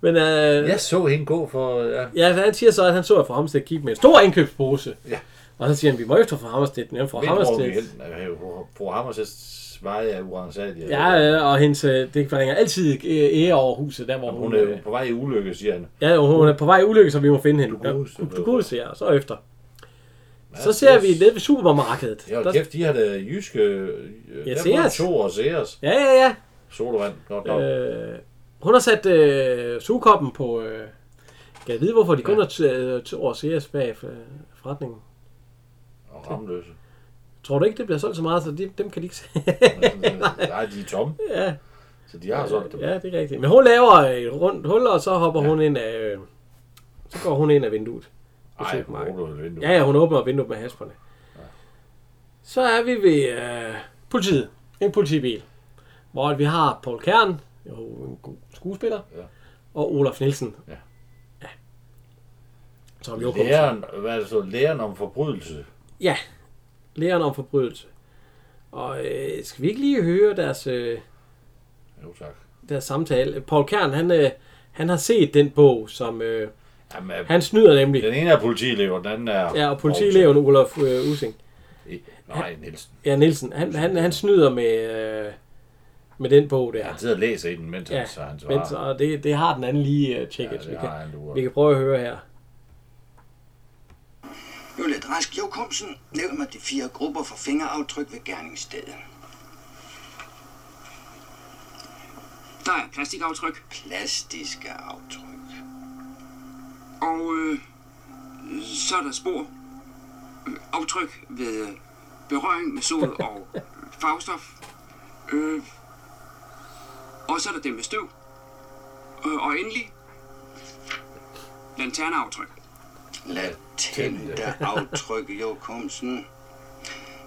A: Men øh,
B: Jeg så hende gå for... Ja.
A: ja, han siger så, at han så, at Farmerstedt gik med en stor indkøbspose.
B: Ja.
A: Og så siger han, vi må efter Farmerstedt. Men fra Farmerstedt...
B: Fru Hammersets veje er uansagelig.
A: Ja, ja, og hendes, øh, det ringer altid øh, ære over huset, der hvor
B: Hun
A: hun...
B: er
A: øh,
B: jo på vej i ulykke, siger han.
A: Ja, hun hun er på vej i ulykke, så vi må finde hende.
B: Glukose,
A: Du
B: eller-
A: godeste, ja. Og så efter. Så ser vi nede ved supermarkedet.
B: Ja,
A: Der-
B: og kæft, de har da jyske... øh,
A: Ja,
B: Ja,
A: Sears.
B: to og Sears.
A: Ja, ja, ja.
B: Sodavand. Nå, nå.
A: Øh, hun har sat øh, sugekoppen på... Øh, Kan jeg vide, hvorfor de kun har t- øh, to år CS bag øh, forretningen?
B: Og ramløse.
A: Tror du ikke, det bliver solgt så meget, så de, dem kan de ikke se?
B: Nej, de er tomme.
A: Ja.
B: Så de har solgt dem.
A: ja, det er rigtigt. Men hun laver øh, et rundt hul, og så hopper ja. hun ind af... Øh, så går hun ind af vinduet.
B: Ej, hun åbner et vindue.
A: Ja, ja, hun åbner vinduet med hasperne. Så er vi ved øh, politiet. En politibil. Hvor vi har Paul Kern, jo en god skuespiller,
B: Ja.
A: og Olaf Nielsen.
B: Ja.
A: Ja. Som jo kom
B: Læren, hvad er det så? Læren om forbrydelse.
A: Ja, læren om forbrydelse. Og øh, skal vi ikke lige høre deres, øh,
B: Jo, tak.
A: deres samtale? Paul Kern, han, øh, han har set den bog, som øh,
B: Jamen, øh,
A: han snyder nemlig.
B: den ene er politielev, og den anden er...
A: Ja, og politieleven Olaf øh, Using.
B: Nej, Nielsen.
A: Ja, Nielsen, han, han, han snyder med, øh, med den bog der.
B: Han sidder og læser i den, mens
A: Ja,
B: han, så han svarer.
A: men så, og det, det har den anden lige øh, tjekket.
B: Ja,
A: så
B: det
A: vi,
B: har han
A: kan,
B: luret.
A: vi kan prøve at høre her.
E: Nu lidt rask. Jo, Kumsen, nævn mig de fire grupper for fingeraftryk ved gerningsstedet.
H: Der er plastikaftryk.
E: Plastiske aftryk.
H: Og øh, så er der spor. Øh, Aftryk ved øh, berøring med sol og farvestof. Øh, og så er der det med støv. Øh, og endelig lanterneaftryk.
E: Latente aftryk, Jo Kumsen.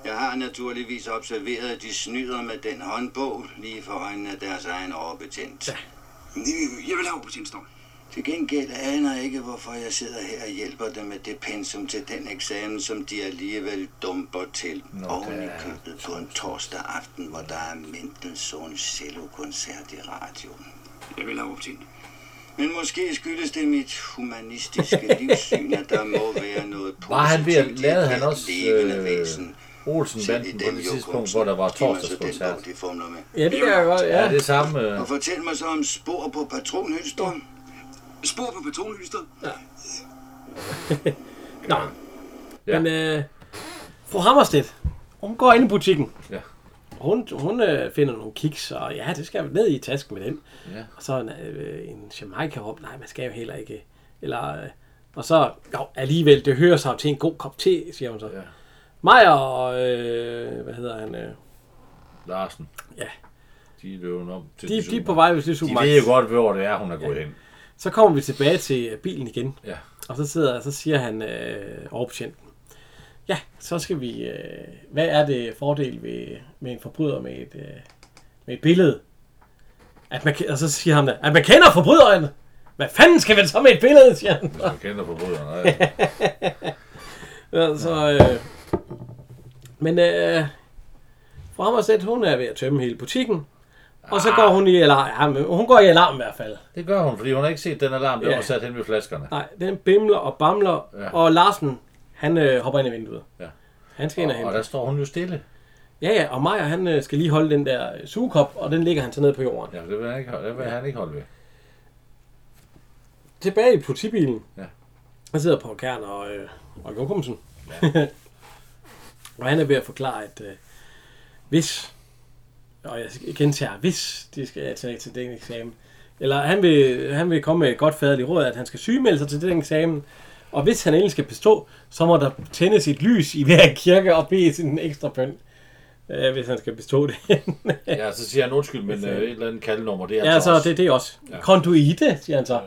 E: Jeg har naturligvis observeret, at de snyder med den håndbog lige for øjnene af deres egen overbetjent.
H: Jeg vil have på sin storm.
E: Til gengæld aner jeg ikke, hvorfor jeg sidder her og hjælper dem med det pensum til den eksamen, som de alligevel dumper til. Nå, Oven i købet på en torsdag aften, hvor der er Mendelssohns cellokoncert i radioen.
H: Jeg vil have på sin.
E: Men måske skyldes det mit humanistiske livssyn, at der må være noget positivt.
B: Var han ved
E: i
B: at lave han
E: ethvert
B: også
E: levende
B: øh,
E: væsen. Selv i
B: Olsen-banden på
E: dem,
B: det
E: jo,
B: tidspunkt,
E: kunsten.
B: hvor der var
E: Giv mig så altså den
B: torsdagskoncert?
E: bog, de fumler med.
A: Ja, det kan jeg godt,
B: Ja,
A: ja.
B: det er samme. øh,
E: Og fortæl mig så om spor på patronhylster.
H: Spor på patronhylster.
A: Nå.
B: Ja.
A: Men øh, fru Hammerstedt, hun går ind i butikken.
B: Ja.
A: Hun, hun øh, finder nogle kiks, og ja, det skal ned i tasken med den.
B: Ja.
A: Og så en, øh, en jamaica rom. Nej, man skal jo heller ikke. Eller, øh, og så, jo, alligevel, det hører sig jo til en god kop te, siger hun så.
B: Ja.
A: Maja og, øh, hvad hedder han, øh,
B: Larsen.
A: Ja.
B: De er løbet om til
A: de,
B: det
A: de er på
B: supermarked.
A: vej ved det
B: De ved
A: supermarked.
B: jo godt, hvor det er, hun er gået hen.
A: Så kommer vi tilbage til øh, bilen igen.
B: Ja.
A: Og så sidder så siger han øh, overbetjenten. Ja, så skal vi... Øh, hvad er det fordel ved, med en forbryder med et, øh, med et billede? At man, ke- og så siger han, da, at man kender forbryderen! Hvad fanden skal man så med et billede, siger han.
B: Hvis man kender forbryderne. Ja.
A: Altså, øh, men øh, fru Hammerstedt, hun er ved at tømme hele butikken. Og
B: Ah.
A: så går hun i alarm. Ja, men hun går i alarm i hvert fald.
B: Det gør hun, fordi hun har ikke set den alarm, der
A: Ja.
B: var sat hen ved flaskerne.
A: Nej, den bimler og bamler. Ja.
B: Ja.
A: Og Larsen, han øh, hopper ind i vinduet.
B: Ja.
A: Han skal ind og
B: Og
A: hente.
B: der står hun jo stille.
A: Ja, ja, og Maja, han øh, skal lige holde den der øh, sugekop, og den ligger han så ned på jorden. Ja.
B: Ja, det vil han ikke, det vil han ikke holde ved.
A: Tilbage i politibilen.
B: Ja.
A: Der sidder Paul Kern og, øh, og Jokumsen. Ja. og han er ved at forklare, at øh, hvis, og jeg gentager, hvis de skal tage til den eksamen, eller han vil, han vil komme med et godt faderligt råd, at han skal sygemelde sig til den eksamen, og hvis han endelig skal bestå, så må der tændes et lys i hver kirke og bede sin ekstra bøn, øh, hvis han skal bestå det.
B: Ja, så siger han undskyld, men øh, et eller andet kaldenummer, det er
A: Ja,
B: altså
A: så
B: også.
A: det, det er også. Ja. Konduite, siger han så. Ja.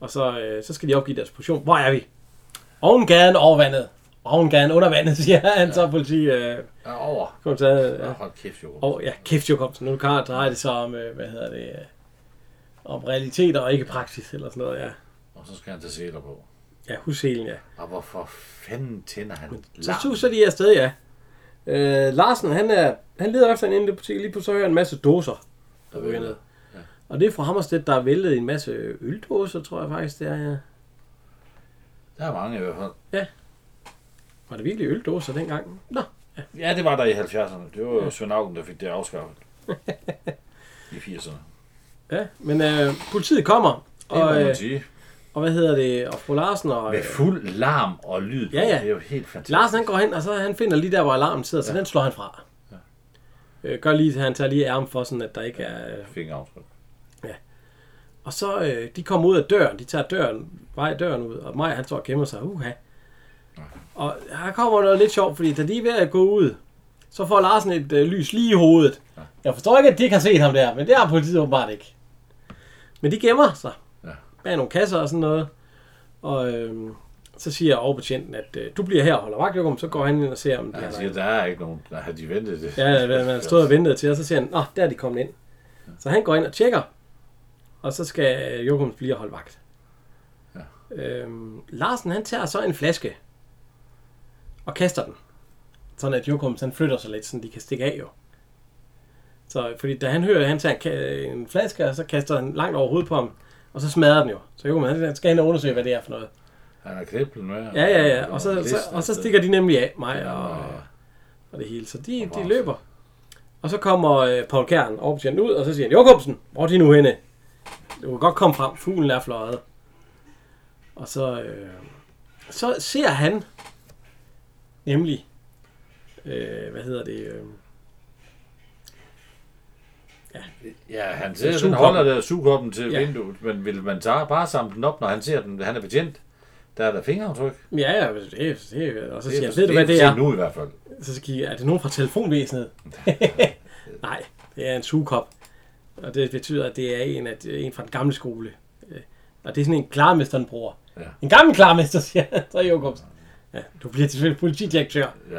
A: Og så, øh, så skal de opgive deres position. Hvor er vi? Oven gaden over vandet. Oven gaden under vandet, siger han ja. så politi. Øh,
B: Ja, over.
A: kom så, øh,
B: Ja,
A: ja.
B: hold kæft, jo.
A: Og ja, kæft jo kom så. Nu kan dreje det så om, øh, hvad hedder det, øh, om realiteter og ikke praksis eller sådan noget. Ja,
B: Og så skal han tage sæler på.
A: ja husselen, ja.
B: Og hvorfor fanden tænder han
A: Så
B: larm?
A: suser de afsted, ja. Øh, Larsen, han, er, han leder efter en inde i butik, lige pludselig hører jeg en masse dåser, der ryger ned. Og det er fra Hammerstedt, der er væltet en masse øldåser, tror jeg faktisk, det er, ja.
B: Der er mange i hvert fald.
A: Var det virkelig øldåser dengang? Nå,
B: Ja, det var der i 70'erne. Det var jo Svend Auken, der fik det afskaffet. I 80'erne.
A: ja. Men øh, politiet kommer,
B: Det må
A: og, øh,
B: man sige.
A: og hvad hedder det, og fru Larsen og...
B: Med
A: Øh,
B: fuld larm og lyd. på.
A: Ja, ja.
B: Det er jo helt fantastisk.
A: Larsen han går hen, og så han finder lige der, hvor alarmen sidder, så den slår han fra. Øh, gør lige, han tager lige ærmen for, sådan at der ikke er...
B: Fingeraftryk.
A: øh, Og så øh, de kommer ud af døren, de tager døren, vej døren ud, og Maja han står og gemmer sig, uha. Og her kommer noget lidt sjovt, fordi da de er ved at gå ud, så får Larsen et øh, lys lige i hovedet. Jeg forstår ikke, at de ikke har set ham der, men det har politiet åbenbart ikke. Men de gemmer sig
B: Ja.
A: bag nogle kasser og sådan noget. Og øh, så siger overbetjenten, at øh, du bliver her og holder vagt, Jokum. så går han ind og ser, om de
B: Ja,
A: har
B: han siger, der er ikke nogen. Nej, har de ventet det?
A: Ja, man har stået og ventet til, og så siger han, Nå, der er de kommet ind. Så han går ind og tjekker, og så skal øh, Jokum blive og holde vagt. Øhm, Larsen, han tager så en flaske og kaster den. Sådan at Jokum, han flytter sig lidt, så de kan stikke af jo. Så, fordi da han hører, at han tager en ka- en flaske, og så kaster han langt over hovedet på ham, og så smadrer den jo. Så Jokum, han han skal hen og undersøge, hvad det er for noget.
B: Han har kniblen med.
A: Ja, ja, ja. Og så, så, og så stikker de nemlig af, mig og, og det hele. Så de, de løber. Og så kommer øh, Paul Kern overbetjenten ud, og så siger han, Jokobsen, hvor er de nu henne? Du kan godt komme frem, fuglen er fløjet. Og så, øh, så ser han nemlig, øh, hvad hedder det, øh,
B: Ja, han ser, den
A: Sugkoppen.
B: holder der sugkoppen til
A: Ja.
B: ja. vinduet, men vil man tage, bare samle den op, når han ser den, han er betjent? Der er der fingeraftryk. Det
A: ja, ja, det, det, det, og så
B: er
A: siger han,
B: for-
A: ved du hvad det
B: for
A: er?
B: sent nu i hvert fald.
A: Så skal I, er det nogen fra telefonvæsenet? Nej, det er en sugekop. Og det betyder, at det er en, at, en fra den gamle skole. Øh, Og det er sådan en klarmester, han bruger.
B: Ja.
A: En gammel klarmester, siger han. Så er Jokobs. Ja, du bliver selvfølgelig politidirektør.
B: Ja,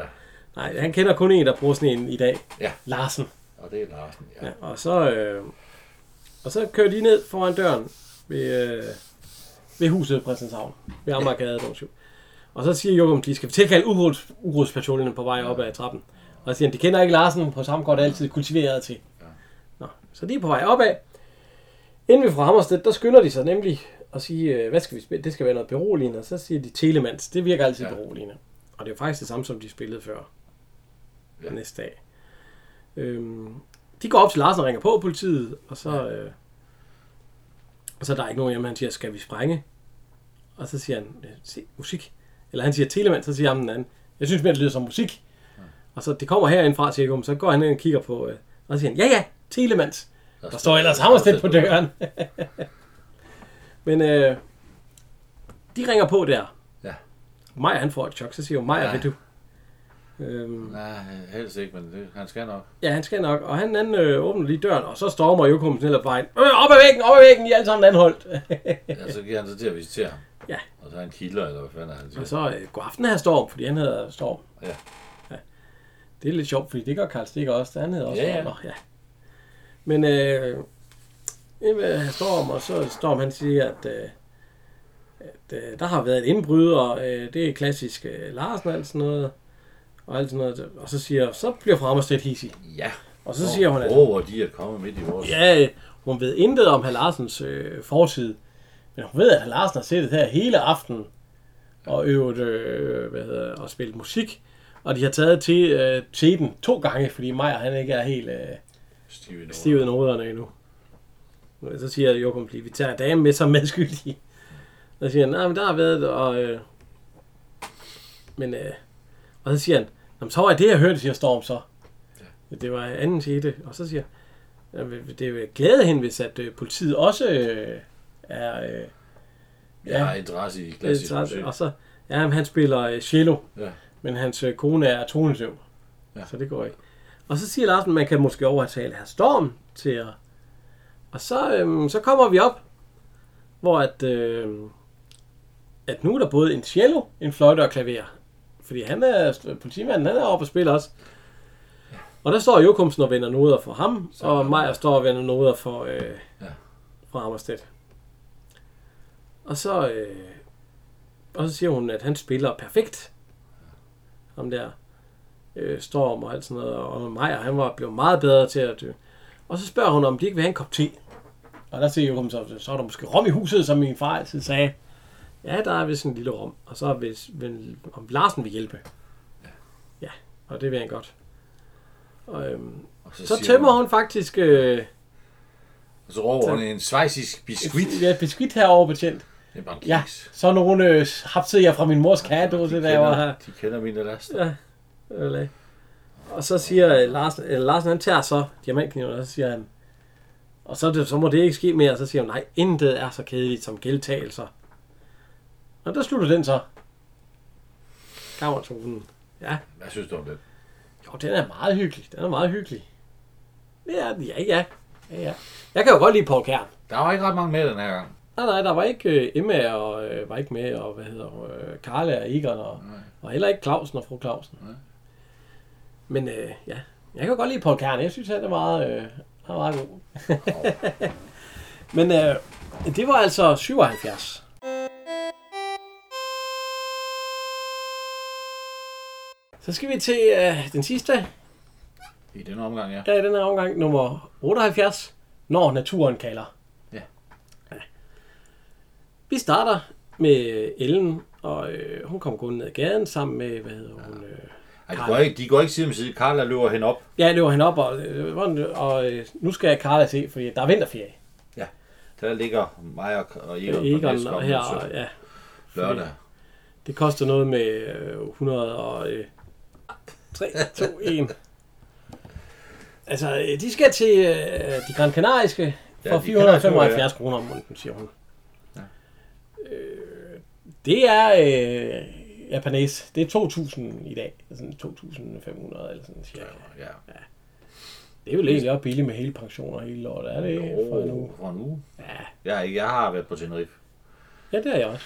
A: Nej, han kender kun en, der bruger sådan en i dag.
B: Ja.
A: Larsen.
B: og det er Larsen. Ja.
A: Ja, og så, øh, og så kører de ned foran døren ved, øh, ved huset i Christianshavn. Ved Amagergade, ja. Og så siger Jokum, de skal tilkalde urods, urodspatruljen på vej op ad trappen. Og så siger han, de kender ikke Larsen, på samme godt altid kultiveret til. Nå, så de er på vej opad. Inden vi fra Hammersted, der skynder de sig nemlig at sige, øh, hvad skal vi spille? Det skal være noget beroligende. Og så siger de Telemands. Det virker altid ja.
B: Ja.
A: beroligende. Og det er jo faktisk det samme, som de spillede før. Ja.
B: Ja.
A: Næste dag. Øhm, de går op til Larsen og ringer på politiet, og så, ja. øh, og så er der ikke nogen hjemme. Han siger, skal vi sprænge? Og så siger han, øh, se, musik. Eller han siger Telemand, så siger han den anden, jeg synes mere, det lyder som musik. Og så det kommer herindfra, siger Gum, så går han ind og kigger på, øh, og så siger han, ja ja, Telemands. Der, står ellers Hammerstedt på døren. Men øh, de ringer på der.
B: Ja.
A: Maja, han får et chok, så siger jo, Maja,
B: Ja.
A: vil du? Øhm,
B: Nej, helst ikke, men det, han skal nok.
A: Ja, han skal nok. Og han, han øh, åbner lige døren, og så stormer Jokum snel op vejen. Øh, op ad væggen, op ad væggen, I er alle sammen anholdt.
B: Ja, så giver han sig til at visitere ham.
A: Ja.
B: Og så er han kilder, eller hvad fanden er han siger.
A: og så øh, god aften her Storm, fordi han hedder Storm.
B: Ja.
A: ja. Det er lidt sjovt, fordi det gør Karl Stikker også. Han hedder også
B: Ja,
A: Storm. Nå,
B: ja.
A: ja. Men øh, jamen, øh, Storm, og så Storm, han siger, at, øh, at øh, der har været et indbrud, og øh, det er klassisk øh, Larsen og alt sådan noget. Og, alt sådan noget. og så siger, så bliver Fremmerstedt hissig.
B: ja.
A: Og så siger hun, at
B: Åh, hvor de er kommet midt i vores.
A: Ja, øh, hun ved intet om herr Larsens øh, forside, men hun ved, at herr Larsen har siddet her hele aftenen og øvet øh, hvad hedder, og spillet musik, og de har taget til øh, teten to gange, fordi Maja han ikke er helt øh,
B: Stiv i Norden.
A: stiv i noderne endnu. Så siger Jokum lige, vi tager damen med som medskyldige. Så siger han, nej, men der har været, det, og... Øh, men, øh, og så siger han, "Nå, men så var det, jeg hørte, siger Storm så. Det var anden tete, og så siger han, "Jamen, det vil glæde hende, hvis at øh, politiet også øh, er... Øh,
B: Jeg har interesse i klassisk
A: det er
B: musik.
A: Øh, træt. Og så, ja, men han spiller øh, cello, ja.
B: Ja.
A: men hans øh, kone er tonesøv. Ja.
B: Ja.
A: Så det går ikke. Og så siger Larsen, at man kan måske overtale herr Storm til at... Og så, øhm, så kommer vi op, hvor at, øhm, at nu er der både en cello, en fløjte og klaver. Fordi han er, politimanden, han er oppe og spiller også. Og der står Jokumsen og vender noder for ham, så, og Majer står og vender noder for, øh, ja.
B: Ja.
A: for Hammerstedt. Og så, øh, og så siger hun, at han spiller perfekt. Ham der øh, Storm og alt sådan noget. Og Maja, han var blevet meget bedre til at dø. Og så spørger hun, om de ikke vil have en kop te. Og der siger Jokum så, så er der måske rom i huset, som min far altid sagde. Ja, der er vist en lille rom. Og så hvis, vil, om Larsen vil hjælpe. Ja, og det vil han godt. Og, øhm,
B: Og
A: så
B: siger
A: tømmer hun faktisk øh,
B: Og så råber hun en svejsisk biskuit.
A: ja, beskidt herovre betjent.
B: Det er bare en
A: Ja,
B: kiks.
A: så nogle øh, hapsede jeg fra min mors kagedåse,
B: De
A: der var
B: kender,
A: her.
B: de kender mine last.
A: Eller, øh, og så siger øh, Larsen, eller Larsen han tager så diamantkniven, og så siger han, Og så, er det, så må det ikke ske mere, og så siger hun, nej, intet er så kedeligt som gentagelser. Og der slutter den så. Kammertonen. Ja,
B: Hvad synes du om det?
A: jo, den er meget hyggelig. Den er meget hyggelig. Ja, ja, ja. ja, ja. Jeg kan jo godt lide Paul Kern.
B: Der var ikke ret mange med den her gang.
A: Nej, nej, der var ikke øh, Emma og øh, var ikke med, og hvad hedder hun, øh, Karla og Egon, og, og heller ikke Clausen og fru Clausen. Nej. Men øh, ja, jeg kan jo godt lide Paul Kern. Jeg synes, han er meget, øh, han er meget god. Men øh, det var altså 77. Så skal vi til øh, den sidste
B: I den omgang, ja.
A: Ja, i den her omgang nummer 78, når naturen kalder.
B: Ja.
A: Ja. Vi starter med Ellen, og øh, hun kommer gående ned ad gaden sammen med, hvad hedder hun? Øh,
B: Ej, de, går ikke, de går ikke side om side. Carla løber hende op.
A: ja, løber han op, og, øh, hvordan- og øh, nu skal jeg Karla se, fordi der er vinterferie.
B: Der ligger mig og, og Egon, på
A: Egon
B: næsten
A: og
B: om
A: her,
B: sø-
A: og, ja,
B: lørdag.
A: det koster noget med øh, 100 og... Øh, 3, 2, 1. Altså, øh, de skal til øh, de Gran Kanariske
B: Ja,
A: for
B: de
A: 475 kroner om måneden, siger hun. Øh, det er øh, japanæs. Det er 2.000 i dag. Sådan 2.500 eller sådan cirka.
B: Ja.
A: Det er jo egentlig også billigt med hele pensioner hele lort. Er det ikke for en uge?
B: For en uge. Ja. Jeg, jeg har været på Tenerife.
A: Ja, det er jeg også.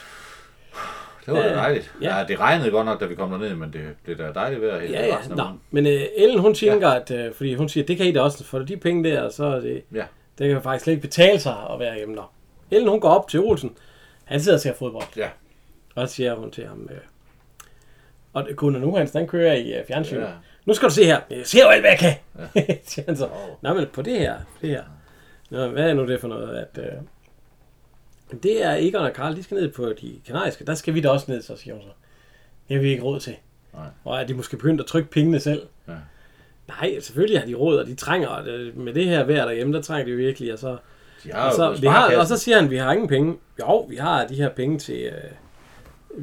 B: Det var
A: Ja,
B: da dejligt.
A: ja.
B: Ja. ja. det regnede godt nok, da vi kom derned, men det blev da dejligt vejr hele
A: Ja, ja.
B: resten af
A: Nå.
B: ugen.
A: Men øh, Ellen, hun tænker, ja. at, øh, fordi hun siger, det kan I da også, for de penge der, så er det,
B: Ja.
A: det kan faktisk slet ikke betale sig at være hjemme. Nå. Ellen, hun går op til Olsen. Han sidder og ser fodbold.
B: Ja.
A: Og så siger hun til ham, øh, og det- Gunnar Nuhans, den kører i øh, fjernsynet.
B: Ja.
A: Ja. Nu skal du se her. Jeg ser jo alt, hvad jeg kan. Ja. siger han så. Nå, men på det her. Det her. Nå, hvad er nu det for noget? At, øh, det er Egon og Karl, de skal ned på de kanariske. Der skal vi da også ned, så siger hun så. Det har vi ikke råd til.
B: Nej.
A: Og er de måske begyndt at trykke pengene selv?
B: Ja.
A: Nej, selvfølgelig har de råd, og de trænger, og det- med det her vejr derhjemme, der trænger de virkelig, og så,
B: De
A: og,
B: har jo
A: så,
B: på
A: vi har, og
B: sparekassen.
A: så siger han, vi har ingen penge. Jo, vi har de her penge til... Øh,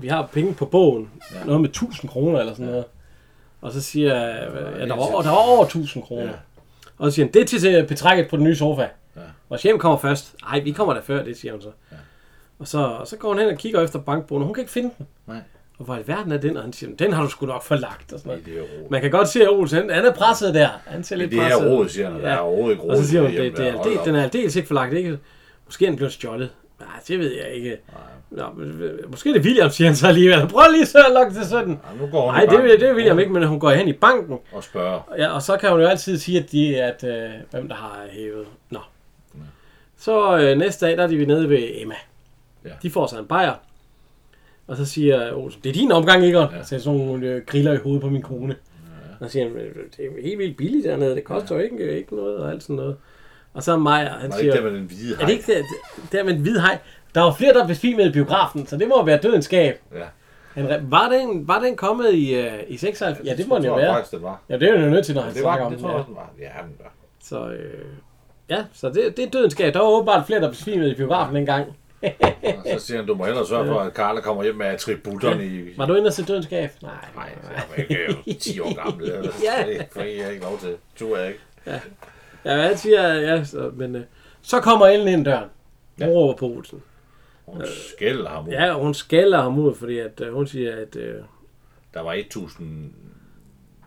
A: vi har penge på bogen. Ja. Noget med 1000 kroner eller sådan ja. noget. Og så siger jeg, ja, der, var, og der var over 1000 kroner. Ja.
B: Ja.
A: Og så siger han, det er til øh, betrækket på den nye sofa. Ja. Vores hjem kommer først. Nej, vi kommer der før, det siger hun så. Ja. Og så, og så går hun hen og kigger efter bankbogen, og hun kan ikke finde den.
B: Nej.
A: Og hvor i alverden er den? Og han siger, den har du sgu nok forlagt. Og sådan noget.
B: Det er råd.
A: Man kan godt se, at Olsen, han, han er presset der. Han ser lidt
B: Det er
A: presset.
B: råd, siger han. Der er overhovedet ikke råd.
A: Og så siger hun,
B: til
A: det, det er
B: hjemme der.
A: aldeles,
B: Hold
A: den
B: op.
A: er aldeles ikke forlagt. Ikke? Måske er den blevet stjålet. Nej, det ved jeg ikke. Nå, men, øh, måske er det William, siger han så alligevel. Prøv lige så at lokke til sådan.
B: Ja, nu går hun i
A: Nej, det,
B: banken.
A: vil- det vil William ikke, men hun går hen i banken.
B: Og spørger.
A: Ja, og så kan hun jo altid sige, at, de, at øh, hvem der har hævet. Nå. Så øh, næste dag, der er de nede ved Emma.
B: Ja.
A: De får sig en bajer. Og så siger Olsen, det er din omgang, Egon. Ja.
B: Ja.
A: Så sådan nogle øh, griller i hovedet på min kone. Ja. Og så siger han, "Øh, det er helt vildt billigt dernede. Det koster ja. jo ikke, øh, ikke noget og alt sådan noget. Og så er Maja, han
B: Var det
A: siger,
B: ikke der med den hvide hej?
A: er det ikke der, der med en hvid hej? Der var flere, der besvimede i biografen, så det må være dødens skab.
B: Ja.
A: Han, re- var, den, var den kommet i, øh, i 96? Ja, det må den jo
B: tror jeg
A: være.
B: faktisk, den var.
A: Ja, det er jo nødt til, når han
B: Det var
A: snakker
B: den,
A: om den.
B: det tror
A: Ja.
B: jeg, den var. Ja, den var.
A: Så øh, ja, så det, det er dødens skab. Der var åbenbart flere, der besvimede i biografen dengang.
B: Og så siger han, du må hellere sørge for, at Karla kommer hjem med attributterne i...
A: Var du inde og se dødens skab? Nej.
B: Nej, jeg var ikke jeg var 10 år gammel. Det
A: Ja.
B: er det får jeg ikke lov til. Du er ikke.
A: Ja, hvad jeg siger, ja, så, men øh, så kommer Ellen ind døren. Hun råber på Olsen.
B: Hun skælder ham ud.
A: Øh. Ja, og hun skælder ham ud, fordi at, øh, hun siger, at øh,
B: Der var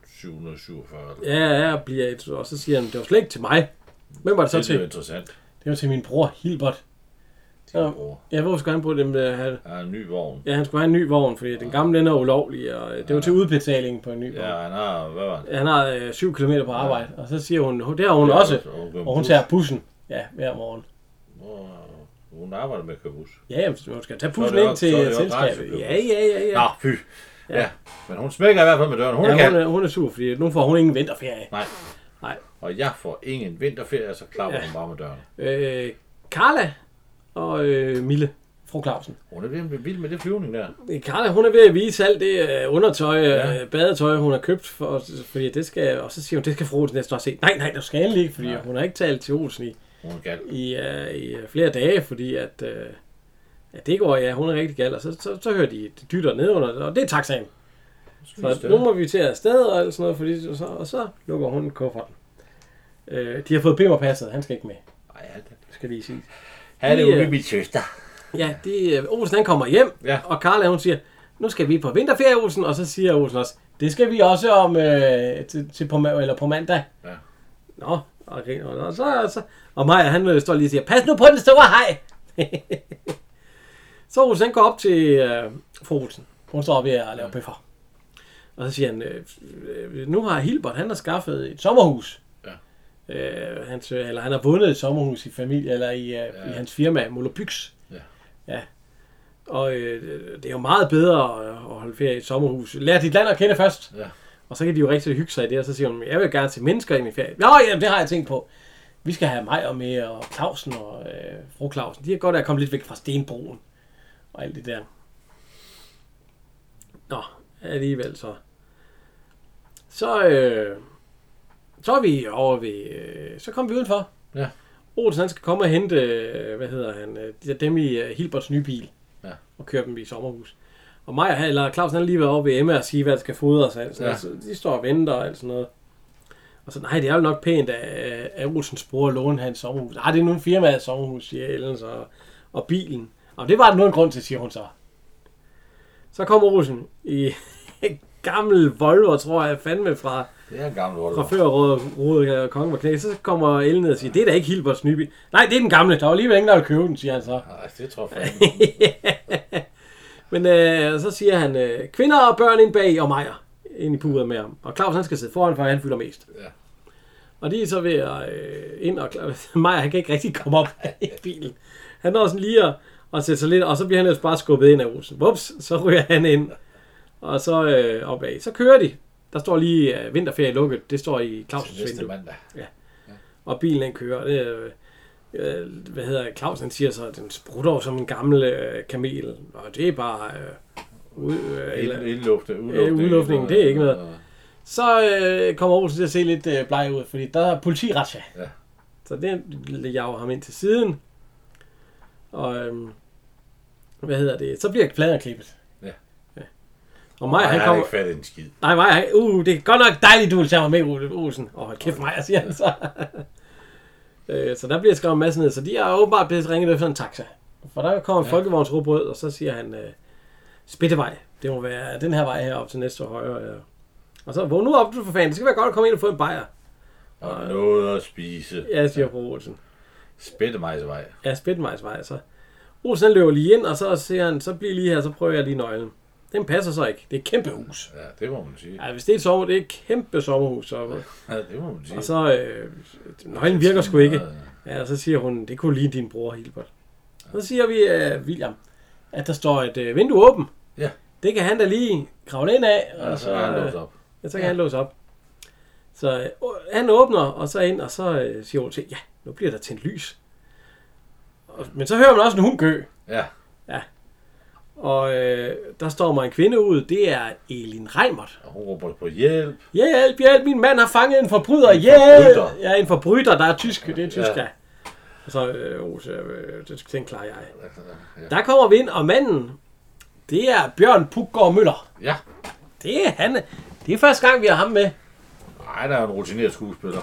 B: 1747.
A: ja, jeg bliver et, og så siger han, det var slet ikke til mig. Hvem var det så
B: Det er jo
A: til?
B: interessant.
A: Det var til min bror, Hilbert.
B: Din bror.
A: Ja, hvor skulle han bruge dem? øh, han-
B: Der er en ny vogn.
A: Ja, han skulle have en ny vogn, fordi den gamle den er ulovlig, og øh, det var til udbetaling på en ny vogn.
B: Ja, han har... Hvad var det?
A: Han har øh, 7 km på arbejde, og så siger hun, "Hov, det har hun ja, også,
B: så hun kører
A: og hun
B: bus.
A: tager bussen ja, hver morgen.
B: Hvor- Hun arbejder med at køre bus.
A: Ja, jamen, hun skal tage
B: er
A: bussen
B: det
A: ind
B: også-
A: til
B: så er det
A: øh,
B: også
A: selskabet.
B: rejsebureau.
A: Ja, ja, ja, ja.
B: Nå, fy. Ja. Men hun smækker i hvert fald med døren. Hun
A: ja
B: kan.
A: hun, er, hun er sur, fordi nu får hun ingen vinterferie.
B: Nej.
A: Nej.
B: Og jeg får ingen vinterferie, så klapper
A: Ja.
B: hun bare med døren.
A: Øh, Carla og øh, Mille, fru Clausen.
B: Hun er blevet vild med det flyvning der.
A: Øh, Carla, hun er ved at vise alt det øh, undertøj, ja.
B: Ja.
A: øh, badetøj, hun har købt, for, fordi det skal, og så siger hun, det skal fru Olsen næste år se. Nej, nej, det skal endelig ikke, fordi hun har ikke talt til Olsen i,
B: Hun kan.
A: i, øh, i øh, flere dage, fordi at, øh, at det går, ja, hun er rigtig gal, og så, så, så hører de det dytter nedenunder, og det er taxaen. Så nu må vi til at afsted og alt sådan noget, fordi, og, så, og så lukker hun kufferten. Øh, de har fået Bimmer passet, han skal ikke med.
B: Nej, ja, det-
A: skal lige sige.
B: han er
A: Lige,
B: ude
A: øh,
B: med min søster.
A: Ja, det, øh, Olsen han kommer hjem,
B: Ja.
A: og Karla hun siger, nu skal vi på vinterferie, Olsen, og så siger Olsen også, det skal vi også om øh, til, til på, ma- eller på mandag.
B: Ja.
A: Nå, og, griner, og, så, og, så, og Maja, han øh, står lige og siger, pas nu på den store hej. så Olsen han går op til øh, fru Olsen. Hun står ved at lave bøffer. Og så siger han, øh, øh, nu har Hilbert, han har skaffet et sommerhus. Ja. Øh, hans, øh, eller han har vundet et sommerhus i familie, eller i, øh, ja. i hans firma, Molobyx. Ja. ja. Og øh, det er jo meget bedre at at holde ferie i et sommerhus. Lær dit land at kende først.
B: Ja.
A: Og så kan de jo rigtig hygge sig i det, og så siger hun, jeg vil gerne se mennesker i min ferie. Nå, jamen, det har jeg tænkt på. Vi skal have mig og med, og Clausen og øh, fru Clausen. De er godt at komme lidt væk fra Stenbroen og alt det der. Nå, alligevel så. Så, øh, så er vi over ved... Øh, så kom vi udenfor.
B: Ja.
A: Olsen han skal komme og hente, øh, hvad hedder han, øh, de der dem i øh, Hilberts nye bil.
B: Ja.
A: Og køre dem i sommerhus. Og Maja, eller Clausen, han har lige været over ved Emma og sige, hvad der skal fodres og alt sådan
B: Ja.
A: ja. noget. Så de står og venter og alt sådan noget. Og så, nej, det er jo nok pænt, at, øh, at Olsen spor at låne hans sommerhus. Nej, det er nu en firmaets sommerhus, siger Ellen så. Og bilen. Og det var der nu en grund til, siger hun så. Så kommer Olsen i en gammel Volvo, tror jeg, fandme fra,
B: Det er en gammel
A: fra
B: rolle.
A: før Rode og Kongen var knæ. Så kommer Ellen ned og siger, det er da ikke Hilberts nye bil. Nej, det er den gamle. Der var alligevel ingen, der ville købe den, siger han så.
B: Nej, det tror jeg fandme.
A: Men øh, så siger han, øh, kvinder og børn ind bag og mejer ind i puret med ham. Og Claus han skal sidde foran, for han fylder mest.
B: Ja.
A: Og de er så ved at øh, ind, og Claus, Maja han kan ikke rigtig komme op i bilen. Han når sådan lige at, at sætte sig lidt, og så bliver han ellers bare skubbet ind af Olsen. Vups, så ryger han ind, og så øh, opad. Så kører de. Der står lige øh, vinterferie lukket, det står i
B: Til
A: Clausens
B: næste
A: vindue
B: mandag.
A: og bilen den kører. Det, er, øh, øh, hvad hedder Claus, han siger så, at den sprutter jo som en gammel øh, kamel, og det er bare... Øh, ud, øh, eller,
B: Ind- Indlufte,
A: Øh,
B: udluftning.
A: udluftningen, det er ikke noget. så øh, kommer Olsen til at se lidt øh, bleg ud, fordi der er politiratsja.
B: Ja.
A: Så det jager ham ind til siden. Og øhm, hvad hedder det? Så bliver pladen klippet.
B: Ja.
A: ja. Og Maja,
B: Nej,
A: han
B: jeg har
A: kommer...
B: ikke fattet en skid.
A: Nej, nej, nej. Uh, det er godt nok dejligt, du vil tage mig med, Ole Olsen. Åh, oh, kæft mig, siger han så. øh, så der bliver skrevet en masse ned, så de er åbenbart blevet ringet efter en taxa. For der kommer en ja. folkevognsrobrød, og så siger han, øh, Spittevej, det må være den her vej her op til næste højre. Ja. Og så, vågn nu op, du for fanden. Det skal være godt at komme ind og få en bajer.
B: Og noget at spise.
A: Ja, siger fru Olsen.
B: Spættemejsevej.
A: Ja, Spittevejsvej, så. Olsen han løber lige ind, og så ser han, så bliver lige her, så prøver jeg lige nøglen. Den passer så ikke. Det er et kæmpe hus.
B: Ja, det må man sige.
A: Ja, hvis det er et sommer, det er et kæmpe sommerhus. Så.
B: Ja, det må man sige.
A: Og så, øh, nøglen virker sgu ikke. Ja, og så siger hun, det kunne lige din bror, Hilbert. Så siger vi, øh, William, at der står et øh, vindue åbent.
B: Ja.
A: Det kan han da lige kravle ind af, og
B: Og så
A: så,
B: er han
A: øh,
B: låst op.
A: ja, så kan han låse op. Så øh, han åbner, og så ind, og så øh, siger hun til, ja, nu bliver der tændt lys. Og, men så hører man også en hund gø.
B: Ja,
A: Og øh, der står mig en kvinde ud, det er Elin Reimert.
B: og hun råber på hjælp.
A: Hjælp, hjælp, min mand har fanget en forbryder.
B: En
A: Hjælp!
B: forbryder.
A: Ja, en forbryder, der er tysk. Det er tysk,
B: Ja.
A: ja. Og så, øh, oh, så øh, det skal den klarer jeg.
B: Altså, Ja.
A: Der kommer vi ind, og manden, det er Bjørn Puggaard Møller.
B: Ja.
A: Det er han. Det er første gang, vi har ham med.
B: Ej, der er en rutineret skuespiller.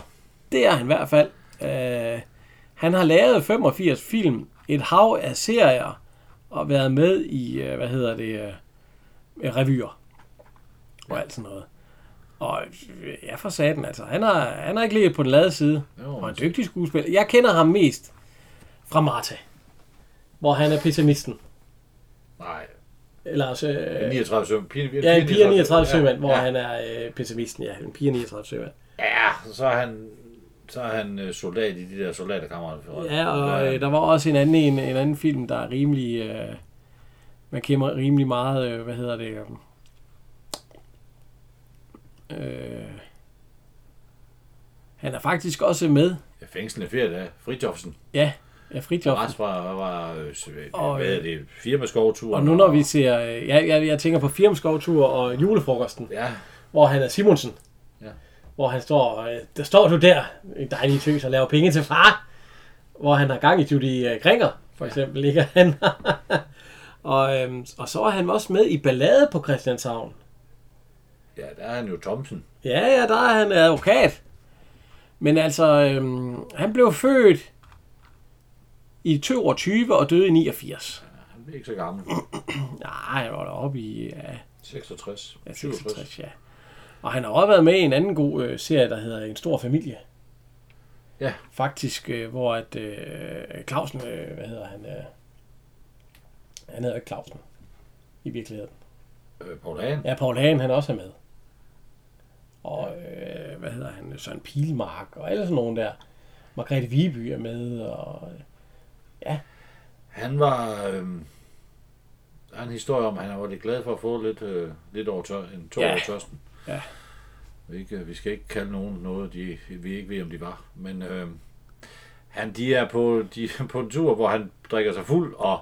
A: Det er han i hvert fald. Øh, han har lavet 85 film, et hav af serier, og været med i, øh, hvad hedder det, øh, revyer. Og alt sådan noget. Og øh, ja, for satan, altså. Han har, han har ikke ligget på den lade side.
B: Jo. altså.
A: Og en dygtig skuespiller. Jeg kender ham mest fra Marta, hvor han er pessimisten.
B: Nej.
A: Eller også... Øh,
B: 39 søm. Pige,
A: ja, en pige 39
B: ja.
A: sømand, hvor
B: ja.
A: han er øh, pessimisten, ja. En pige 39 sømand.
B: Ja, så er han... Så er han øh, soldat i de der soldaterkammerater.
A: Ja, og øh, der var også en anden, en, en anden film, der er rimelig... Øh, man kender rimelig meget, øh, hvad hedder det... øh, Øh, han er faktisk også med.
B: Ja, fængslende ferie, der. Fritjofsen.
A: Ja, ja Fritjof.
B: Rest fra, var, øh, s-
A: Og,
B: hvad er det, firmaskovturen.
A: Og nu når vi ser... Øh, jeg, jeg, jeg tænker på Firmskovtur og julefrokosten,
B: Ja,
A: hvor han er Simonsen.
B: Ja.
A: Hvor han står... Øh, der står du der, en dejlig tøs, og laver penge til far. Hvor han har gang i Judy øh, Kringer, for eksempel, ligger han. og, øhm, og så er han også med i Ballade på Christianshavn.
B: ja, der er han jo Thomsen.
A: Ja, ja, der er han advokat. Men altså, øhm, han blev født i 22 og døde i 89.
B: Han blev ikke så gammel.
A: Nej, han var da oppe i ja,
B: 66.
A: ja, 66, ja. Og han har også været med i en anden god øh, serie, der hedder En stor familie.
B: Ja.
A: Faktisk, øh, hvor at øh, Clausen, øh, hvad hedder han? Øh, han hedder jo ikke Clausen i virkeligheden.
B: Øh, Paul Hagen.
A: Ja, Paul Hagen, han også er med. Og øh, hvad hedder han? Søren Pilmark og alle sådan nogle der. Margrethe Viby er med, og
B: Han var... Øh, der er en historie om, at han var lidt glad for at få lidt, øh, lidt over tør, en tår
A: Ja.
B: ja. over tørsten.
A: Ja.
B: Vi, ikke, øh, vi skal ikke kalde nogen noget, de, vi ikke ved, om de var. Men øh, han, de er på, de, er på en tur, hvor han drikker sig fuld og,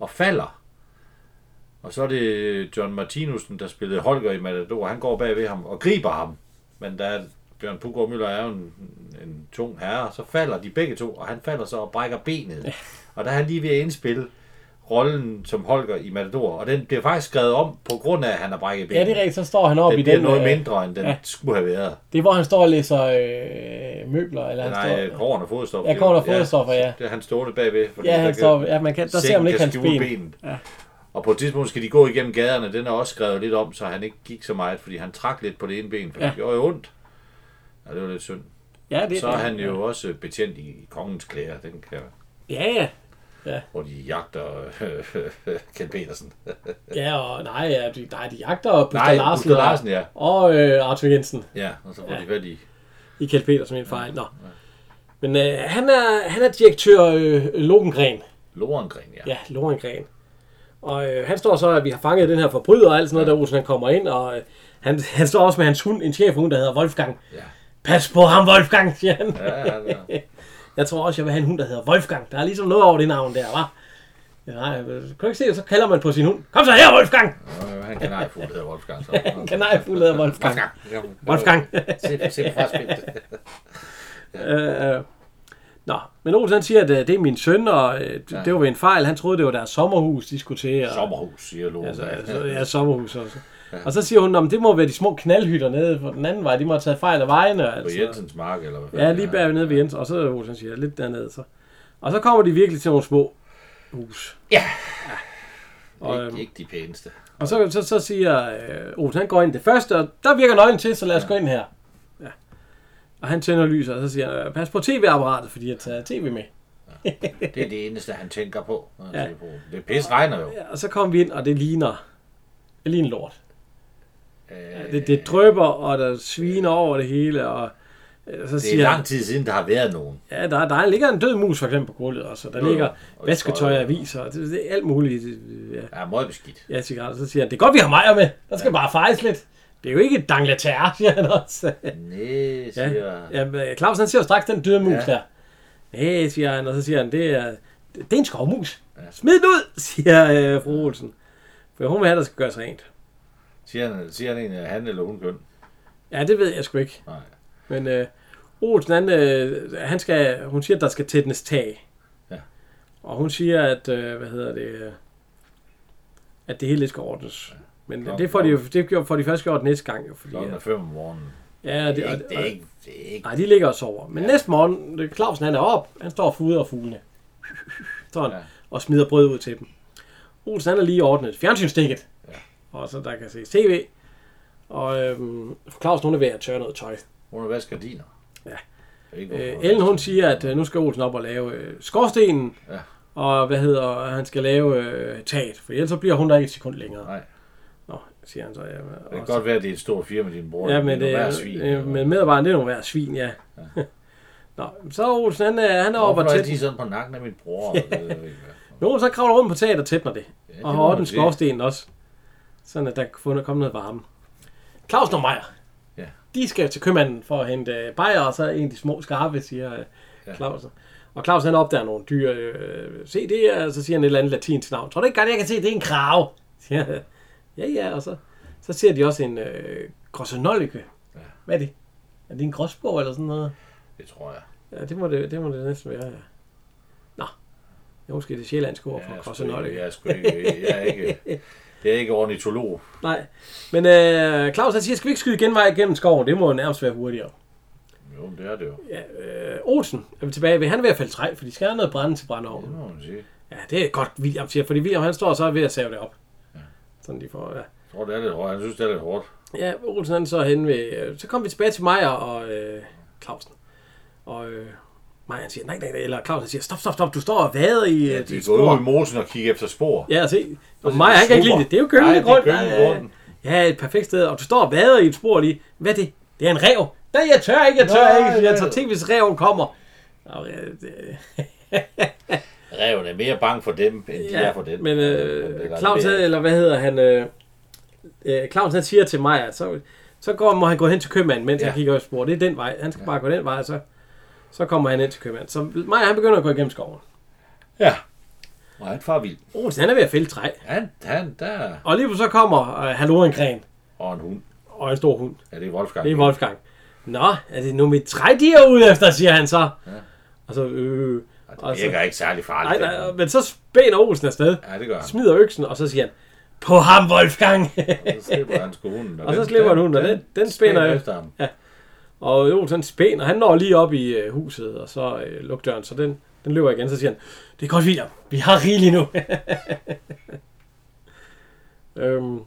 B: og falder. Og så er det John Martinussen, der spillede Holger i Matador. Han går bag ved ham og griber ham. Men der er, Bjørn Puggaard Møller er jo en, en tung herre. Så falder de begge to, og han falder så og brækker benet. Og der er han lige ved at indspille rollen som Holger i Matador. Og den bliver faktisk skrevet om på grund af, at han har brækket benet.
A: ja, det er rigtigt, så står han op
B: Den
A: i
B: bliver
A: den...
B: noget
A: øh,
B: mindre, end den
A: ja.
B: ja. skulle have været.
A: Det er, hvor han står og læser øh, møbler, eller han
B: Nej,
A: står...
B: øh, korn og fodstoffer.
A: Ja, korn og fodstoffer, ja.
B: Det er han stående bagved. Fordi
A: Ja,
B: der
A: han
B: kan-
A: står, ja, man kan, der ser
B: sengen
A: man ikke
B: kan
A: hans
B: skjule
A: ben. ben. Ja.
B: Ja. Og på et tidspunkt skal de gå igennem gaderne. Den er også skrevet lidt om, så han ikke gik så meget, fordi han trak lidt på det ene ben, for
A: Ja.
B: det gjorde jo ondt. Ja, det var lidt synd.
A: Ja, det
B: Så er han
A: ja.
B: jo også betjent i, i kongens klæder, den kan,
A: Ja, ja.
B: hvor de jagter Kjeld Petersen.
A: Ja, og nej, ja, de, nej, de jagter Buster
B: Nej,
A: Larsen,
B: Buster Larsen, ja.
A: og øh, Arthur Jensen
B: Ja, og så får
A: Ja.
B: ja. de fat i...
A: i Kjeld Petersen, min fejl. Nå. Men øh, han, er, han er direktør øh, Logengren.
B: Lorengren, ja.
A: Ja, Lorengren. Og øh, han står så, at vi har fanget den her forbryder og alt sådan noget, ja. der Olsen han kommer ind, og øh, han, han står også med hans hund, en chefhund, der hedder Wolfgang.
B: Ja.
A: Pas på ham, Wolfgang, siger han.
B: Ja, han er-
A: Jeg tror også, jeg vil have en hund, der hedder Wolfgang. Der er ligesom noget over det navn der, hva'? Ja, nej, øh, kan du ikke se, at så kalder man på sin hund. Kom så her, Wolfgang!
B: Nå, han kan ej hedder Wolfgang. Så.
A: Kanariefugl hedder Wolfgang.
B: Wolfgang. Ja,
A: Wolfgang.
B: Se, se på fraspillet.
A: Øh, øh. Nå, men Olsen han siger, at øh, det er min søn, og øh, det, ja. det var ved en fejl. Han troede, det var deres sommerhus, de skulle til. Og,
B: Sommerhus, siger Lorengren.
A: Altså, altså, ja, sommerhus også. Ja. Og så siger hun, at det må være de små knaldhytter nede på den anden vej. De må have taget fejl af vejene.
B: På
A: Altså.
B: Jensens Mark, eller hvad?
A: Ja, lige bag nede ved Jens. Og så er Olsen siger, lidt dernede. Så. Og så kommer de virkelig til nogle små hus.
B: Og,
A: øhm,
B: ikke, ikke de pæneste.
A: Og så, så, så siger øh, Olsen, han går ind det første, og der virker nøglen til, så lad os ja. gå ind her. Ja. Og han tænder lyset, og så siger han, øh, pas på tv-apparatet, fordi jeg tager tv med.
B: Det er det eneste, han tænker på. Når han
A: Ja.
B: ja. på. dem. Det pis regner jo.
A: Ja, og så kommer vi ind, og det ligner, det ligner lort.
B: Øh,
A: Det, det drøber, og der sviner over det hele, og øh, så
B: det er
A: siger han,
B: lang tid siden, der har været nogen.
A: ja, der, der ligger en død mus for eksempel på gulvet også, og der
B: Jo, jo.
A: ligger
B: Og
A: vasketøj og
B: tøj.
A: aviser, og det, det er alt muligt. øh, Ja,
B: Ja, meget beskidt.
A: ja cigaretter. Så siger han, det er godt, vi har Majer med, der skal ja. bare fejles lidt. Det er jo ikke et dangleterre, siger han også.
B: Næh,
A: Ja,
B: siger... Ja.
A: ja men Claus han siger jo straks den døde mus ja.
B: Ja.
A: der. Nej, siger han, og så siger han, det er, det er en skovmus. Smid den ud, siger øh, fru Olsen. For hun vil have, der skal gøres rent.
B: Siger, han, siger han en, at han eller hun køn?
A: Ja, det ved jeg sgu ikke.
B: Nej.
A: Men øh, Olsen, han, øh, han skal, hun siger, at der skal tætnes tag.
B: Ja.
A: Og hun siger, at, øh, hvad hedder det, øh, at det hele skal ordnes. Ja. Men
B: Klokken-
A: det får de jo det gjorde- får de først gjort næste gang. Jo, fordi, øh,
B: Klokken er fem om morgenen.
A: ja,
B: Det
A: det,
B: er
A: og,
B: ikke, det er ikke, det er ikke.
A: Nej, de ligger og sover. Men ja. næste morgen, øh, Clausen han er op, han står og fuder og fuglene. Sådan, ja.
B: Ja.
A: og smider brød ud til dem. Olsen han er lige ordnet fjernsynstikket. Ja. Og så der kan se tv. Og øhm, Clausen hun er ved at tørre noget tøj.
B: Hun har vasket gardiner.
A: Ja.
B: Jeg ved ikke, hvorfor
A: Øh,
B: hun har
A: Ellen hun
B: vasket
A: siger, at øh, nu skal Olsen op og lave øh, skorstenen.
B: Ja.
A: Og hvad hedder, og han skal lave øh, taget. For ellers så bliver hun der ikke et sekund længere.
B: Nej.
A: Nå, siger han så. Ja,
B: gardiner. Det
A: og
B: kan godt være, at det er et stort firma, din bror.
A: Ja, men,
B: det er
A: øh,
B: nogle svin.
A: øh, men medarbejderen, det er nogle værd svin, ja. Nå, så Olsen, han, er- han er oppe
B: Hvorfor
A: og
B: er
A: tæt.
B: de sådan på nakken af min bror? Det ved jeg ikke, hvad.
A: Jo, så kravler rundt på taget og tætner det.
B: det
A: og har
B: må
A: ordnet
B: man sige.
A: skorstenen også. Sådan at der kan få- komme noget varme. Claus og Meier.
B: Ja.
A: De skal til købmanden for at hente øh, bajer, og så en af de små skarpe, siger øh, Claus. Og Claus han opdager nogle dyr øh, CD'er, og så siger han et eller andet latinsk navn. Tror du ikke godt, jeg kan se, at det er en krav? Ja, ja, ja og så, så ser de også en øh, grossenolike. Ja. Hvad er det? Er det en gråsbog eller sådan noget?
B: Det tror jeg.
A: Ja, det må det, det, må det næsten være, ja. Nå. Jo, måske det sjællandske ord
B: Ja,
A: for
B: jeg er sgu
A: grossenolike.
B: ikke- Jeg er sgu ikke, jeg er ikke, jeg er ikke ornitolog.
A: Nej. Men øh, Claus han siger, skal vi ikke skyde genvej gennem skoven? Det må jo nærmest være hurtigere.
B: Jo, Jo, men det er det jo.
A: Ja, øh, Olsen er vi tilbage ved. Han er ved at fælde træ, for de skal have noget brænde til brændeovnen.
B: Det må man sige.
A: Ja, det er godt, William siger, fordi William han står så ved at save det op. Sådan de får, ja.
B: Jeg tror, det er lidt hårdt. Han synes, det er lidt hårdt.
A: Ja, Olsen han er så hen ved... øh, Så kom vi tilbage til Maja og øh, Clausen. Og øh, Maja han siger, nej, nej, nej, eller Clausen siger, stop, stop, stop, du står og vader i ja,
B: De
A: dit
B: er gået ud i
A: spor.
B: mosen og kigge efter spor.
A: Ja, se. Og
B: det
A: Maja, han kan ikke
B: super.
A: lide det. Det er jo gøngen
B: Nej, det er
A: rundt.
B: gyngen
A: Ja,
B: rundt.
A: Ja, et perfekt sted. Og du står og vader i et spor lige. Hvad er det? Det er en rev. Nej, jeg tør ikke, jeg tør
B: Nej,
A: ikke. Jeg
B: nej.
A: tager ting, hvis reven kommer. Og, ja, det,
B: Reven er mere bange for dem, end de er for den.
A: Men
B: Den
A: øh,
B: bliver
A: Claus,
B: leveret.
A: eller hvad hedder han, øh, øh, Claus han siger til mig, at så, så går, må han gå hen til købmanden, mens ja.
B: Ja.
A: han kigger i spor. Det er den vej. Han skal ja. bare gå den vej, og så, så kommer han ind til købmanden. Så Maja, han begynder at gå igennem skoven.
B: Ja. Og han far vild.
A: Olsen, han er ved at fælde træ.
B: Han, han, der er-
A: Og lige så kommer øh, Hallorengren
B: Og en hund.
A: og en stor hund.
B: Ja, det er Wolfgang.
A: Det er Wolfgang. Nå, er det nu mit træ, de er ude efter, siger han så. Ja. Og så, øh,
B: Og
A: og
B: det
A: så-
B: virker ikke særlig farligt.
A: nej,
B: den
A: nej,
B: hund.
A: men så spænder Olsen afsted.
B: Ja, det gør han.
A: Smider øksen, og så siger han, på ham, Wolfgang!
B: Så slipper han sgu hunden.
A: Og så
B: den-
A: slipper han hunden, og den- den spænder jo.
B: efter ham.
A: Og Olsen spæn, og han når lige op i øh, huset, og så øh, lukker døren, så den, den løber igen, så siger han, det er godt, William, vi har rigeligt nu. øhm,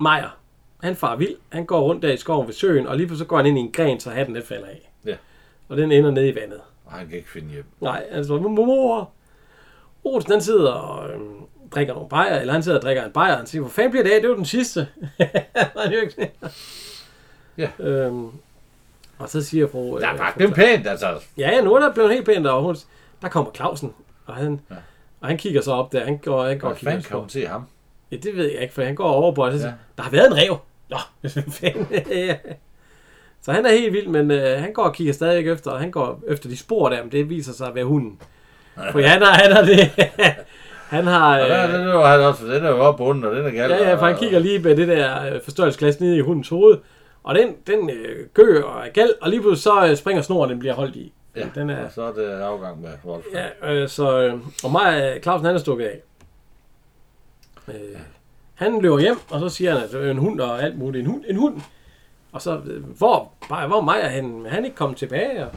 A: Meyer, han far vild, han går rundt der i skoven ved søen, og lige pludselig så går han ind i en gren, så hatten den falder af.
B: Ja.
A: Og den ender ned i vandet.
B: Og han kan ikke finde hjem.
A: Nej, han står, mor. Olsen, han sidder og øhm, drikker nogle bajer, eller han sidder og drikker en bajer, og han siger, hvor fanden bliver det af, det var den sidste. Han er jo ikke-
B: Ja.
A: Øhm, og så siger fru...
B: Der
A: øh,
B: var
A: fru
B: dem pænt, altså.
A: Ja, ja, nu er der blevet helt pænt og hun, Der kommer Clausen, og han, ja. og han kigger så op der. Han går, han går og
B: Hvad
A: kigger
B: fanden kan
A: på.
B: hun se ham?
A: Ja, det ved jeg ikke, for han går over på, og så siger,
B: Ja.
A: der har været en rev. Nå, hvad fanden. Ja. så han er helt vild, men øh, han går og kigger stadig efter, og han går efter de spor der, men det viser sig at være hunden. For ja, han har, han har det. han har...
B: Og der, den,
A: Øh,
B: er jo- han også, den er jo oppe på den, og den er galt.
A: ja, ja, for han kigger lige med det der øh, forstørrelsesglas nede i hundens hoved, og den, den øh, gør og er gal, og lige pludselig så øh, springer snoren, den bliver holdt i.
B: Ja,
A: Den er,
B: og så er det afgang med Wolfgang. Ja.
A: Ja, øh, så... Øh, og mig, øh, Clausen, han er stukket af. Øh, han løber hjem, og så siger han, at øh, en hund og alt muligt. En hund, en hund. Og så, øh, hvor, bare, hvor mig er han, han er ikke kommet tilbage. Og,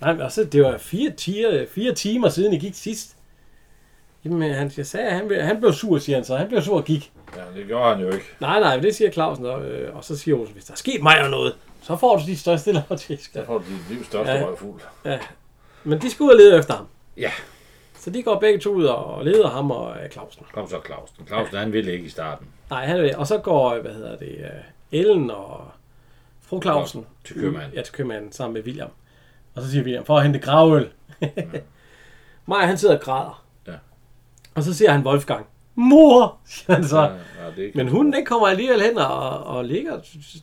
A: nej, men, og så, det var fire, tiger, fire timer siden, I gik sidst. Jamen, øh, han, jeg sagde, at han, blev- han blev sur, siger han så. Han blev sur og gik.
B: ja, det gjorde han jo ikke.
A: Nej, nej, men det siger Clausen. Og, øh, og så siger Olsen, hvis der er sket mig noget, så får du de største lavtæsk.
B: Der får du dit livs største
A: Ja.
B: ja. røvfugl.
A: Men de skal ud og lede efter ham.
B: Ja,
A: Så de går begge to ud og leder ham og øh, Clausen.
B: kom så Clausen. Clausen, han ville ikke i starten.
A: Nej, han er Og så går, øh, hvad hedder det, øh, Ellen og fru Clausen.
B: Til købmanden.
A: Ja, til købmanden sammen med William. Og så siger William, for at hente gravøl. Maja, han sidder og græder.
B: Ja.
A: Og så siger han Wolfgang. Mor! Siger han så.
B: Ja,
A: Ja.
B: ja, det er ikke
A: Men hunden, den kommer alligevel hen og, og ligger.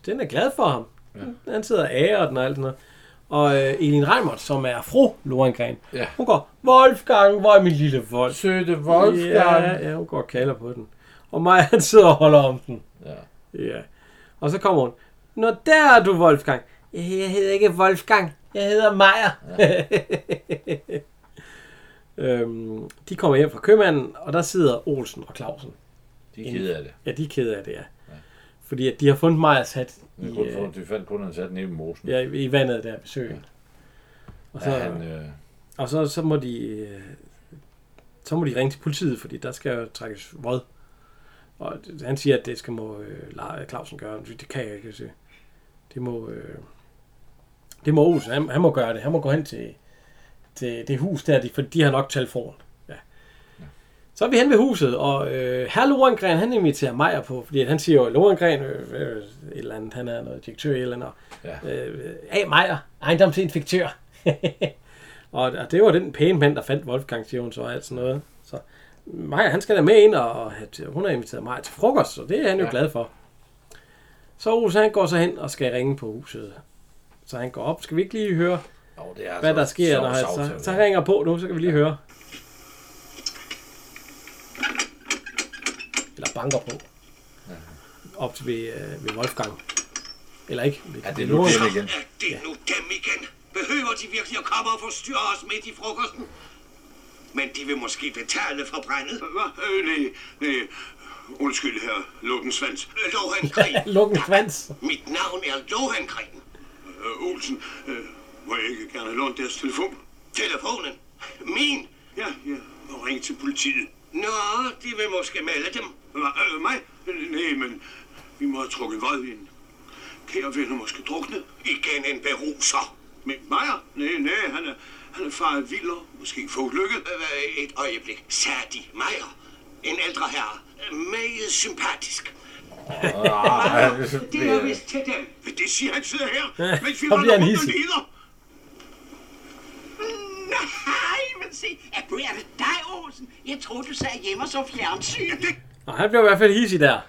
A: Den er glad for ham. Ja. Han sidder og ærer den og alt sådan noget. Og øh, Elin Reimert, som er fru Lorengren,
B: Ja.
A: hun går, Wolfgang, hvor er min lille Wolf?
B: Søde Wolfgang. Ja.
A: Ja, ja, hun går og kalder på den. Og mig, han sidder og holder om den.
B: Ja.
A: Ja. Og så kommer hun. Nå, der er du, Wolfgang. Jeg, jeg hedder ikke Wolfgang. Jeg hedder Meier. Ja. øhm, de kommer hjem fra købmanden, og der sidder Olsen og Clausen.
B: De gider det.
A: Ja, de er kede af det, ja. Fordi at de har fundet Meyers hat i,
B: Men kun
A: øh,
B: for, de fandt kun, at han satte den nede i mosen.
A: ja, i i vandet der ved søen. Og så,
B: Ja, han, øh,
A: og så, så må de... øh, Så må de ringe til politiet, fordi der skal jo trækkes vod. Og det- han siger, at det skal må øh, La- Clausen gøre. Det kan jeg ikke se. Det må... Øh, det må Olsen. Han, han, må gøre det. Han må gå hen til, til det hus der, de, for de har nok telefon. Ja. Så er vi hen ved huset, og øh, herr Lorengren, han inviterer Meier på, fordi han siger jo, at Lorengren, øh, øh, et eller andet, han er noget direktør i et eller andet, og,
B: Ja.
A: øh, A. Meier, ejendomsinfektør. og, og det var den pæne mand, der fandt Wolfgang, siger hun så, og alt sådan noget. Så Maja, han skal da med ind, og, og at hun har inviteret Maja til frokost, så det er han jo ja. glad for. Så Olsen, han går så hen og skal ringe på huset. Så han går op. Skal vi ikke lige høre,
B: jo, det er
A: hvad
B: altså
A: der sker,
B: sjov
A: når han
B: savtale.
A: så, så ringer på nu, så kan vi lige høre. Eller banker på. Op til ved, øh, ved Wolfgang. Eller ikke? Ved,
B: Ja, det
A: ved
B: er nu
A: Nordens.
B: dem igen.
F: Ja, det er nu dem igen. Behøver de virkelig at komme og forstyrre os midt i frokosten? Men de vil måske betale for brændet. Hvad? Øh, nej, nej. Undskyld, Øh, her Lukkensvans. Lohengren.
A: Lukken svans.
F: Mit navn er Lohengren. Øh, Olsen, øh, Må jeg ikke gerne låne deres telefon?
E: Telefonen. Min.
F: Ja, ja. Og ring til politiet.
E: Nå, de vil måske melde dem.
F: Hva, øh, mig? Øh, Nej, men vi må have trukket rødvin. Kære ven er måske druknet.
E: Igen en beruser.
F: Men Meyer? Nej, nej, han er, han er faret vildere. Måske få lykke.
E: Øh, Et øjeblik. Sadi Meier. En ældre herre. Meget sympatisk.
B: Ah,
E: Det er vist til dem.
F: Det siger han sidder her,
A: Ja,
F: mens vi
A: så bliver
F: render
A: han
F: rundt og
A: hidsig.
F: leder.
E: Nej, men se. Er du er det dig, Olsen? Jeg troede, du sad hjemme og så fjernsyn.
A: Og han blev i hvert fald hisig der,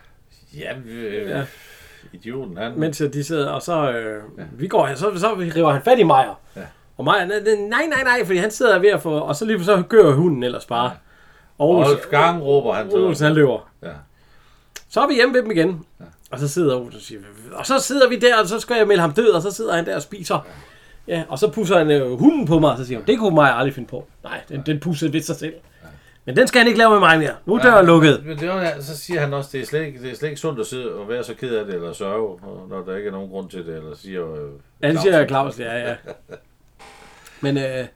B: ja, øh, ja. Idioten, han... Men...
A: mens øh, de sidder, og så, øh, vi går, så, så river han fat i Majer. Ja. Og Majer, nej, nej, nej, nej, fordi han sidder ved at få, og så lige så gør hunden ellers bare. Og Olsen,
B: Hold gang, råber han
A: Olsen, han
B: så.
A: løber.
B: Ja.
A: Så er vi hjemme ved dem igen. Ja. Og så sidder Olsen og siger, og så sidder vi der, og så skal jeg melde ham død, og så sidder han der og spiser. Ja, og så pusser han øh, hunden på mig, og så siger han, det kunne mig aldrig finde på. Nej, den, den pussede ved sig selv. Ja. Men den skal han ikke lave med mig mere. Nu er døren lukket.
B: Men det var, så siger han også, det er slet ikke, det er slet ikke sundt at sidde og være så ked af det, eller sørge, og når der ikke er nogen grund til det, eller siger... Øh,
A: Ja, det siger Claus, ja, ja. Men øh,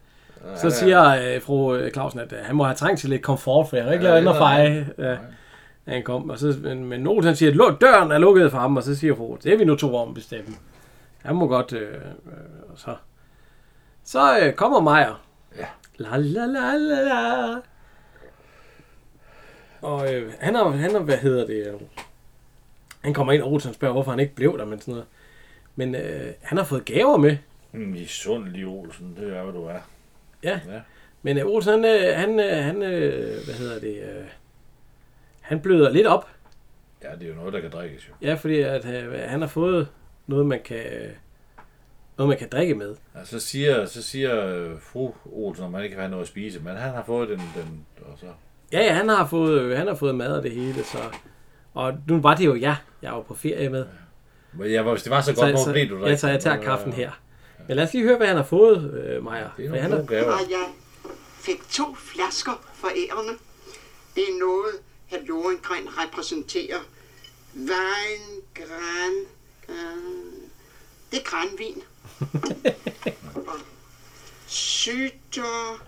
A: så siger øh, fru øh, Clausen, at øh, han må have trængt til lidt komfort, for jeg har ikke
B: Ja,
A: lavet andet
B: det er
A: feje, øh, da han kom. Og så, men, men Olsen han siger, at "Luk- døren er lukket for ham, og så siger fru, det er vi nu to om bestemme. Han må godt, øh, øh, og så. Så øh, kommer Majer.
B: Ja.
A: La la la la la. Og øh, han har, han har, hvad hedder det, øh, han kommer ind, og Olsen spørger, hvorfor han ikke blev der, men sådan noget. Men øh, han har fået gaver med.
B: Mm, Misundelig Olsen, det er, hvad du er.
A: Ja.
B: Ja.
A: Men øh, Olsen, han, øh, han, øh, han øh, hvad hedder det, øh, han bløder lidt op.
B: Ja, det er jo noget, der kan drikkes jo.
A: Ja, fordi at, øh, han har fået noget, man kan, øh, noget, man kan drikke med.
B: Ja, Altså, så siger, så siger øh, fru Olsen, om han ikke kan have noget at spise, men han har fået den, den og så...
A: Ja, ja, han har fået, øh, han har fået mad og det hele, så... Og nu var det jo jeg, jeg var på ferie med.
B: Men ja, hvis det var så
A: Så,
B: godt, hvor
A: så,
B: blev du der
A: ja,
B: ikke?
A: så jeg tager
B: Øh,
A: kaffen her. Men lad os lige høre, hvad han har fået, øh, Maja.
B: Det er
A: For
B: nogle
A: han
B: gode
A: har,
B: gaver.
E: Og jeg fik to flasker for ærerne. Det er noget, herr Lohengren repræsenterer. Vejen, gran, gran. Det er granvin. Og Syder,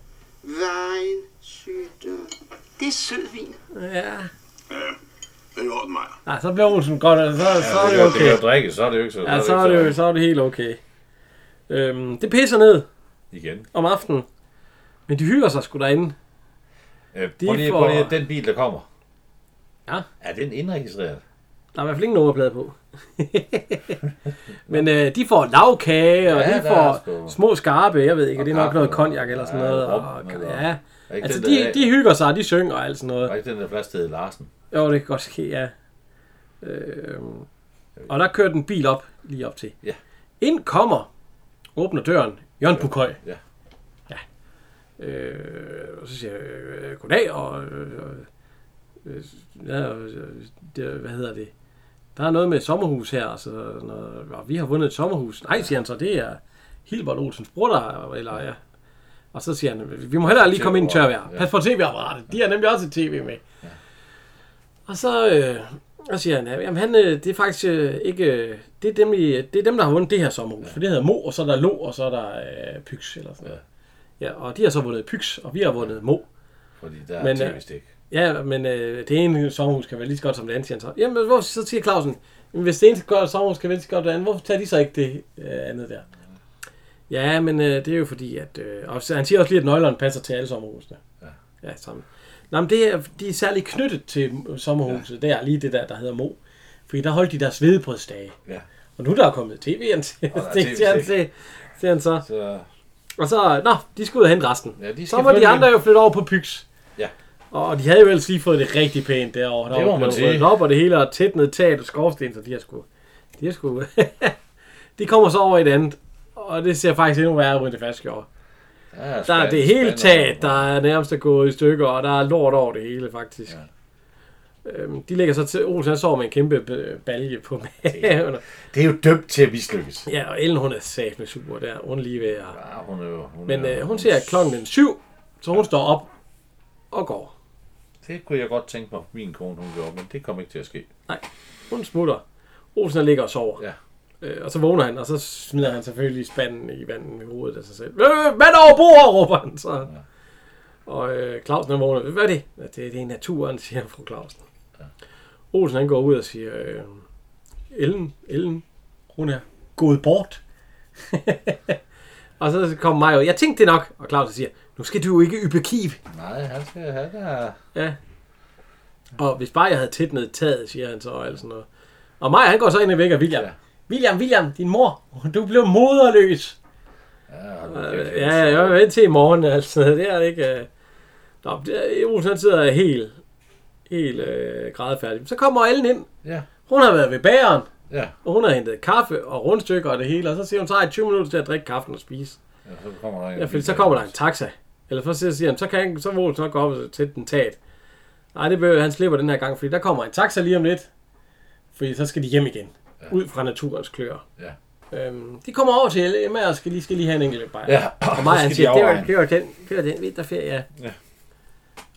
E: vejen, syder. Det er sødvin.
A: ja.
F: Ja, det er i orden, Maja.
A: Nej, så bliver Olsen godt, og så, så er
B: Altså, Det,
A: det
B: kan- det kan
A: okay.
B: jo drikkes, så er det jo ikke så...
A: Ja, så er det, jo- så er det helt okay. Øhm, det pisser ned.
B: Igen.
A: om aftenen. Men de hygger sig sgu derinde.
B: Øh,
A: De
B: prøv, lige,
A: får-
B: prøv lige, den bil, der kommer.
A: Ja.
B: Er den indregistreret?
A: Der er i hvert fald ingen nummerplade på. Men øh, de får lavkage, og
B: Ja,
A: ja, de
B: der
A: får
B: er sgu-
A: små skarpe, jeg ved ikke, og det er nok
B: kaffe,
A: noget konjak eller
B: og-
A: sådan
B: ja,
A: noget.
B: rum,
A: Og,
B: eller-
A: ja,
B: Er ikke
A: altså
B: den der-
A: de, de hygger sig, og de synger og alt sådan
B: Var
A: noget.
B: ikke den der plads, der hed Larsen?
A: Jo, det kan godt ske, ja. Øh, og der kører den bil op, lige op til.
B: Ja.
A: Ind kommer, åbner døren, Jørgen Pukøj.
B: Ja.
A: Øh, og så siger jeg, øh, goddag, og... Øh, øh, øh, ja, øh, det, hvad hedder det? Der er noget med et sommerhus her, og, så, noget, og vi har vundet et sommerhus. Nej, siger han så, det er Hilbert Olsens bror, der... Eller, ja. Og så siger han, vi må hellere lige komme ind i tørvejr.
B: Ja.
A: Pas på tv-apparatet, de har nemlig også et tv med. Og så, øh, og siger han, at jamen, han, øh, det er faktisk øh, ikke... Øh, det, er dem, i, det er dem, der har vundet det her sommerhus. For det hedder Mo, og så er der Lo, og så er der øh, Pyx, eller sådan noget. Ja, og de har så vundet Pyx, og vi har vundet Mo.
B: Fordi der
A: Men,
B: er
A: øh,
B: tv-stik.
A: Ja, men øh, det ene sommerhus kan være lige så godt som det andet, siger han så. Jamen, hvorfor, så siger Clausen, "Men hvis det ene godt, sommerhus kan være lige så godt som det andet, hvorfor tager de så ikke det øh, andet der? Ja, men øh, det er jo fordi, at... Øh, og så- han siger også lige, at nøglerne passer til alle sommerhusene. Ja, sammen. Nå, men det er, de er særligt knyttet til sommerhuset. Ja. Det er lige det der, der hedder Mo. Fordi der holdt de deres hvedebrødsdage.
B: Ja.
A: Og nu er der jo kommet tv'en til,
B: der er
A: til, til, han-
B: TV-stik.
A: til, til han så.
B: Så,
A: Og så, nå, de skulle ud og hente resten.
B: Ja, de skal
A: så var de
B: følge
A: andre
B: dem.
A: jo flyttet over på Pyx.
B: Ja.
A: Og de havde jo ellers lige fået det rigtig pænt derovre. Der
B: Det må
A: var
B: man
A: blevet
B: sige.
A: ryddet op, og det hele og tæt ned taget og skorsten, så de har sgu... De har sgu... de kommer så over i et andet, og det ser faktisk endnu værre ud, end det faktisk gjorde.
B: ja,
A: Der er det hele taget, der er nærmest er gået i stykker, og der er lort over det hele, faktisk. Ja. Øhm, de lægger så til... Olsen, han sover med en kæmpe øh, balje på maven.
B: Det er jo dømt til at mislykkes.
A: ja, og Ellen, hun er sat med super der. Hun er lige ved at...
B: Ja, hun er jo... Hun
A: Men
B: er,
A: øh, hun siger, at klokken er syv, så hun står op og går.
B: Det kunne jeg godt tænke mig, min kone hun gjorde, men det kom ikke til at ske.
A: Nej, hun smutter. Olsen ligger og sover.
B: Ja.
A: Øh, og så vågner han, og så smider han selvfølgelig spanden i vandet med hovedet af sig selv. Øh, vand over bordet, råber han så. Ja. Og øh, Clausen han vågner. Hvad er det? "Ja, det? Det er naturen, siger fru Clausen. Ja. Olsen han går ud og siger, øh, Ellen, Ellen, hun er gået bort. og så kommer Maja ud. Jeg tænkte det nok. Og Clausen siger, nu skal du jo ikke yppe kiv.
B: Nej, han skal have der.
A: Ja. Og hvis bare jeg havde tætnet taget, siger han så, og alt sådan noget. Og Maja, han går så ind og vækker William. Ja.
B: Ja.
A: William, William, din mor, du blev moderløs.
B: Ja,
A: Øh, Ja, jeg var til i morgen, altså. Det er det ikke... Øh... Nå, det er, Olsen han sidder helt, helt øh, grædefærdig. Så kommer Ellen ind.
B: Ja,
A: Hun har været ved bageren,
B: ja.
A: og hun har hentet kaffe og rundstykker og det hele. Og så siger hun, så har jeg 20 minutter til at drikke kaffen og spise.
B: ja så kommer der en.
A: Ja, fordi så kommer der en taxa. Eller så siger- siger han, så, kan han, så må Olsen nok gå op og tætte den tat. Nej, det behøver han slipper den her gang, fordi der kommer en taxa lige om lidt. Fordi så skal de hjem igen. Ja. Ud fra naturens klør.
B: Ja.
A: Øhm, de kommer over til Emma og skal lige, skal lige have en enkelt bajer.
B: Ja,
A: Og Maja han
B: så skal
A: siger,
B: de
A: det
B: over
A: var,
B: en.
A: det var den, det var den vinterferie, ja.
B: Ja.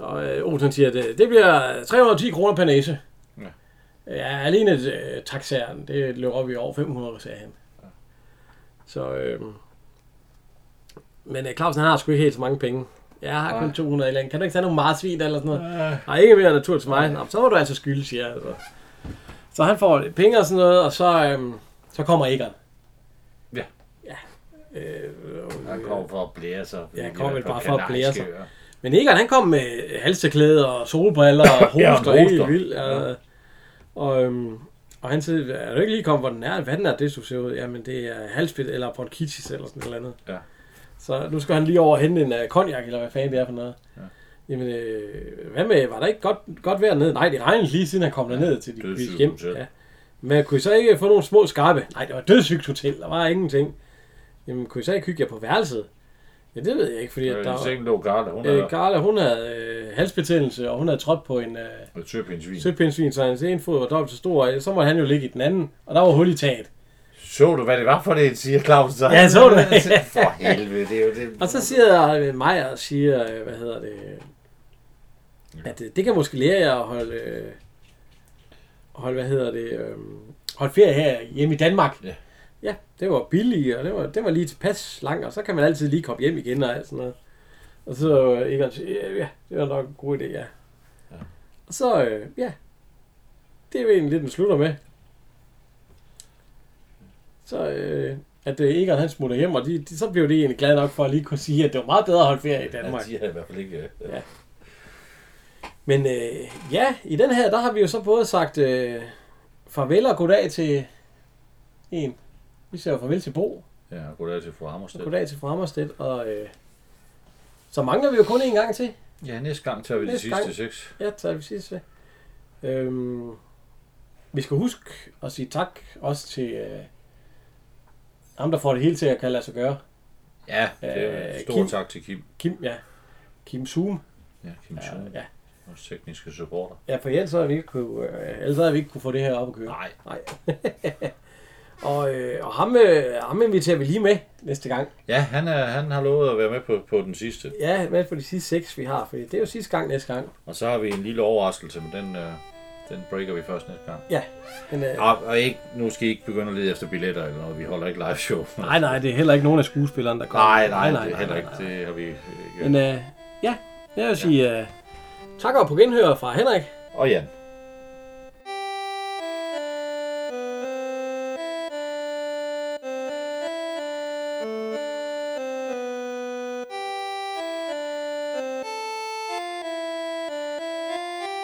A: Og øh, Olsen siger, det, det bliver 310 kroner per næse.
B: Ja.
A: Ja, alene øh, taxaeren, det løber op i over 500, sagde han. Så, øh, men øh, Clausen, han har sgu ikke helt så mange penge. Jeg har kun 200 eller andet. Kan du ikke tage nogle marsvin eller sådan noget?
B: Nej.
A: Nej, ikke mere natur til mig. Nå, så må du altså skylde, siger jeg. Altså. Så han får lidt penge og sådan noget, og så, øhm, så kommer Egon.
B: Ja.
A: Ja. Øh,
B: Han kommer for at blære sig. fordi
A: Ja,
B: de
A: kommer
B: er
A: vel
B: på
A: bare for at blære sig.
B: Kanariske øer.
A: men Egon, han kom med halseklæder og solbriller og
B: Ja,
A: hoster, ja,
B: hoster.
A: helt vildt. Ja. Og, øhm, og han siger, er du ikke lige kommet, hvor den er? Hvad den er, det du ser ud? Jamen, det er halsfedt eller bronchitis eller sådan et eller andet.
B: Ja.
A: Så nu skal han lige over og hente en uh, cognac, eller hvad fanden det er for noget. Ja. Jamen, øh, hvad med, var der ikke godt, godt vejr ned? Nej, det regnede lige siden han kom ja, derned til de
B: dødssygt
A: kunne hjem.
B: hotel.
A: Ja. Men kunne I så ikke få nogle små skarpe? Nej, det var et dødssygt hotel, der var ingenting. Jamen, kunne I så ikke hygge jer på værelset? Ja, det ved jeg ikke, fordi at der
B: Øh, I
A: var,
B: sengen lå Garda. Hun
A: øh,
B: er
A: Carla, hun havde øh, halsbetændelse, og hun havde trådt på en øh,
B: et søpindsvin.
A: søpindsvin, så hans ene fod var dobbelt så stor, og så måtte han jo ligge i den anden, og der var hul i taget.
B: Så du, hvad det var for det, siger Claus så?
A: Ja, så du det.
B: For helvede, det er jo det.
A: Og så siger øh, Maja og siger, øh, hvad hedder det, øh, at øh, det kan måske lære jer at holde, øh, holde hvad hedder det, øh, holde ferie her hjemme i Danmark.
B: Ja.
A: ja det var billigt, og det var, det var lige tilpas langt, og så kan man altid lige komme hjem igen og alt sådan noget. Og så øh, Egon siger, ja, ja, det var nok en god idé, ja. ja. Og så, øh, ja, det er jo egentlig det, den slutter med. Så, øh, at øh, Egon han smutter hjem, og de, de, så blev de egentlig glade nok for at lige kunne sige, at det var meget bedre at holde ferie i Danmark.
B: Ja, de havde i hvert fald ikke... øh,
A: Men øh, ja, i den her, der har vi jo så både sagt øh, farvel og goddag til en. Vi siger jo farvel til Bo,
B: Ja, goddag til fru
A: og
B: Hammerstedt.
A: goddag til Frammerstedt, og øh, så mangler vi jo kun en gang til.
B: Ja, næste gang tager vi de
A: Næste
B: sidste
A: gang.
B: seks.
A: Ja, så er vi sidst ved. Øhm, vi skal huske at sige tak også til øh, ham, der får det hele til at kan lade sig gøre.
B: Ja, det er
A: Øh,
B: en stor
A: Kim.
B: tak til Kim.
A: Kim, ja. Kim Zoom.
B: Ja, Kim Schoen,
A: Ja,
B: vores tekniske supporter.
A: ja for ellers så havde vi ikke kunne, øh, ellers så havde vi ikke kunne få det her op at køre.
B: Nej,
A: Nej. og, øh, og ham, øh, ham inviterer vi lige med næste gang.
B: ja, han, er, han har lovet at være med på, på den sidste.
A: Ja, med på de sidste seks, vi har, for det er jo sidste gang næste gang.
B: Og så har vi en lille overraskelse, men den, øh, den breaker vi først næste gang.
A: Ja. Men, øh,
B: Og, og ikke, nu skal I ikke begynde at lede efter billetter eller noget. Vi holder ikke live show.
A: nej, nej, det er heller ikke nogen af skuespillerne, der kommer.
B: nej, nej, det er heller ikke. Det har vi ikke.
A: Men øh, ja, jeg vil sige øh, tak og på genhør fra Henrik.
B: Og Jan.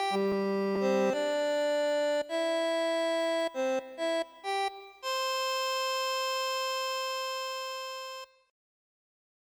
I: Thank you.